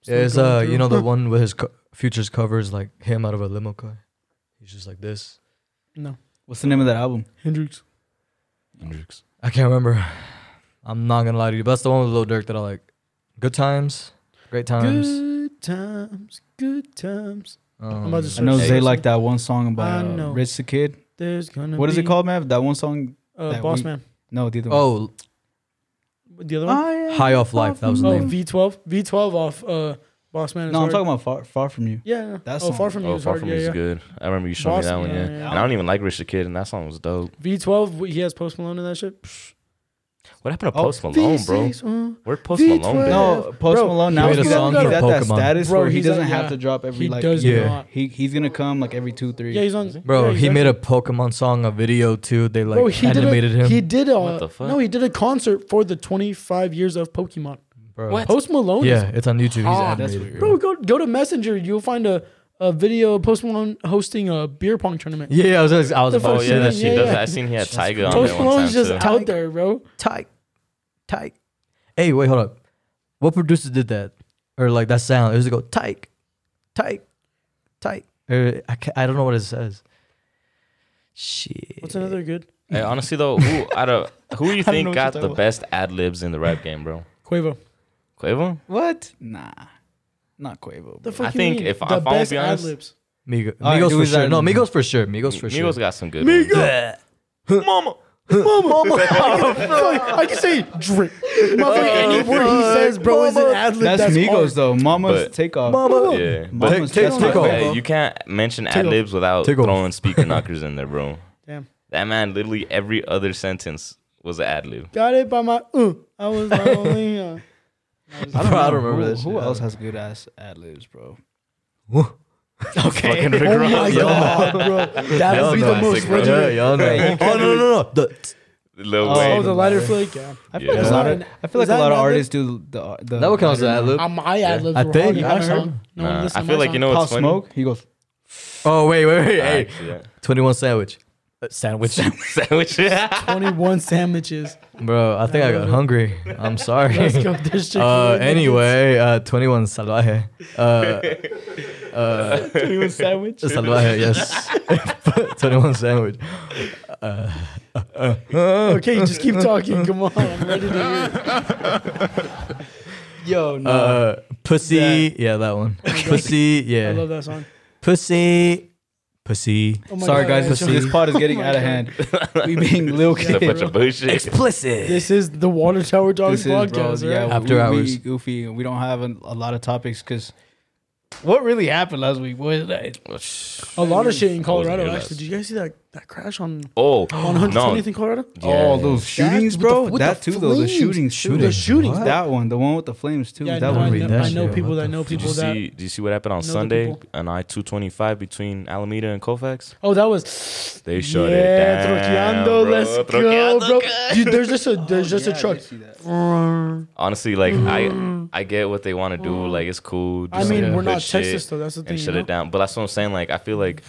D: Yeah, it's uh, you
C: [LAUGHS]
D: know
A: [LAUGHS]
D: the one with his co- futures covers like him out of a limo car. He's just like this.
A: No,
C: What's the name of that album?
A: Hendrix.
D: I can't remember. I'm not gonna lie to you, but that's the one with Lil Durk that I like. Good times, great times.
A: Good times, good times.
D: Um,
A: about to
C: I know
A: Hey.
C: they like that one song
A: I
C: about uh,
A: know.
C: Rich the Kid.
A: There's gonna
C: What is it
A: be,
C: called, man? That one song?
A: Uh,
C: that
A: Boss
C: we-
A: Man.
C: No, the other one.
D: Oh, uh,
A: The
C: Oh.
A: other one.
C: I
D: High Off Life, that was the
A: Oh,
D: name.
A: V12. V12 off uh, Boss Man. Is
C: No, I'm
A: hard.
C: talking about far, far from you.
A: Yeah, yeah.
C: That
A: oh,
C: song.
A: Far From You
B: Oh,
A: is
B: Far
A: hard.
B: From
A: Yeah,
B: You is
A: yeah.
B: good. I remember you showed
A: Boss
B: me that one,
A: Man,
B: yeah.
A: yeah.
B: And I don't even like Rich the Kid, and that song was dope.
A: V12, he has Post Malone in that shit.
B: What happened to
C: Oh,
B: Post Malone, bro?
A: V6, uh,
B: Where Post Malone been?
A: V12.
C: No, Post
A: Bro,
C: Malone.
A: he
C: Now
A: made
C: he's,
A: a
C: gonna-
A: song
C: he's
A: for
C: at that
D: Pokemon.
C: status
A: Bro,
C: where he
A: he's
C: doesn't
A: at-
C: have
A: yeah.
C: to drop every
A: He
C: like.
A: does
D: Yeah.
A: not.
C: He he's gonna come like every two three.
A: Yeah, he's on.
D: Bro,
A: yeah,
D: he
A: he's
D: made
A: on-
D: a Pokemon song, a video too. They like
A: Bro, he
D: animated
A: did a,
D: him.
A: He did a.
B: What the fuck?
A: No, he did a concert for the 25 years of Pokemon.
D: Bro.
A: Post Malone is
D: Yeah, it's on YouTube. He's
A: hot.
C: That's
D: animated.
A: Ah, Bro, go go to Messenger. You'll find a, a video of Post Malone hosting a beer pong tournament.
D: Yeah, I was, I was, I was
A: The
D: about
B: Oh,
A: fuck
D: to
A: shit,
B: yeah, that
D: say that
A: yeah,
B: she does
A: yeah.
B: that. I seen he had Tiger on
A: Post
B: there one time,
A: Malone's just
B: too.
A: out there, bro.
D: Tyke, Tyke. Hey, wait, hold up. What producer did that? Or like that sound? It was go Tyke, Tyke, Tyke. Or I, ca I don't know what it says. Shit.
A: What's another good?
B: Hey, honestly, though, who out of who do you
C: I don't know
B: think
C: what
B: got
C: you're
B: the
C: talking
B: best ad libs in the rap game, bro?
A: Quavo.
B: Quavo?
C: What? Nah, not Quavo.
A: The
C: bro.
A: fuck
B: I
A: you
B: think
A: mean?
B: if-
A: the
B: if I'm gonna
A: best
B: be honest-
A: ad-libs.
D: Migo- Migos,
C: All right, do
D: for
C: his
D: sure.
C: ad
D: No,
C: lib.
D: Migos for sure. Migos for sure. [LAUGHS]
B: Migos got some good ones.
D: Bleh.
B: Mama.
A: [LAUGHS] Like, I can say drip.
B: [LAUGHS] Oh,
A: Motherfucker, any word he says, bro, is an ad lib.
C: That's, Migos though. Mama's
B: But-
C: takeoff.
D: Mama.
B: Yeah, but
C: Mama's
D: Take-
C: takeoff.
D: take- take off.
B: Hey, you can't mention
A: Take
B: ad libs without
D: Take off.
B: throwing speaker knockers in there, bro.
A: Damn.
B: That man literally every other sentence was an ad lib.
A: Got it by my. Uh, I was my only. Uh,
C: I
D: [LAUGHS] Bro, I don't remember
C: who,
D: that shit.
C: Who else has good ass ad libs, bro?
B: Fucking Rick
A: oh my
B: Ross.
A: god, bro. That
B: Hell
A: would be
B: no,
A: the most
B: sick, bro.
A: legendary.
D: Yeah, y'all know.
C: Hey, you
D: [LAUGHS] oh no,
C: can't
D: no, no, no. The,
B: Lil
C: Oh,
A: Oh,
B: Wayne.
A: the lighter flick. Yeah.
C: I feel
B: Yeah.
C: like
B: Is
C: a lot
A: that
C: of
A: an-
C: I feel
A: is
C: like
A: that
C: a lot
A: an ad
C: of
A: lib?
C: artists do the, the
D: that would count as an ad lib.
A: Uh, my ad libs
D: I
A: were
D: think-
A: hard in
D: I
A: my
C: heard-
A: song. No one
B: Nah,
A: listened
B: I
A: to
B: feel
A: my
B: like
A: song. [LAUGHS]
B: you know
C: Pop
B: what's funny.
C: Smoke. He goes.
D: Oh wait, wait, wait.
B: Ah,
D: Hey,
B: actually, yeah.
D: Twenty One Sandwich. Uh, sandwich.
B: [LAUGHS] Sandwich. [LAUGHS] yeah.
A: 21 sandwiches.
D: [LAUGHS] Bro, I think I got hungry. I'm sorry.
A: Let's
D: [LAUGHS]
A: go. There's chicken.
D: Uh, anyway, uh, 21 Salvaje. [LAUGHS] Uh,
C: Twenty-one sandwich.
D: Salvaje, yes. [LAUGHS] 21 Sandwich.
A: Okay, just keep talking. Come on. I'm ready to hear. it.
C: Yo, no.
D: [LAUGHS] Uh, pussy. Yeah, that one. Pussy.
A: I
D: Yeah.
A: love that song.
D: Pussy. pussy.
A: Oh my
C: Sorry
A: God,
C: guys,
A: that's
C: this,
A: right.
C: this pod is
A: Oh
C: getting
A: my
C: out of
A: God.
C: hand. We being little
B: It's a bunch
C: kids.
B: of bullshit.
D: Explicit.
A: This is the Water Tower Dogs podcast,
C: yeah,
A: right?
D: After
C: we,
D: hours.
C: We goofy, and we don't have a, a lot of topics because what really happened last week was that
B: Oh,
A: A lot of shit in Colorado.
B: here last-
A: Actually, did you guys see that, that crash on
B: Oh,
A: on
B: no.
A: 120th in Colorado?
C: all
B: Yeah.
C: those shootings,
A: That-
C: bro.
A: with the- with
C: that
A: the
C: too, though the
A: flames.
C: shootings,
A: Dude,
C: shootings.
A: the shootings.
D: What?
C: That one, the one with the flames too.
A: Yeah,
C: that
A: no, I
C: one.
D: read
A: know,
D: that
A: I know
D: shit.
A: people
D: What
A: that
D: the
A: know
D: fuck?
B: Did
A: people
B: you
A: that.
B: see? Did you see what happened on
A: Know the
B: Sunday
A: people.
B: on I two twenty five between Alameda and Colfax?
A: Oh, that was.
B: They shut
A: yeah,
B: it down.
A: Troqueando,
B: bro.
A: let's go,
B: Troqueando,
A: bro.
B: guys. Oh,
A: Dude, there's just a there's
B: [LAUGHS]
A: just a truck.
B: Honestly, like I, I get what they want to do. Like it's cool. do
A: Mm. I
B: some
A: mean,
B: good
A: we're not
B: shit
A: Texas though. That's the thing.
B: and
A: you
B: shut
A: know?
B: it down. But that's what I'm saying. Like I feel like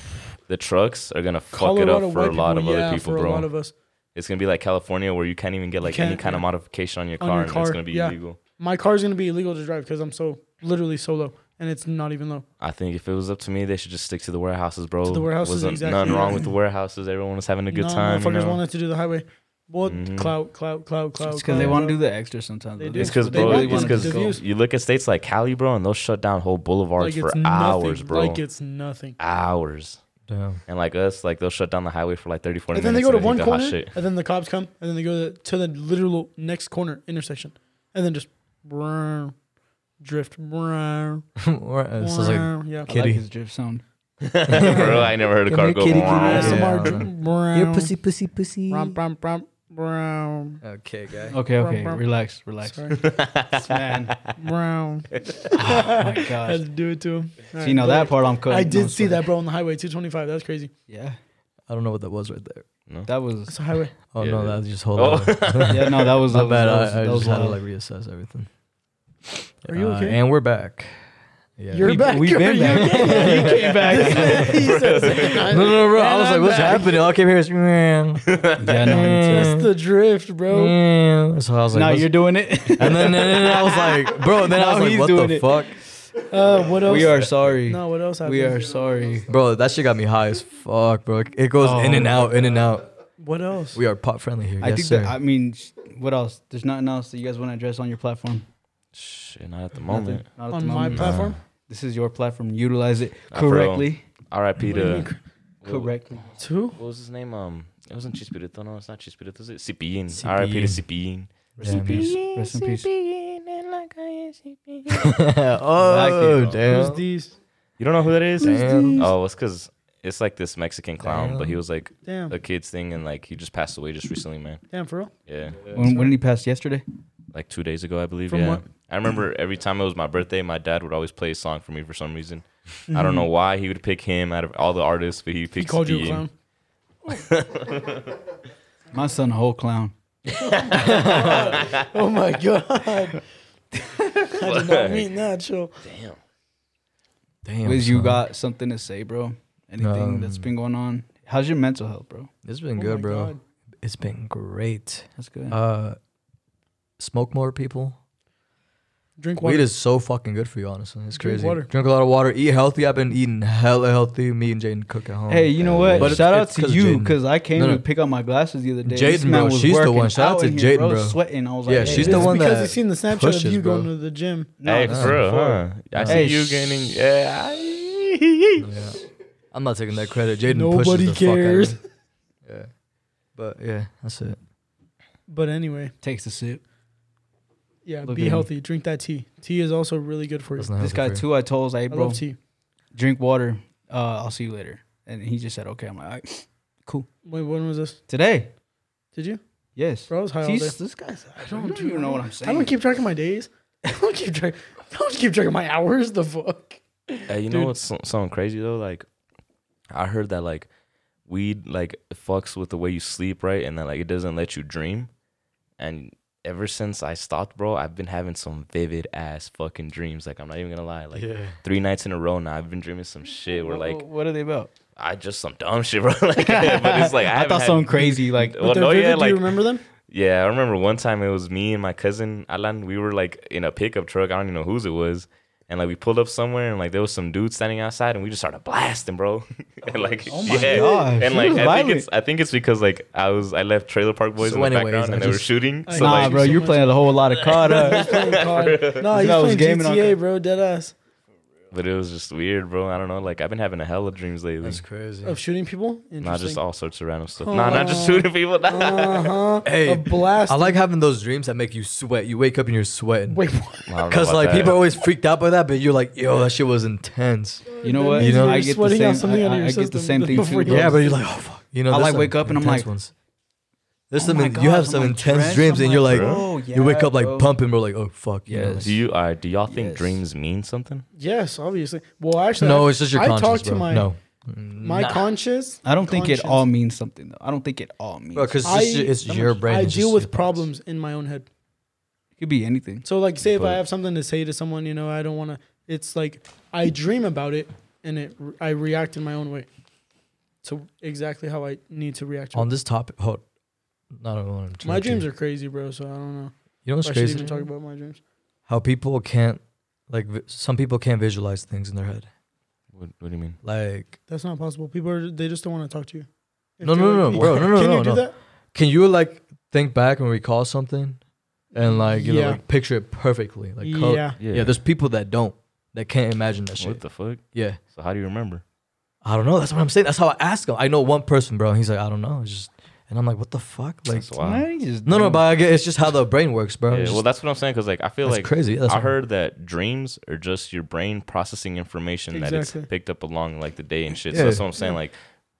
B: the trucks are gonna fuck it
A: Colorado
B: up for a
A: white
B: lot of
A: people, yeah,
B: other people,
A: for
B: bro.
A: a lot of us.
B: it's gonna be like California where you can't even get like any
A: can't,
B: kind of
A: yeah.
B: modification on your
A: On
B: car,
A: your
B: and
A: car,
B: it's gonna be
A: yeah.
B: illegal.
A: My car's gonna be illegal to drive because I'm so literally so low, and it's not even low.
B: I think if it was up to me, they should just stick to the warehouses, bro.
A: To the warehouses,
B: Wasn't
A: exactly.
B: nothing wrong with the warehouses. Everyone was having a good
A: Nah,
B: time. You
A: Motherfuckers
B: know?
A: wanted to do the highway. What
B: Mhm.
A: clout, clout, clout, clout?
C: It's because they
A: clout,
C: want to
A: clout.
C: do the extra sometimes.
A: They
C: though.
A: do.
B: It's 'cause,
C: They
B: bro,
C: really
B: it's
C: wanted to
B: 'cause
C: go.
A: diffuse.
B: You look at states like Cali, bro, and they'll shut down whole boulevards
A: Like
B: for
A: it's nothing,
B: hours, bro.
A: Like it's nothing.
B: hours.
D: Damn. [LAUGHS]
B: And like us, like they'll shut down the highway for like 30, 40
A: And then they
B: minutes.
A: go to
B: and
A: one
B: think they're hot
A: corner,
B: shit.
A: and then the cops come, and then they go to, to the literal next corner intersection, and then just brrrr, drift. brrr,
D: Or- uh, this is like
A: brrr, yeah.
C: I
D: Kitty.
C: like his drift sound.
B: [LAUGHS] bro, I ain't never heard a
D: Come
B: car
D: here,
B: go.
D: kitty,
B: "Wow."
D: kitty.
A: ASMR,
D: Yeah.
A: dr- brrr,
D: pussy, pussy.
A: Rum, rum, rum, rum.
D: Okay, guy.
C: Okay, okay,
A: Brum, brum.
C: relax, relax.
A: Sorry.
B: [LAUGHS]
A: [LAUGHS]
C: This man, [LAUGHS]
A: Brown.
C: oh [LAUGHS]
A: I
C: my gosh.
A: had to do it to him.
C: See now that part I'm cutting.
A: I
C: No, I'm
A: did see
C: sorry.
A: that, bro, on the highway 225. That's crazy.
C: Yeah,
D: [LAUGHS] I don't know what that was right there.
C: that
A: That's
C: was.
A: a highway.
D: Oh
B: Yeah.
D: no, that's just hold
B: Oh.
C: [LAUGHS]
D: on. [LAUGHS]
C: Yeah, no, that was.
D: My
C: that was-
D: bad.
C: that was-
D: I, I
C: that was
D: just had to
C: loud.
D: like reassess everything. Uh,
A: Are you okay?
D: and we're back. Yeah.
A: You're
D: We-
A: back.
C: Uh, we've
A: You're
C: been back.
A: [LAUGHS] You came
C: [LAUGHS]
A: back. He
D: No,
A: says, [LAUGHS]
D: no, no, bro. I
A: And
D: was like,
A: I'm
D: "What's
A: back.
D: happening?" All I came here
C: [LAUGHS]
D: is man.
C: Yeah, no,
A: [LAUGHS]
C: me
A: That's the drift,
D: So
C: [LAUGHS]
A: bro.
D: I was
C: too.
D: like,
C: Now
D: "What's-"
C: you're doing it.
D: [LAUGHS] and then, and then I was like, "Bro." And then I
C: Now
D: was like,
C: he's
D: "What
C: doing
D: the
C: it. [LAUGHS]
D: fuck,
A: Uh, what else?
C: we are sorry.
A: No, what else happened?
C: [LAUGHS] we are sorry.
D: bro?" That shit got me high as fuck, bro. It goes
C: Oh.
D: in and out, in and out.
A: What else?
D: We are pop friendly here.
C: I
D: yes,
C: think
D: sir.
C: that. I mean, sh- what else? There's nothing else that you guys want to address on your platform.
B: Shit, not at the
C: Nothing.
B: moment.
C: Not at the
A: on my
C: moment.
A: platform?
C: This is your platform. Utilize it
B: Not for
C: correctly.
B: R.I.P.
A: What do you mean,
B: to.
A: cor-
B: What
C: Correctly.
A: Two?
B: what was his name? Um, it wasn't Chispirito. No, it's not Chispirito. Is it Cipin?
D: Cipin.
B: R.I.P. to Cipin.
D: Yeah, man.
C: Rest in peace.
D: oh [LAUGHS]
C: Black
A: Who's
D: damn.
A: these?
B: You don't know who that is?
D: Damn.
B: Oh, it's because it's like this Mexican clown, but he was like
A: Damn.
B: a kid's thing, and like he just passed away just recently, man.
A: Damn, for real?
B: Yeah,
C: When, when did he pass yesterday?
B: like two days ago, I believe.
A: From
B: yeah,
A: what?
B: I remember every time it was my birthday, my dad would always play a song for me for some reason. I don't know why he would pick him out of all the artists, but he
A: Mm-hmm. He
B: picked.
A: called you a
B: Ian.
A: clown.
C: My son, a whole clown.
A: Oh [LAUGHS] my God. I did not mean that, chill.
D: Damn.
C: Wiz, you
D: son.
C: got something to say, bro? Anything that's
D: Um,
C: been going on? How's your mental health, bro?
D: It's been
A: Oh
D: good,
A: my
D: bro.
A: God.
D: It's been great.
C: That's good.
D: Uh, smoke more, people.
A: Drink water.
D: Weed is so fucking good for you, honestly. It's
A: Drink
D: crazy.
A: water.
D: Drink a lot of water. Eat healthy. I've been eating hella healthy. Me and Jaden cook at home.
C: hey, you know
B: But
C: what?
D: it's-
C: Shout out
D: it's
C: to
D: 'cause
C: you
D: Jaden-
C: because I came
D: No, no.
C: to pick up my glasses the other day. This
D: Jaden,
C: man
D: bro,
C: was
D: she's the
C: working
D: one. Shout out to
C: in here,
D: Jaden, bro.
C: Sweating. I was
D: Yeah,
C: like,
D: she's
C: hey,
D: the
C: this-
A: It's
D: one
A: because
D: that
A: he's seen the Snapchat of
D: pushes,
A: you
D: bro.
A: going to the
D: [LAUGHS]
A: gym.
C: No,
B: hey,
C: this
B: for
C: is
B: real,
C: before.
B: huh? I see
C: Hey,
B: you
C: sh-
B: gaining. Yeah.
D: Yeah. I'm not taking that credit. Jaden
A: Nobody
D: pushes the
A: cares.
D: fuck out of me. [LAUGHS] Yeah. But yeah, that's it.
A: But anyway,
C: Takes a sip.
A: yeah,
C: Look at
A: be
C: him.
A: healthy. Drink that tea. Tea is also really good for you.
D: That's not
C: This guy
D: healthy for you.
C: too. I told, I was like,
A: I
C: bro,
A: love tea.
C: drink water. Uh, I'll see you later. And he just said, okay. I'm like, all right.
A: Wait, when was this?
C: today.
A: Did you?
C: Yes.
A: Bro, I was high all day.
C: He's, this guy's. I don't, even know what I'm saying.
A: I don't keep track of my days. [LAUGHS] I don't keep track. I don't keep track of my hours. The fuck.
B: Hey, you
A: Dude.
B: know what's so- something crazy though? Like, I heard that like weed like fucks with the way you sleep, right? And that like it doesn't let you dream. And ever since I stopped, bro, I've been having some vivid ass fucking dreams. Like I'm not even gonna lie, like three nights in a row now, I've been dreaming some shit where
C: What-
B: like
C: what, are they about?
B: I just some dumb shit, bro. [LAUGHS]
A: [LAUGHS]
B: like, but it's like I,
C: I,
B: haven't
C: thought
B: had-
C: something
D: [LAUGHS]
C: crazy. Like,
B: Well,
A: They're
B: no,
A: vivid.
B: yeah,
A: Do you
B: like
A: remember them?
B: yeah, I remember one time it was me and my cousin Alan. We were like in a pickup truck. I don't even know whose it was. And like we pulled up somewhere and like there was some dude standing outside and we just started blasting, bro. [LAUGHS] and like
C: Oh my
B: yeah.
C: gosh,
B: And
C: he
B: like
C: was
B: I
C: violent.
B: think it's I think it's because like I was I left Trailer Park Boys
D: So
B: in the
D: anyways,
B: background
D: I
B: and they were
D: just-
B: shooting.
A: I-
B: so
A: Nah,
B: like
A: bro, you playing
C: a whole lot of COD. uh,
D: [LAUGHS]
A: He's playing COD. no,
C: This
A: he's
C: guy was
A: playing
C: gaming on
A: GTA,
C: co-
A: bro. Dead ass.
B: But it was just weird, bro. I don't know. Like I've been having a hell of dreams lately.
D: That's crazy.
A: of shooting people.
B: Not just
A: Interesting.
B: all sorts of random stuff. Nah, not just
A: Oh.
B: shooting people. [LAUGHS] Nah.
A: uh-huh.
D: Hey,
A: a blast.
D: I like having those dreams that make you sweat. You wake up and you're sweating.
A: Wait, what?
B: I don't know
D: Because
B: about
D: like
B: that.
D: people are always freaked out by that, but you're like, yo, that shit was intense.
C: You know what?
A: You
D: know-
C: I get the
A: sweating out
C: same.
A: something
C: I,
A: out of
C: I-
A: your
C: I get the
A: system
C: same thing
A: before
C: too.
A: you
C: Bro.
A: go
D: Yeah,
A: to
D: but you're like, oh fuck. You know,
C: I
D: there's
C: like
D: some
C: wake up and I'm
D: intense
C: like,
D: ones. There's
C: Oh
D: some.
C: my
D: you
C: God,
D: have
C: I'm
D: some
C: like
D: intense
C: drenched.
D: dreams,
C: I'm
D: and you're
C: like,
D: like,
C: bro,
D: you wake up like
C: yeah, bro.
D: pumping, Oh, bro. Like, oh fuck. You know,
C: Yes.
B: Do you? all right, do y'all think
C: Yes.
B: dreams mean something?
A: Yes, obviously. Well,
D: like-
A: actually,
D: no,
A: I-
D: it's just your
A: I
D: conscience,
A: talked to
D: bro.
A: my
D: no,
A: my conscious.
C: I don't think it
A: conscience.
C: all means something though. I don't think it all means.
D: because
A: I-
D: it's, just- it's your brain.
A: I
D: it's
A: deal
D: just
A: with
D: your thoughts.
A: problems in my own head.
C: it could be anything.
A: So, like, say if I
B: But-
A: have something to say to someone, you know, I don't want to. It's like I dream about it, and it I react in my own way. So exactly how I need to react. To
D: on
A: it.
D: this topic. Hold, I don't know what I'm
A: My
D: trying to-
A: dreams are crazy, bro. So I don't know.
D: You know what's
A: if I should
D: crazy?
A: even talk about my dreams.
D: How people can't like vi- some people can't visualize things in their head.
B: What, what do you mean?
D: Like,
A: That's not possible. People are they just don't want to talk to you. If
D: No,
A: they're
D: no,
A: like
D: no,
A: me.
D: bro, no, no,
A: Can
D: no,
A: you do
D: no.
A: that?
D: can you like think back and recall something, and like you
A: Yeah.
D: know like, picture it perfectly, like color,
A: yeah.
D: Yeah, there's people that don't that can't imagine that
B: what
D: shit.
B: the fuck?
D: yeah,
B: So how do you remember?
D: I don't know. That's what I'm saying. That's how I ask him. I know one person, bro, and he's like, I don't know. It's just, and I'm like, what the fuck? Like,
B: That's wild.
C: Nah, you just
D: no, no,
C: don't.
D: but I get, it's just how the brain works, bro.
B: Yeah,
D: It's
B: well,
D: just-
B: that's what I'm saying. Cause like I feel
D: that's
B: like
D: crazy. That's
B: I
D: what-
B: heard that dreams are just your brain processing information that
A: Exactly.
B: it's picked up along like the day and shit.
D: Yeah.
B: So that's what I'm saying. Like,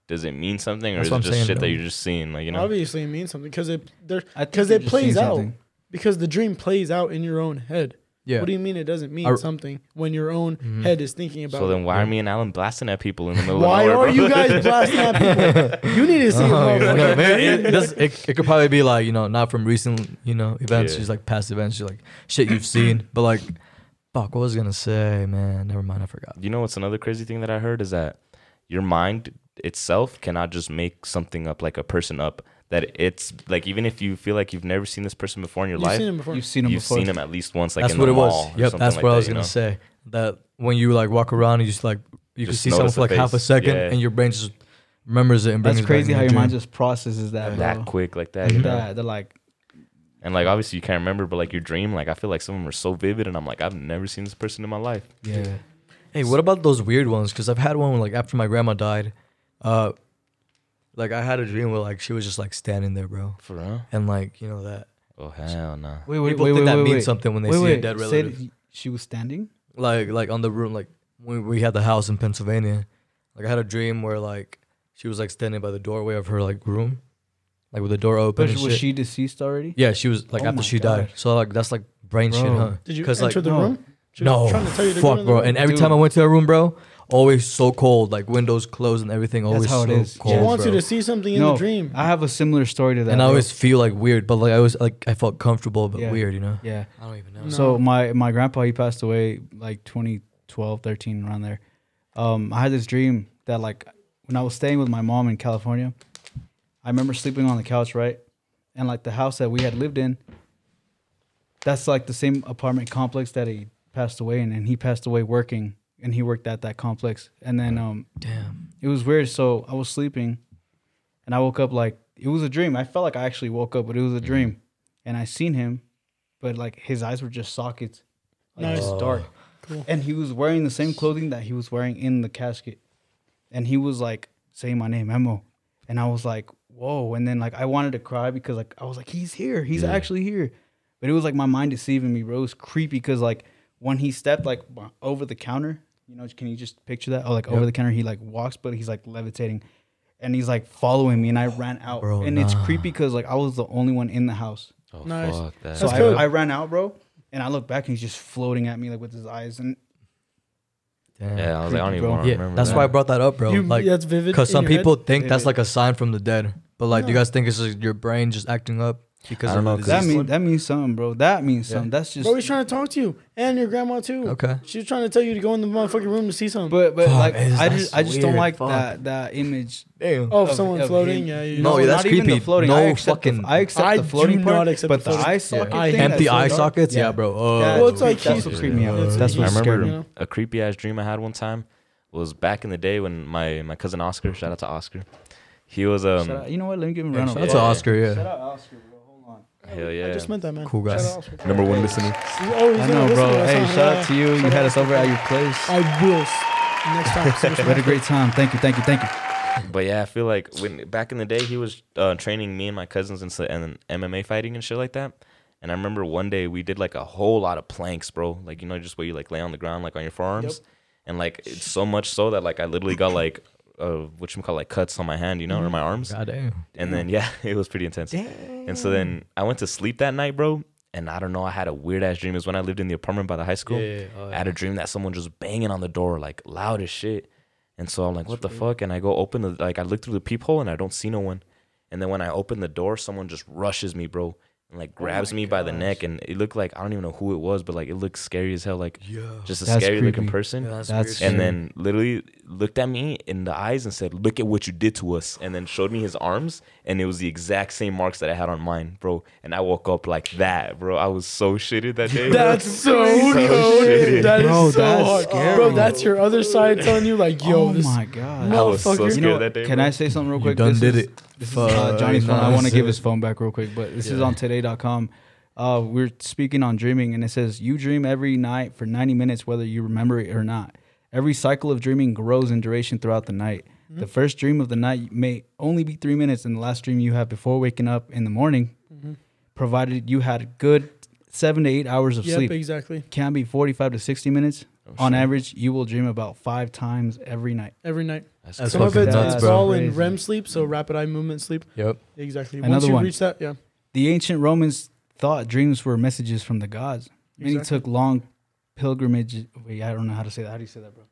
B: does it mean something or
D: That's
B: is
D: what
B: it
D: I'm
B: just
D: saying,
B: shit
D: bro.
B: that you're just seeing? Like, you know,
A: Obviously, it means something because it there
C: I think
A: 'Cause
C: you're
A: it
C: just
A: plays
C: seeing
A: out.
C: something.
A: because the dream plays out in your own head.
D: yeah.
A: What do you mean it doesn't mean
D: I-
A: something when your own
D: Mhm.
A: head is thinking about?
B: so
A: it?
B: then why are me and Alan blasting at people in the middle
A: why
B: of nowhere,
A: are
B: bro?
A: you guys blasting at people? You need to see.
D: [LAUGHS] Oh,
A: Oh,
D: yeah. [LAUGHS] No, maybe it, it does- it- it could probably be like you know not from recent you know events,
B: Yeah.
D: just like past events, just like shit you've seen. But like, fuck, what was I gonna say, man? Never mind, I forgot.
B: [LAUGHS] You know what's another crazy thing that I heard is that your mind itself cannot just make something up like a person up. That it's like even if you feel like you've never seen this person before in your
A: You've
B: life,
A: seen him before.
C: You've seen him
B: you've
C: before.
B: seen him at least once, like
D: that's
B: in
D: what
B: the
D: it
B: mall.
D: was.
B: or
D: Yep,
B: something
D: that's
B: like
D: what I
B: that,
D: was
B: you
D: gonna
B: know?
D: say. That when you like walk around, and you just like you
B: Just
D: can see someone
B: notice
D: for like
B: the
D: half a
B: face.
D: second,
B: Yeah.
D: and your brain just remembers it and brings
C: That's
D: it back
C: crazy
D: in
C: how
D: your
C: your
D: dream.
C: mind just processes that,
B: That
C: bro.
B: quick, like that,
C: Like
B: you know?
C: that, they're like,
B: And like obviously you can't remember, but like your dream, like I feel like some of them are so vivid, and I'm like I've never seen this person in my life.
D: Yeah. Hey, what about those weird ones? Because I've had one like after my grandma died, uh, like I had a dream where like she was just like standing there, bro,
B: For real?
D: and like you know that
B: Oh hell no.
C: wait,
D: people think that means something when they see a dead
C: Say
D: relative.
C: that she was standing.
D: like like on the room like when we had the house in Pennsylvania, like I had a dream where like she was like standing by the doorway of her like room, like with the door open.
C: But
D: and
C: was
D: shit.
C: she deceased already?
D: Yeah, she was like
C: Oh my
D: after she died.
C: gosh.
D: So like that's like brain shit,
C: Bro.
D: huh?
A: Did you
D: 'Cause,
A: enter
D: like,
A: the
C: no.
A: room? She was
D: No,
A: trying to tell you to go
D: fuck,
A: in the
D: bro.
A: room.
D: And every
C: Dude.
D: time I went to her room, bro, always so cold, like windows closed and everything. Always
C: how it
D: so
C: is. She
A: she
D: cold,
A: wants
D: bro.
A: you to see something in the dream.
C: I have a similar story to that.
D: and I
C: bro.
D: always feel like weird, but like I was like I felt comfortable but
C: Yeah.
D: weird, you know.
C: yeah.
D: I don't even know.
A: No.
C: So my my grandpa he passed away like 2012, 13 around there. Um, I had this dream that like when I was staying with my mom in California, I remember sleeping on the couch, right? And like the house that we had lived in, that's like the same apartment complex that he passed away in, and he passed away working, and he worked at that complex. And then um,
D: Damn.
C: it was weird. So I was sleeping, and I woke up like it was a dream. I felt like I actually woke up, but it was a dream, and I seen him, but like his eyes were just sockets, like
A: Nice.
C: just dark,
A: Cool.
C: and he was wearing the same clothing that he was wearing in the casket, and he was like saying my name, Emo, and I was like, whoa, and then like I wanted to cry because like I was like, he's here, he's actually here, but it was like my mind deceiving me, bro. It was creepy because like when he stepped like b- over the counter, you know, can you just picture that? Oh, like over the counter, he like walks, but he's like levitating, and he's like following me, and I ran out,
D: Bro,
C: and it's
D: nah.
C: creepy because like I was the only one in the house,
B: Oh
A: Nice.
B: fuck that.
C: so
A: That's
C: I,
A: good.
C: I ran out, bro, and I look back and he's just floating at me like with his eyes, and
D: Damn.
B: yeah, I was like, I don't
C: creepy,
B: even
C: bro.
B: want to
D: Yeah,
B: remember.
D: that's
B: that.
D: why I brought that up, bro.
A: You-
D: like,
A: that's vivid.
D: because
A: in
D: some
A: your head?
D: people think
C: It
D: that's
C: is.
D: like a sign from the dead, but like, do you
A: No.
D: guys think it's just your brain just acting up because
E: I
D: of
E: don't know,
D: the
E: 'cause
C: that
D: disease?
C: means that means something, bro. That means
D: Yeah.
C: something. That's just.
A: Bro, he's trying to talk to you and your grandma too.
D: Okay.
A: She was trying to tell you to go in the motherfucking room to see something.
C: but but
D: Fuck,
C: like
D: it's-
C: I just
D: that's
C: I just don't
D: weird.
C: like
D: Fuck.
C: that that image.
D: Damn.
A: oh,
C: of-
A: someone
C: of
A: floating.
C: him.
A: Yeah. You
D: No,
A: know.
D: yeah, that's
C: not even the
D: creepy.
C: floating. I
D: No
C: accept the-
D: fucking-
C: I accept
A: I
C: the floating
A: do
C: part,
A: not accept
C: but
A: the
C: the,
A: floating.
C: eye socket.
A: I
C: thing,
A: hate
D: Empty
C: that's
D: eye
C: so dark.
D: sockets? Yeah,
C: Yeah.
D: bro. Oh,
C: Yeah.
A: Well, it's like
C: that's
A: he's-
C: what creeped me out.
A: Yeah.
C: That's
B: I
C: what
B: remember
C: scared me.
A: me.
B: a creepy ass dream I had one time was back in the day when my my cousin Oscar, shout out to Oscar, he was um
C: Shout out- You know what? Let me give him a
D: Yeah,
C: round of
D: shout out to
C: applause.
D: Oscar, yeah.
C: Shout out Oscar, bro. Hold on.
B: Hell yeah.
A: I just meant that, man.
D: Cool
A: Shout
D: guys.
A: out Oscar.
F: Number one listener.
A: Oh, he's
C: I
A: gonna
C: know,
A: listen
C: bro.
A: to us,
C: Hey,
A: huh?
C: shout out to you. You
A: Shout
C: had
A: out
C: us
A: to
C: over at your place.
A: I will. s- Next time.
C: [LAUGHS]
A: so much
C: We had a
A: respect.
C: great time. Thank you, thank you, thank you.
B: But yeah, I feel like when back in the day he was uh, training me and my cousins and, so, and MMA fighting and shit like that. And I remember one day we did like a whole lot of planks, bro. Like you know, just where you like lay on the ground, like on your forearms, and like it's so much so that like I literally got like uh, what you call like cuts on my hand, you know, or my arms.
D: God damn.
B: And then yeah, [LAUGHS] it was pretty intense. And so then I went to sleep that night, bro. And I don't know, I had a weird ass dream. It was when I lived in the apartment by the high school.
D: Yeah, yeah, oh,
B: I had a dream that someone just banging on the door like loud as shit. And so I'm like, what the fuck? And I go open the like I look through the peephole and I don't see no one. And then when I open the door, someone just rushes me, bro, and like grabs me by the neck. And it looked like I don't even know who it was, but like it looked scary as hell,
D: [SIGHS]
B: like
D: Yeah.
B: just a
C: That's
B: scary looking
C: creepy.
B: person.
D: Yeah, that's,
C: That's-
B: and
C: Sure.
B: then literally looked at me in the eyes and said, "Look at what you did to us." And then showed me his arms, and it was the exact same marks that I had on mine, bro. And I woke up like that, bro. I was so shitted that
A: [LAUGHS] [LAUGHS]
B: day.
C: [LAUGHS]
A: That's so
B: So
A: goated.
B: shitty.
A: That is
C: Bro,
A: so
C: that's
A: hard.
C: scary.
A: Bro, that's your other side telling you, like, yo,
C: oh
A: this
C: my god.
B: I was so
A: motherfucker.
B: scared
C: You know,
B: that day.
C: can
B: bro.
C: I say something real
D: You
C: quick?
D: done
C: This
D: did
C: is-
D: it.
C: This is uh,
D: Fuck,
C: Johnny's phone. I
D: nice.
C: want to give his phone back real quick, but this is on today.com. Uh, we're speaking on dreaming, and it says you dream every night for 90 minutes, whether you remember it or not. Every cycle of dreaming grows in duration throughout the night.
B: Mm-hmm.
C: The first dream of the night may only be three minutes, and the last dream you have before waking up in the morning,
A: Mm-hmm.
C: provided you had a good seven to eight hours of
A: Yep,
C: sleep,
A: exactly.
C: can be 45 to 60 minutes.
B: Oh,
C: on average, you will dream about five times every night.
A: Every night.
D: That's
A: Some of
D: fucking
A: it,
D: nuts,
A: it's
D: bro.
A: all in
C: Crazy.
A: REM sleep, so rapid eye movement sleep.
D: Yep.
A: Exactly. Once
C: Another
A: you
C: one.
A: reach that, yeah.
C: The ancient Romans thought dreams were messages from the gods. Many
A: Exactly.
C: took long pilgrimage. Wait, I don't know how to say that. How do you say that, bro?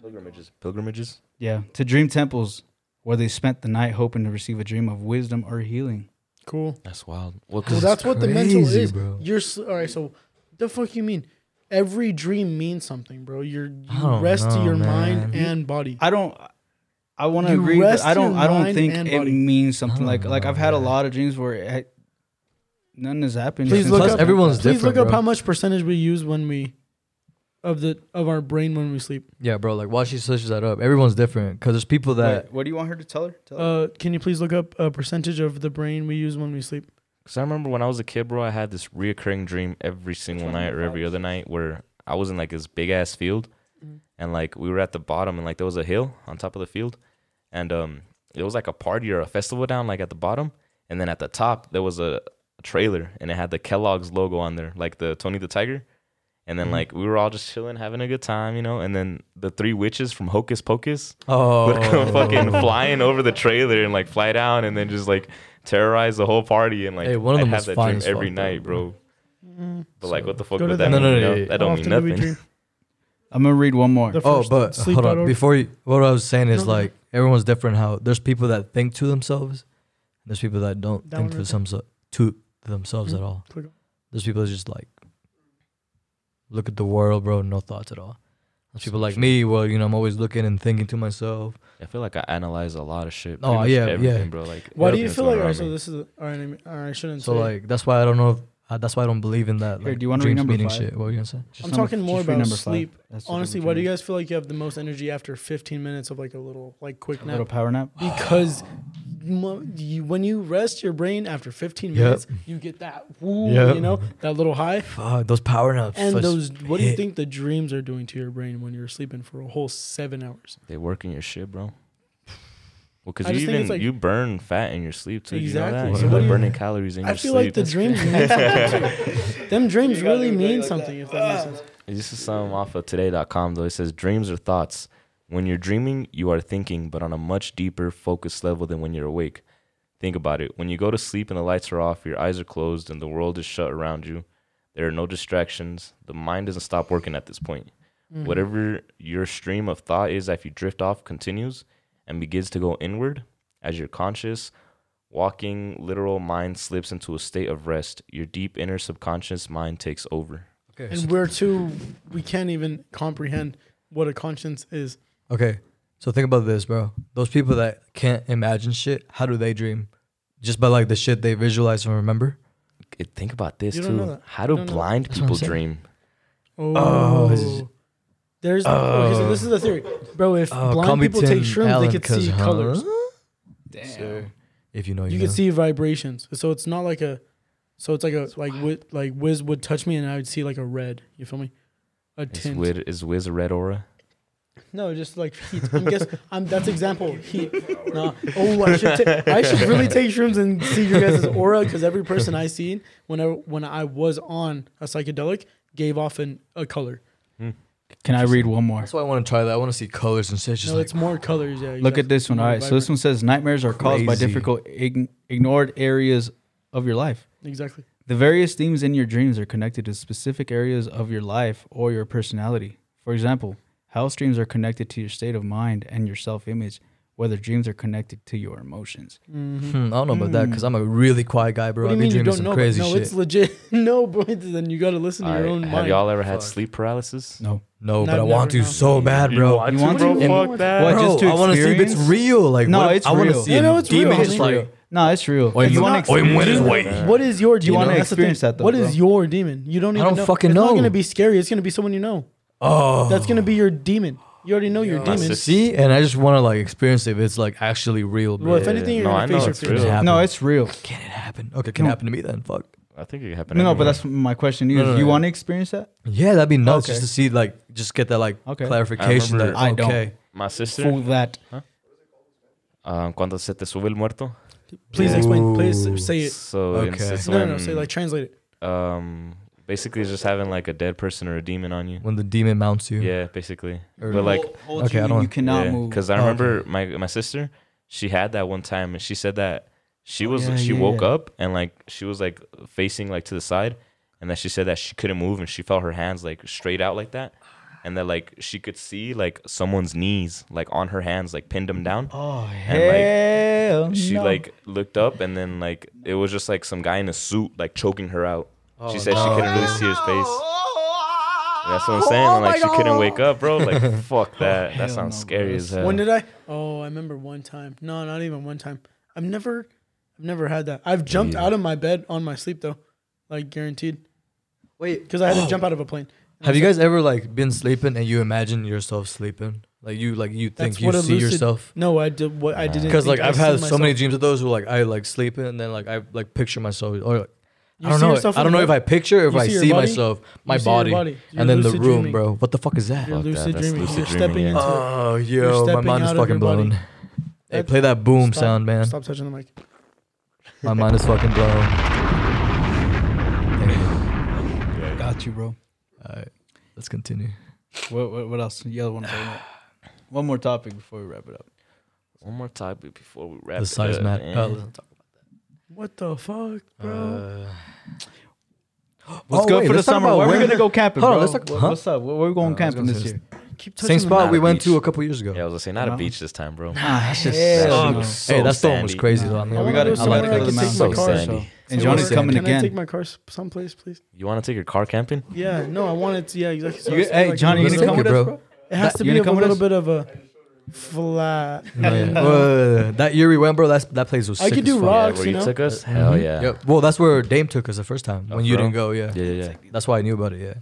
B: pilgrimages, pilgrimages.
C: Yeah, to dream temples where they spent the night hoping to receive a dream of wisdom or healing.
A: Cool.
B: That's wild. Well,
A: Well,
B: cause
A: that's what the mental
D: crazy,
A: is.
D: bro.
A: You're sl- all right. So, the fuck you mean? Every dream means something, bro. You're,
D: I
A: you
D: don't
A: rest
D: know,
A: your
D: man.
A: mind and body.
C: I don't. I want to
A: You
C: agree. That
A: rest
C: I don't.
A: your
C: I don't
A: mind
C: think
A: and
C: it
A: body.
C: means something
D: Oh,
C: like like I've had a lot of dreams where it, none has happened.
A: Please
C: since
A: look
C: I've
D: Plus,
A: up-
C: been-
D: everyone's
A: Please
D: different.
A: look up
D: bro.
A: how much percentage we use when we, of the of our brain when we sleep.
D: Yeah, bro. Like, why she switches that up? Everyone's different because there's people that
C: Wait, what do you want her to tell her? Tell her.
A: Uh, can you please look up a percentage of the brain we use when we sleep?
B: Because I remember when I was a kid, bro, I had this reoccurring dream every single
C: one of
B: night
C: the
B: or every
C: fives?
B: other night where I was in like this big ass field
A: Mhm.
B: and like we were at the bottom and like there was a hill on top of the field and um it was like a party or a festival down like at the bottom and then at the top there was a trailer and it had the Kellogg's logo on there, like the Tony the Tiger. And then like we were all just chilling, having a good time, you know. And then the three witches from Hocus Pocus [LAUGHS]
D: oh
B: would come fucking flying over the trailer and like fly down and then just like terrorize the whole party and like
D: Hey, one of
B: I'd
D: them
B: have
D: was
B: that
D: fine
B: dream
D: as
B: every
D: fuck, though,
B: night, bro. But like, what the fuck
A: Go to
B: would that
A: that.
B: mean?
D: No, no,
B: you
D: no,
B: know?
D: yeah, yeah.
B: That don't
A: How
B: mean
A: often do we
B: nothing.
A: dream?
C: I'm gonna read one more.
A: The
D: Oh,
A: first
D: but
A: sleep
D: hold
A: dot
D: on.
A: org.
D: Before you, what I was saying is
A: No, no, no.
D: like everyone's different. How there's people that think to themselves, and there's people that don't Hmm.
A: That
D: think
A: one
D: to
A: right
D: themselves to themselves
A: Mm.
D: at all.
A: Click on-
D: There's people that just like look at the world, bro, no thoughts at all. There's people like me, well, you know, I'm always looking and thinking to myself.
B: I feel like I analyze a lot of shit. pretty
D: Oh,
B: much
D: yeah, yeah.
B: everything, bro. Like,
A: Why do
B: everything
A: you
B: that's
A: feel like?
B: going
A: All
B: on
A: right, so
B: me.
A: this is all right. I mean- All right, I shouldn't.
D: So
A: say it.
D: like that's why I don't know. If, uh, that's why I don't believe in that.
C: Here,
D: like,
C: do you wanna read
D: dreams
C: number
D: meeting
C: five?
D: Shit. What were you gonna say?
C: Just
A: I'm
C: number-
A: talking more
C: just read
A: about
C: number five.
A: sleep.
C: That's the
A: honestly,
C: different
A: why do
C: dreams.
A: you guys feel like you have the most energy after 15 minutes of like a little like quick
C: A little
A: nap?
C: power nap.
A: Because mo- you, when you rest your brain after 15
D: Yep.
A: minutes, you get that woo,
D: Yep.
A: you know, that little high.
D: Fuck those power naps.
A: And
D: Fuck,
A: those, what do you
D: hit.
A: think the dreams are doing to your brain when you're sleeping for a whole seven hours?
B: they work in your shit,
A: [SIGHS]
B: bro. Well, because
A: I
B: you
A: just think
B: even
A: it's like-
B: you burn fat in your sleep too.
A: Exactly.
B: You know that?
D: So
B: You
D: what do
B: end up
D: you-
B: burning calories in
A: I
B: your
A: feel
B: sleep.
A: like the dreams mean
D: [LAUGHS]
A: something. Them dreams really mean something, if that makes sense.
D: Ah.
B: This is some off of today.com though. It says dreams are thoughts. When you're dreaming, you are thinking, but on a much deeper, focused level than when you're awake. Think about it. When you go to sleep and the lights are off, your eyes are closed, and the world is shut around you, there are no distractions. The mind doesn't stop working at this point. Whatever your stream of thought is, if you drift off, continues and begins to go inward as your conscious, walking, literal mind slips into a state of rest. Your deep inner subconscious mind takes over.
D: Okay, so-
A: And we're too, we can't even comprehend what a conscience is.
D: Okay. So think about this, bro. Those people that can't imagine shit, how do they dream? Just by like the shit they visualize and remember?
B: it, think about this
A: You don't know
B: too.
A: that.
B: How
A: You
B: do
A: don't know that.
B: blind
D: That's what I'm
B: people
D: saying.
B: dream?
A: Oh,
D: is- Oh.
A: there's okay, so this is the theory, bro. If blind people take
D: Compton
A: shrooms, they
D: Allen,
A: could see
D: 'cause, huh?
A: colors.
C: Damn.
D: if you know you,
A: you
D: know.
A: can see vibrations. So it's not like a, so it's like a like wi- like Wiz would touch me and I would see like a red. You feel me? A
B: Is
A: tint.
B: Wiz, is Wiz a red aura?
A: No, just like heat. I'm guess I'm that's example heat. No, oh, I should ta- I should really take shrooms and see your guys' aura because every person I seen whenever when I was on a psychedelic gave off an, a color.
C: Can I read one more?
D: That's why I want to try that. I want to see colors and shit. It's Just
A: no,
D: like
A: it's more colors. Yeah.
C: Look at
A: exactly.
C: this one. All
A: More
C: right. So this
A: vibrant.
C: one says nightmares are caused by
D: Crazy.
C: difficult, ign- ignored areas of your life.
A: exactly.
C: The various themes in your dreams are connected to specific areas of your life or your personality. For example, house dreams are connected to your state of mind and your self image, whether dreams are connected to your emotions.
A: Mhm.
D: hmm, I don't know about that because I'm a really quiet guy, bro.
A: What do
D: I
A: you mean
D: be
A: you
D: dreaming
A: don't
D: some
A: know? but
D: crazy
A: No,
D: shit.
A: it's legit. [LAUGHS] no, bro. Then you got to listen to your
B: Alright,
A: own
B: have
A: mind.
B: y'all ever had
D: Fuck.
B: sleep paralysis?
C: No.
D: no, but
A: I've
D: I want to
A: never- no.
D: so bad,
B: You
D: bro.
B: want
C: You
B: to,
C: want
B: bro?
C: to?
B: Fuck
A: And-
B: that.
C: What,
D: bro,
C: just to
D: I want to see if it's
C: experience?
D: real. Like,
C: No,
D: what,
C: it's
D: I want
C: real.
D: to see
A: No, no,
D: a
A: it's real.
D: demon
A: It's
D: just
A: real.
D: like.
C: No, it's real.
D: Oy,
C: Do you
D: look-
C: want to
D: oy,
C: experience
D: what is
C: it?
D: wait?
A: What is your demon?
C: wanna
A: That's the thing.
C: experience that though,
A: What is
C: bro?
A: your demon? You don't even
D: don't
A: know.
D: fucking
A: it's not
D: know.
A: going to be scary. It's going to be someone you know.
D: Oh,
A: That's going to be your demon. You already know your
B: My
A: demon.
B: sis-
D: see, and I just want to like experience if it's like actually real, bro.
A: Well, if anything, you're
B: No,
A: gonna
B: I know
A: face your
B: it's
A: fears.
B: real.
D: happen.
C: No, it's real.
D: can it happen? Okay, can it
C: No.
D: happen to me then? Fuck.
B: I think it happened.
C: No, no, but
B: everywhere.
C: that's my question. to You
D: No,
C: is
D: no,
C: you
D: no.
C: want to experience that?
D: Yeah, that'd be nuts
C: Okay.
D: just to see, like, just get that like
C: Okay.
D: clarification
B: I
D: that
B: remember-
C: I don't.
D: okay,
B: my
C: For
B: sister.
C: that.
B: Um, cuando se te sube el muerto.
A: Please
D: Yeah.
A: explain. Please
D: Ooh.
A: say it.
B: So in-
D: Okay.
B: it's
A: No, no, no.
B: when,
A: Say like translate it.
B: um, basically it's just having like a dead person or a demon on you.
D: when the demon mounts you.
B: Yeah, basically.
D: Or-
B: But like,
D: okay, I
C: you,
D: don't-
C: you cannot move.
B: because I
D: Okay.
B: remember my my sister, she had that one time, and she said that she
D: Oh,
B: was
D: yeah,
B: she
D: yeah,
B: woke
D: yeah.
B: up and like she was like facing like to the side, and then she said that she couldn't move and she felt her hands like straight out like that, and that like she could see like someone's knees like on her hands like pinned them down.
C: Oh
B: And,
C: hell!
B: She
C: no.
B: like looked up and then like it was just like some guy in a suit like choking her out. she said
D: no.
B: she couldn't really see his face. That's what I'm saying. and, like she couldn't wake up, bro. Like fuck that.
C: hell
B: That sounds
C: no,
B: scary
C: bro.
B: as hell.
A: When did I? Oh, I remember one time. No, not even one time. I've never, I've never had that. I've jumped out of my bed on my sleep though, like guaranteed,
D: Wait,
A: because I had to jump out of a plane.
D: [GASPS] have you guys ever like been sleeping and you imagine yourself sleeping? Like you, like you think
A: That's
D: you
A: what a
D: see
A: lucid-
D: yourself?
A: No, I did. What I didn't.
D: Because like
A: think I
D: I've had
A: seen
D: so many
A: myself.
D: dreams of those where like I like sleeping and then like I like picture myself or like, I
A: You
D: don't
A: see
D: know.
A: yourself
D: I
A: in
D: don't
A: the
D: know if
A: bed?
D: I picture or if
A: You
D: I
A: see your
D: see
A: body?
D: myself, my
A: You see your
D: body,
A: body. You're
D: and then the
A: lucid
D: room,
A: dreaming.
D: bro. What the fuck is that?
A: You're
B: Fuck that,
A: lucid
B: that's
A: dreaming.
B: lucid
A: You're
B: dreaming,
A: stepping
B: yeah.
A: into it.
D: Oh,
A: You're
D: yo, my
A: stepping
D: mind
A: out
D: is
A: of your
D: fucking
A: body.
D: blown. Hey,
A: That-
D: play that boom
A: Stop-
D: sound, man.
A: Stop touching the mic.
D: My mind is fucking blown.
C: got you, bro.
D: All right, let's continue.
C: What what, what else? The other
D: [SIGHS]
C: one. One more topic before we wrap it up.
B: One more topic before we wrap
D: The
B: it
D: size
B: up,
D: mat.
B: man.
D: Uh, let's talk
A: What the fuck, bro?
B: Uh,
A: [GASPS]
C: Let's
D: Oh,
C: go
D: wait,
C: for the
D: let's talk
C: summer.
D: about
C: Where we
D: where-
C: gonna go camping,
D: Hold on,
C: bro?
D: let's talk-
C: What-
D: huh?
C: What's up? Where, where we going
D: was
C: camping
D: gonna
C: this
D: say-
C: year?
A: Keep
D: same
A: touching the
D: spot
A: mic.
D: we
B: Not a
D: went to
B: beach.
D: a couple years ago.
B: Yeah, I was gonna say not
C: Wow.
B: a beach this time, bro.
C: Ah, that's just such
D: Hell
C: a-
D: no.
B: So
D: hey, that's so much
B: sandy.
D: crazy though. I mean,
A: Yeah,
C: we
A: we gotta
C: gotta I like
A: somewhere Oh, I
C: the
A: can
C: mountains.
A: take
B: So
A: my car.
B: sandy.
C: And
A: I
D: Johnny's
A: wanna-
C: coming
A: Can I
C: again.
A: take my car s- someplace, please?
B: You want to take your car camping?
A: Yeah, no, I want it. Yeah, exactly. So I
C: You,
A: said,
C: hey,
A: like,
C: Johnny, you
D: let's
C: gonna come
D: take
C: with
D: it,
C: us,
D: bro.
C: bro?
A: It has
D: That-
A: to
C: you
A: be
C: gonna
A: of a
C: come with
A: little
C: us?
A: bit of a flat.
D: No, yeah. Whoa, that year we went, bro. That's, that place was.
A: I
D: sick
A: could do
D: as fuck. Mm-hmm.
A: rock.
B: Yeah,
A: Rocks,
B: where
A: you
B: you
A: know?
B: took us? Hell yeah.
D: Uh, Yep. Well, that's where Dame took us the first time when you
B: bro.
D: didn't go. Yeah.
B: Yeah, yeah, yeah.
D: That's why I knew about it. Yeah.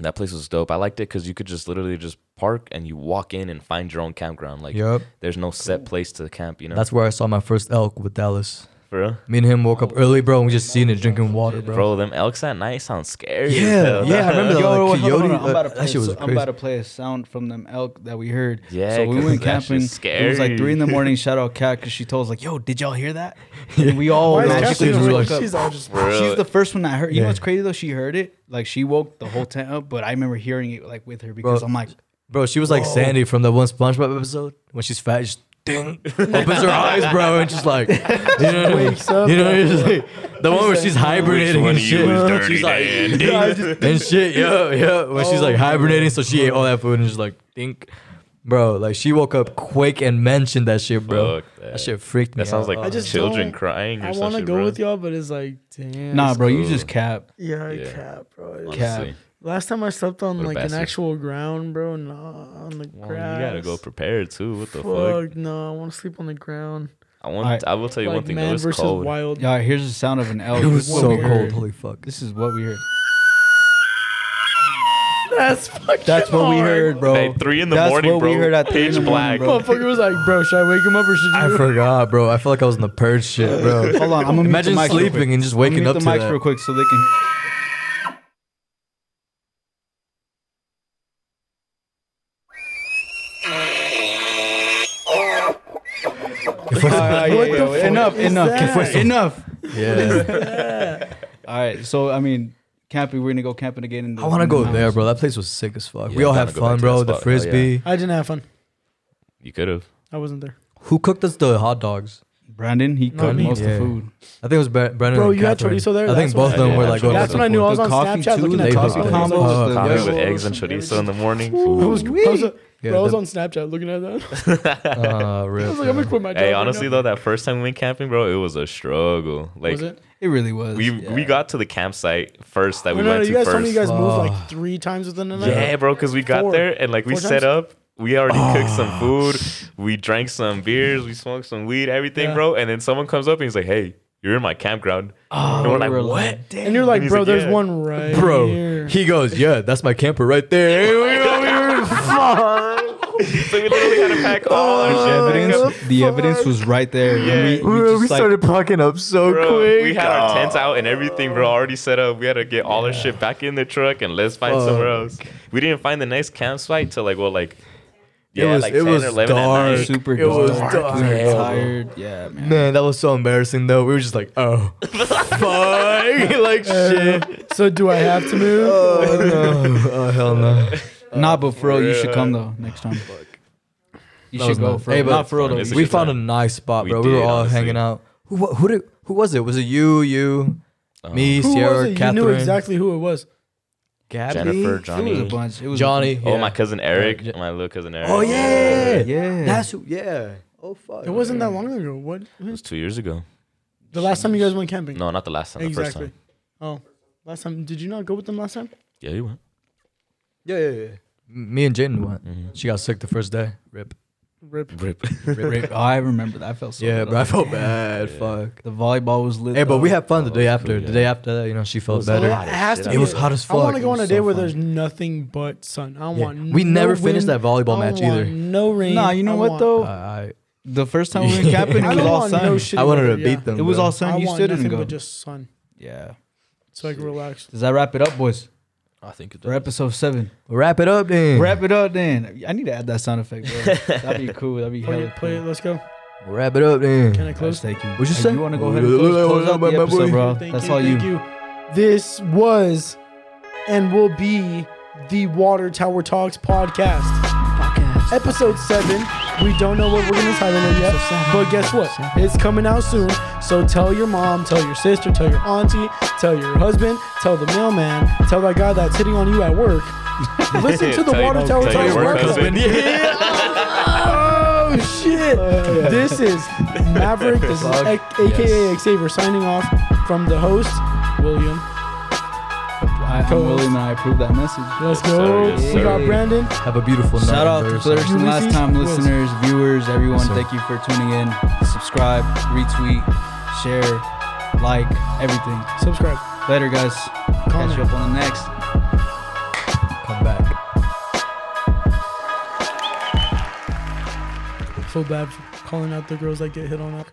B: That place was dope. I liked it because you could just literally just park and you walk in and find your own campground. Like,
D: yep.
B: there's no set place to camp, you know?
D: That's where I saw my first elk with Dallas.
B: for real.
D: Me and him woke up early, bro, and we just seen it drinking water, bro.
B: Oh. Bro, them elks at night sound scary. as
D: yeah,
B: hell.
D: yeah, I
C: Yo,
D: remember that. like,
C: wait, hold on,
D: coyote,
C: hold on. I'm
D: uh,
C: about to play
D: that shit was
C: so- I'm
D: crazy.
C: about to play a sound from them elk that we heard.
B: Yeah,
C: so we
B: 'cause
C: went
B: that
C: camping.
B: shit's
C: It was like
B: scary.
C: three in the morning. Shout out Cat because she told us like, "Yo, did y'all hear that?" And we all
A: Why is
C: magically
A: Kathleen
C: just
A: awake?
C: woke up.
A: She's all just.
B: For real.
C: She's the first one that heard. You know
D: Yeah.
C: what's crazy though? She heard it. Like she woke the whole tent up, but I remember hearing it like with her because
D: Bro,
C: I'm like,
D: Bro, she was like Sandy from the one SpongeBob episode when she's fat, just
B: [LAUGHS]
D: ding, opens her eyes, bro, and just like, you know,
A: Wakes up.
D: you know, just like, the one where she's hibernating and shit. [LAUGHS] she's like, ding, and shit, yo, yo, when she's
B: Oh.
D: like hibernating, so she ate all that food and just like, think, bro, like she woke up quick and mentioned that shit, bro.
B: Fuck
D: That.
B: that.
D: shit freaked
B: [LAUGHS]
D: me.
B: That sounds
D: out.
B: like
A: I just
B: children
A: don't-
B: crying or
A: I
B: something.
A: want to go with y'all, but it's like, damn.
C: "Nah,
A: it's-
C: bro, you
B: cool.
C: just cap."
A: Yeah, I
B: Yeah.
A: cap, bro. It's-
C: Cap.
A: Last time I slept on
B: What a
A: like an
B: bastard.
A: actual ground, bro, nah, on the
B: Well, you
A: grass.
B: gotta go prepared too. What the fuck?
A: Fuck no, I want to sleep on the ground.
B: I want.
C: Alright.
B: I will tell you
A: like
B: one thing. though,
A: man
B: it's
A: versus
B: cold.
A: wild.
C: All right, here's the sound of an elk.
D: [LAUGHS] it was
C: This is what
D: so
C: we
D: cold.
C: heard.
D: Holy fuck.
C: This is what we heard.
A: That's fucking.
C: That's what we
A: hard.
C: heard, bro.
B: Hey, three in the
C: That's
B: morning,
C: what
B: bro.
C: we heard at three in
B: Pitch
C: the
B: black.
C: morning, bro.
A: Motherfucker was like, bro, should I wake him up or should
D: I
A: you?
D: forgot, bro. I feel like I was in the purge shit,
A: [LAUGHS]
D: bro.
C: Hold on, I'm gonna
D: Imagine
C: mute the mics real quick.
D: sleeping and just
C: I'm gonna
D: waking
C: mute
D: up to
C: the mics
D: that. [LAUGHS]
C: real quick so they can. Alright,
A: What
C: yeah,
A: the
C: yeah,
A: fuck
C: enough,
A: is
C: enough,
A: that?
C: [LAUGHS] enough.
D: Yeah,
C: All right, so I mean, camping. We're gonna go camping again. In the,
D: I want to
C: in the
D: go there,
C: mountains.
D: bro. That place was sick as fuck.
B: Yeah,
D: we all
B: I wanna
D: had
B: go back
D: fun,
B: to
D: bro.
B: that
D: The
B: spot. Hell yeah.
D: frisbee.
A: I didn't have fun.
B: You could have.
A: I wasn't there.
D: Who cooked us the hot dogs?
C: Brandon, he cooked
A: me.
C: most of the
D: Yeah.
C: food.
D: I think it was Bre- Brandon.
A: Bro,
D: and
A: you had
D: Catherine.
A: chorizo there?
D: I
A: That's
D: think both
A: what
D: of them
B: I-
D: were
B: yeah,
D: like oh, going.
B: that's
A: That's
D: back
A: when I
D: and
A: knew I
D: forth.
A: was
C: The
A: on
C: coffee
A: Snapchat
C: too,
A: looking at
C: they
A: coffee
C: hooked
A: [LAUGHS]
D: up.
A: combos.
D: Oh,
B: Coffee
D: combos.
B: with
A: Yo.
B: eggs and chorizo in the morning.
A: Ooh, I was, I was,
D: Yeah,
A: bro, I was
D: the-
A: on Snapchat looking at that. [LAUGHS]
D: Uh,
A: I
D: rip,
A: was like, I'm gonna quit my job.
B: Hey,
A: right
B: honestly
A: now.
B: though, that first time we went camping, bro, it was a struggle. Like
A: was it?
C: It really was.
B: we we got to the campsite first that
A: No,
B: we
A: no, no,
B: went
A: you
B: to
A: guys
B: first.
A: told me you guys moved
D: Oh.
A: like three times within the night.
B: yeah, bro, because we got
A: Four.
B: there and like we
A: Four
B: set
A: times?
B: up. We already cooked some food. We drank some beers. We smoked some weed. Everything,
A: Yeah.
B: bro. And then someone comes up and he's like, "Hey, you're in my campground."
D: Oh,
B: and we're like,
C: were
B: "What?"
C: like,
B: Damn.
A: And you're like,
B: he's
A: bro,
B: like,
A: there's
B: yeah.
A: one right
D: bro. [LAUGHS]
A: here.
D: He goes, yeah, that's my camper right
A: [LAUGHS]
D: there. [LAUGHS]
B: so we literally had to pack all
C: the
D: Oh,
B: our shit. back up.
C: evidence. The evidence was right there.
B: Yeah.
C: we, just, like,
D: packing up so
B: Bro, we had our tents out and everything, bro, already set up. We had to get all our shit back in the truck and let's find somewhere else. We didn't find the next campsite till like, well, like,
D: It
B: yeah,
D: was-
B: like
D: it
B: 10
D: was
B: or 11 at
D: dark.
B: night.
C: super
D: It was
C: dark.
D: dark.
C: We were
D: Yeah.
C: tired. Yeah, man.
D: Man, that was so embarrassing though. We were just like,
B: [LAUGHS]
D: oh, fuck, like shit.
A: so do I have to move?
D: Oh, no. oh hell no.
C: Nah, but for real, you should come though next time. You
D: That
C: should
D: was
C: go
D: nice.
C: for real.
D: Hey, but-
C: Not for real though.
B: It's a
D: we
B: good
D: found a
B: time.
D: nice spot,
B: We
D: bro. We, were
B: did,
D: all
B: honestly.
D: hanging out. Who wa- who did, who was it? Was it you? You,
B: Um,
D: me,
A: who was
D: Sierra,
A: it? You
D: Catherine,
A: knew exactly who it was.
D: Gabby,
B: Jennifer,
C: It was a
B: Johnny.
C: bunch. It was
D: Johnny.
B: Oh,
D: yeah.
B: my cousin Eric,
D: Yeah.
B: my little cousin Eric.
D: Oh yeah,
C: [LAUGHS] Yeah.
D: That's who. Yeah. Oh fuck.
A: It wasn't that long ago. What?
B: It was two years ago.
A: The last time you guys went camping?
B: No, not the last time. The first time.
A: Oh, last time. Did you not go with them last time?
B: Yeah, you went.
D: Yeah, yeah, yeah. M- Me and Jaden went.
B: Mm-hmm.
D: She got sick the first day. Rip.
A: Rip.
B: Rip.
C: Rip. Oh, I remember that. I felt so.
D: Yeah,
C: good.
D: bro. I felt bad. Fuck.
C: The volleyball was lit.
D: Hey, but
C: though.
D: we had fun the day after.
B: yeah.
D: The day after that, you know, she felt
A: It
D: better.
A: has to
D: It
A: be-
D: was hot as
A: I want to
D: fuck.
A: go
D: It
A: on a
D: was
A: day
D: so
A: where
D: fun.
A: there's nothing but sun. I don't
D: Yeah.
A: want.
D: We
A: no
D: never finished
A: wind.
D: that volleyball
A: I
D: match
A: don't want
D: either.
A: No rain.
C: Nah, you know
A: I
C: what
A: want-
C: though?
D: I, I,
C: the first time we
D: [LAUGHS]
C: went camping, it
A: I
C: was
A: don't
C: all
A: want no
C: sun.
A: shit.
D: I wanted to
A: yeah.
D: beat them.
C: It was
D: bro.
C: all sun.
A: I
C: You
A: want
C: still didn't
A: nothing
C: go.
A: but just sun,
C: Yeah.
A: so I can relax.
C: Does that wrap it up, boys?
B: I think it
C: For episode seven.
D: Wrap it up, then.
C: Wrap it up, then. I need to add that sound effect.
D: [LAUGHS]
C: Bro. That'd be cool. That'd be
A: Play
C: hella
A: it, play it.
C: cool.
A: Let's go.
D: Wrap it up, then.
A: Can I close?
C: Thank you.
D: What'd you
C: Hey,
D: say?
C: You want to go ahead and close, close out the
D: My boy.
C: episode, bro?
A: Thank
C: That's
A: you,
C: all you.
A: Thank you. This was and will be the Water Tower Talks podcast. Episode 7. We don't know what we're going to title it yet, but guess what? It's coming out soon. So tell your mom, tell your sister, tell your auntie, tell your husband, tell the mailman, tell that guy that's hitting on you at
B: [LAUGHS]
A: work. Listen to the
B: Tell your-
A: Water Tower
B: tell
A: Talks
B: your work
A: podcast.
B: husband.
A: Oh shit! This is Maverick. This is
D: Fuck.
A: A- AKA Xavier signing off from the host William.
C: I, I'm
A: Co-host.
C: Willie and I approve that message.
A: Let's
B: Yes,
A: go.
B: sir. Yes,
A: we
B: sir.
A: got Brandon.
D: Have a beautiful night.
C: Shout out to
D: Thursday.
C: first and last
A: Ulysses
C: time
A: Wilson.
C: listeners, viewers, everyone.
D: Yes, sir.
C: Thank you for tuning in. Subscribe, retweet, share, like, everything.
A: Subscribe.
C: Later, guys. Catch
A: Comment.
C: you up on the next.
D: Come back.
A: Feel bad for calling out the girls that get hit on. Up.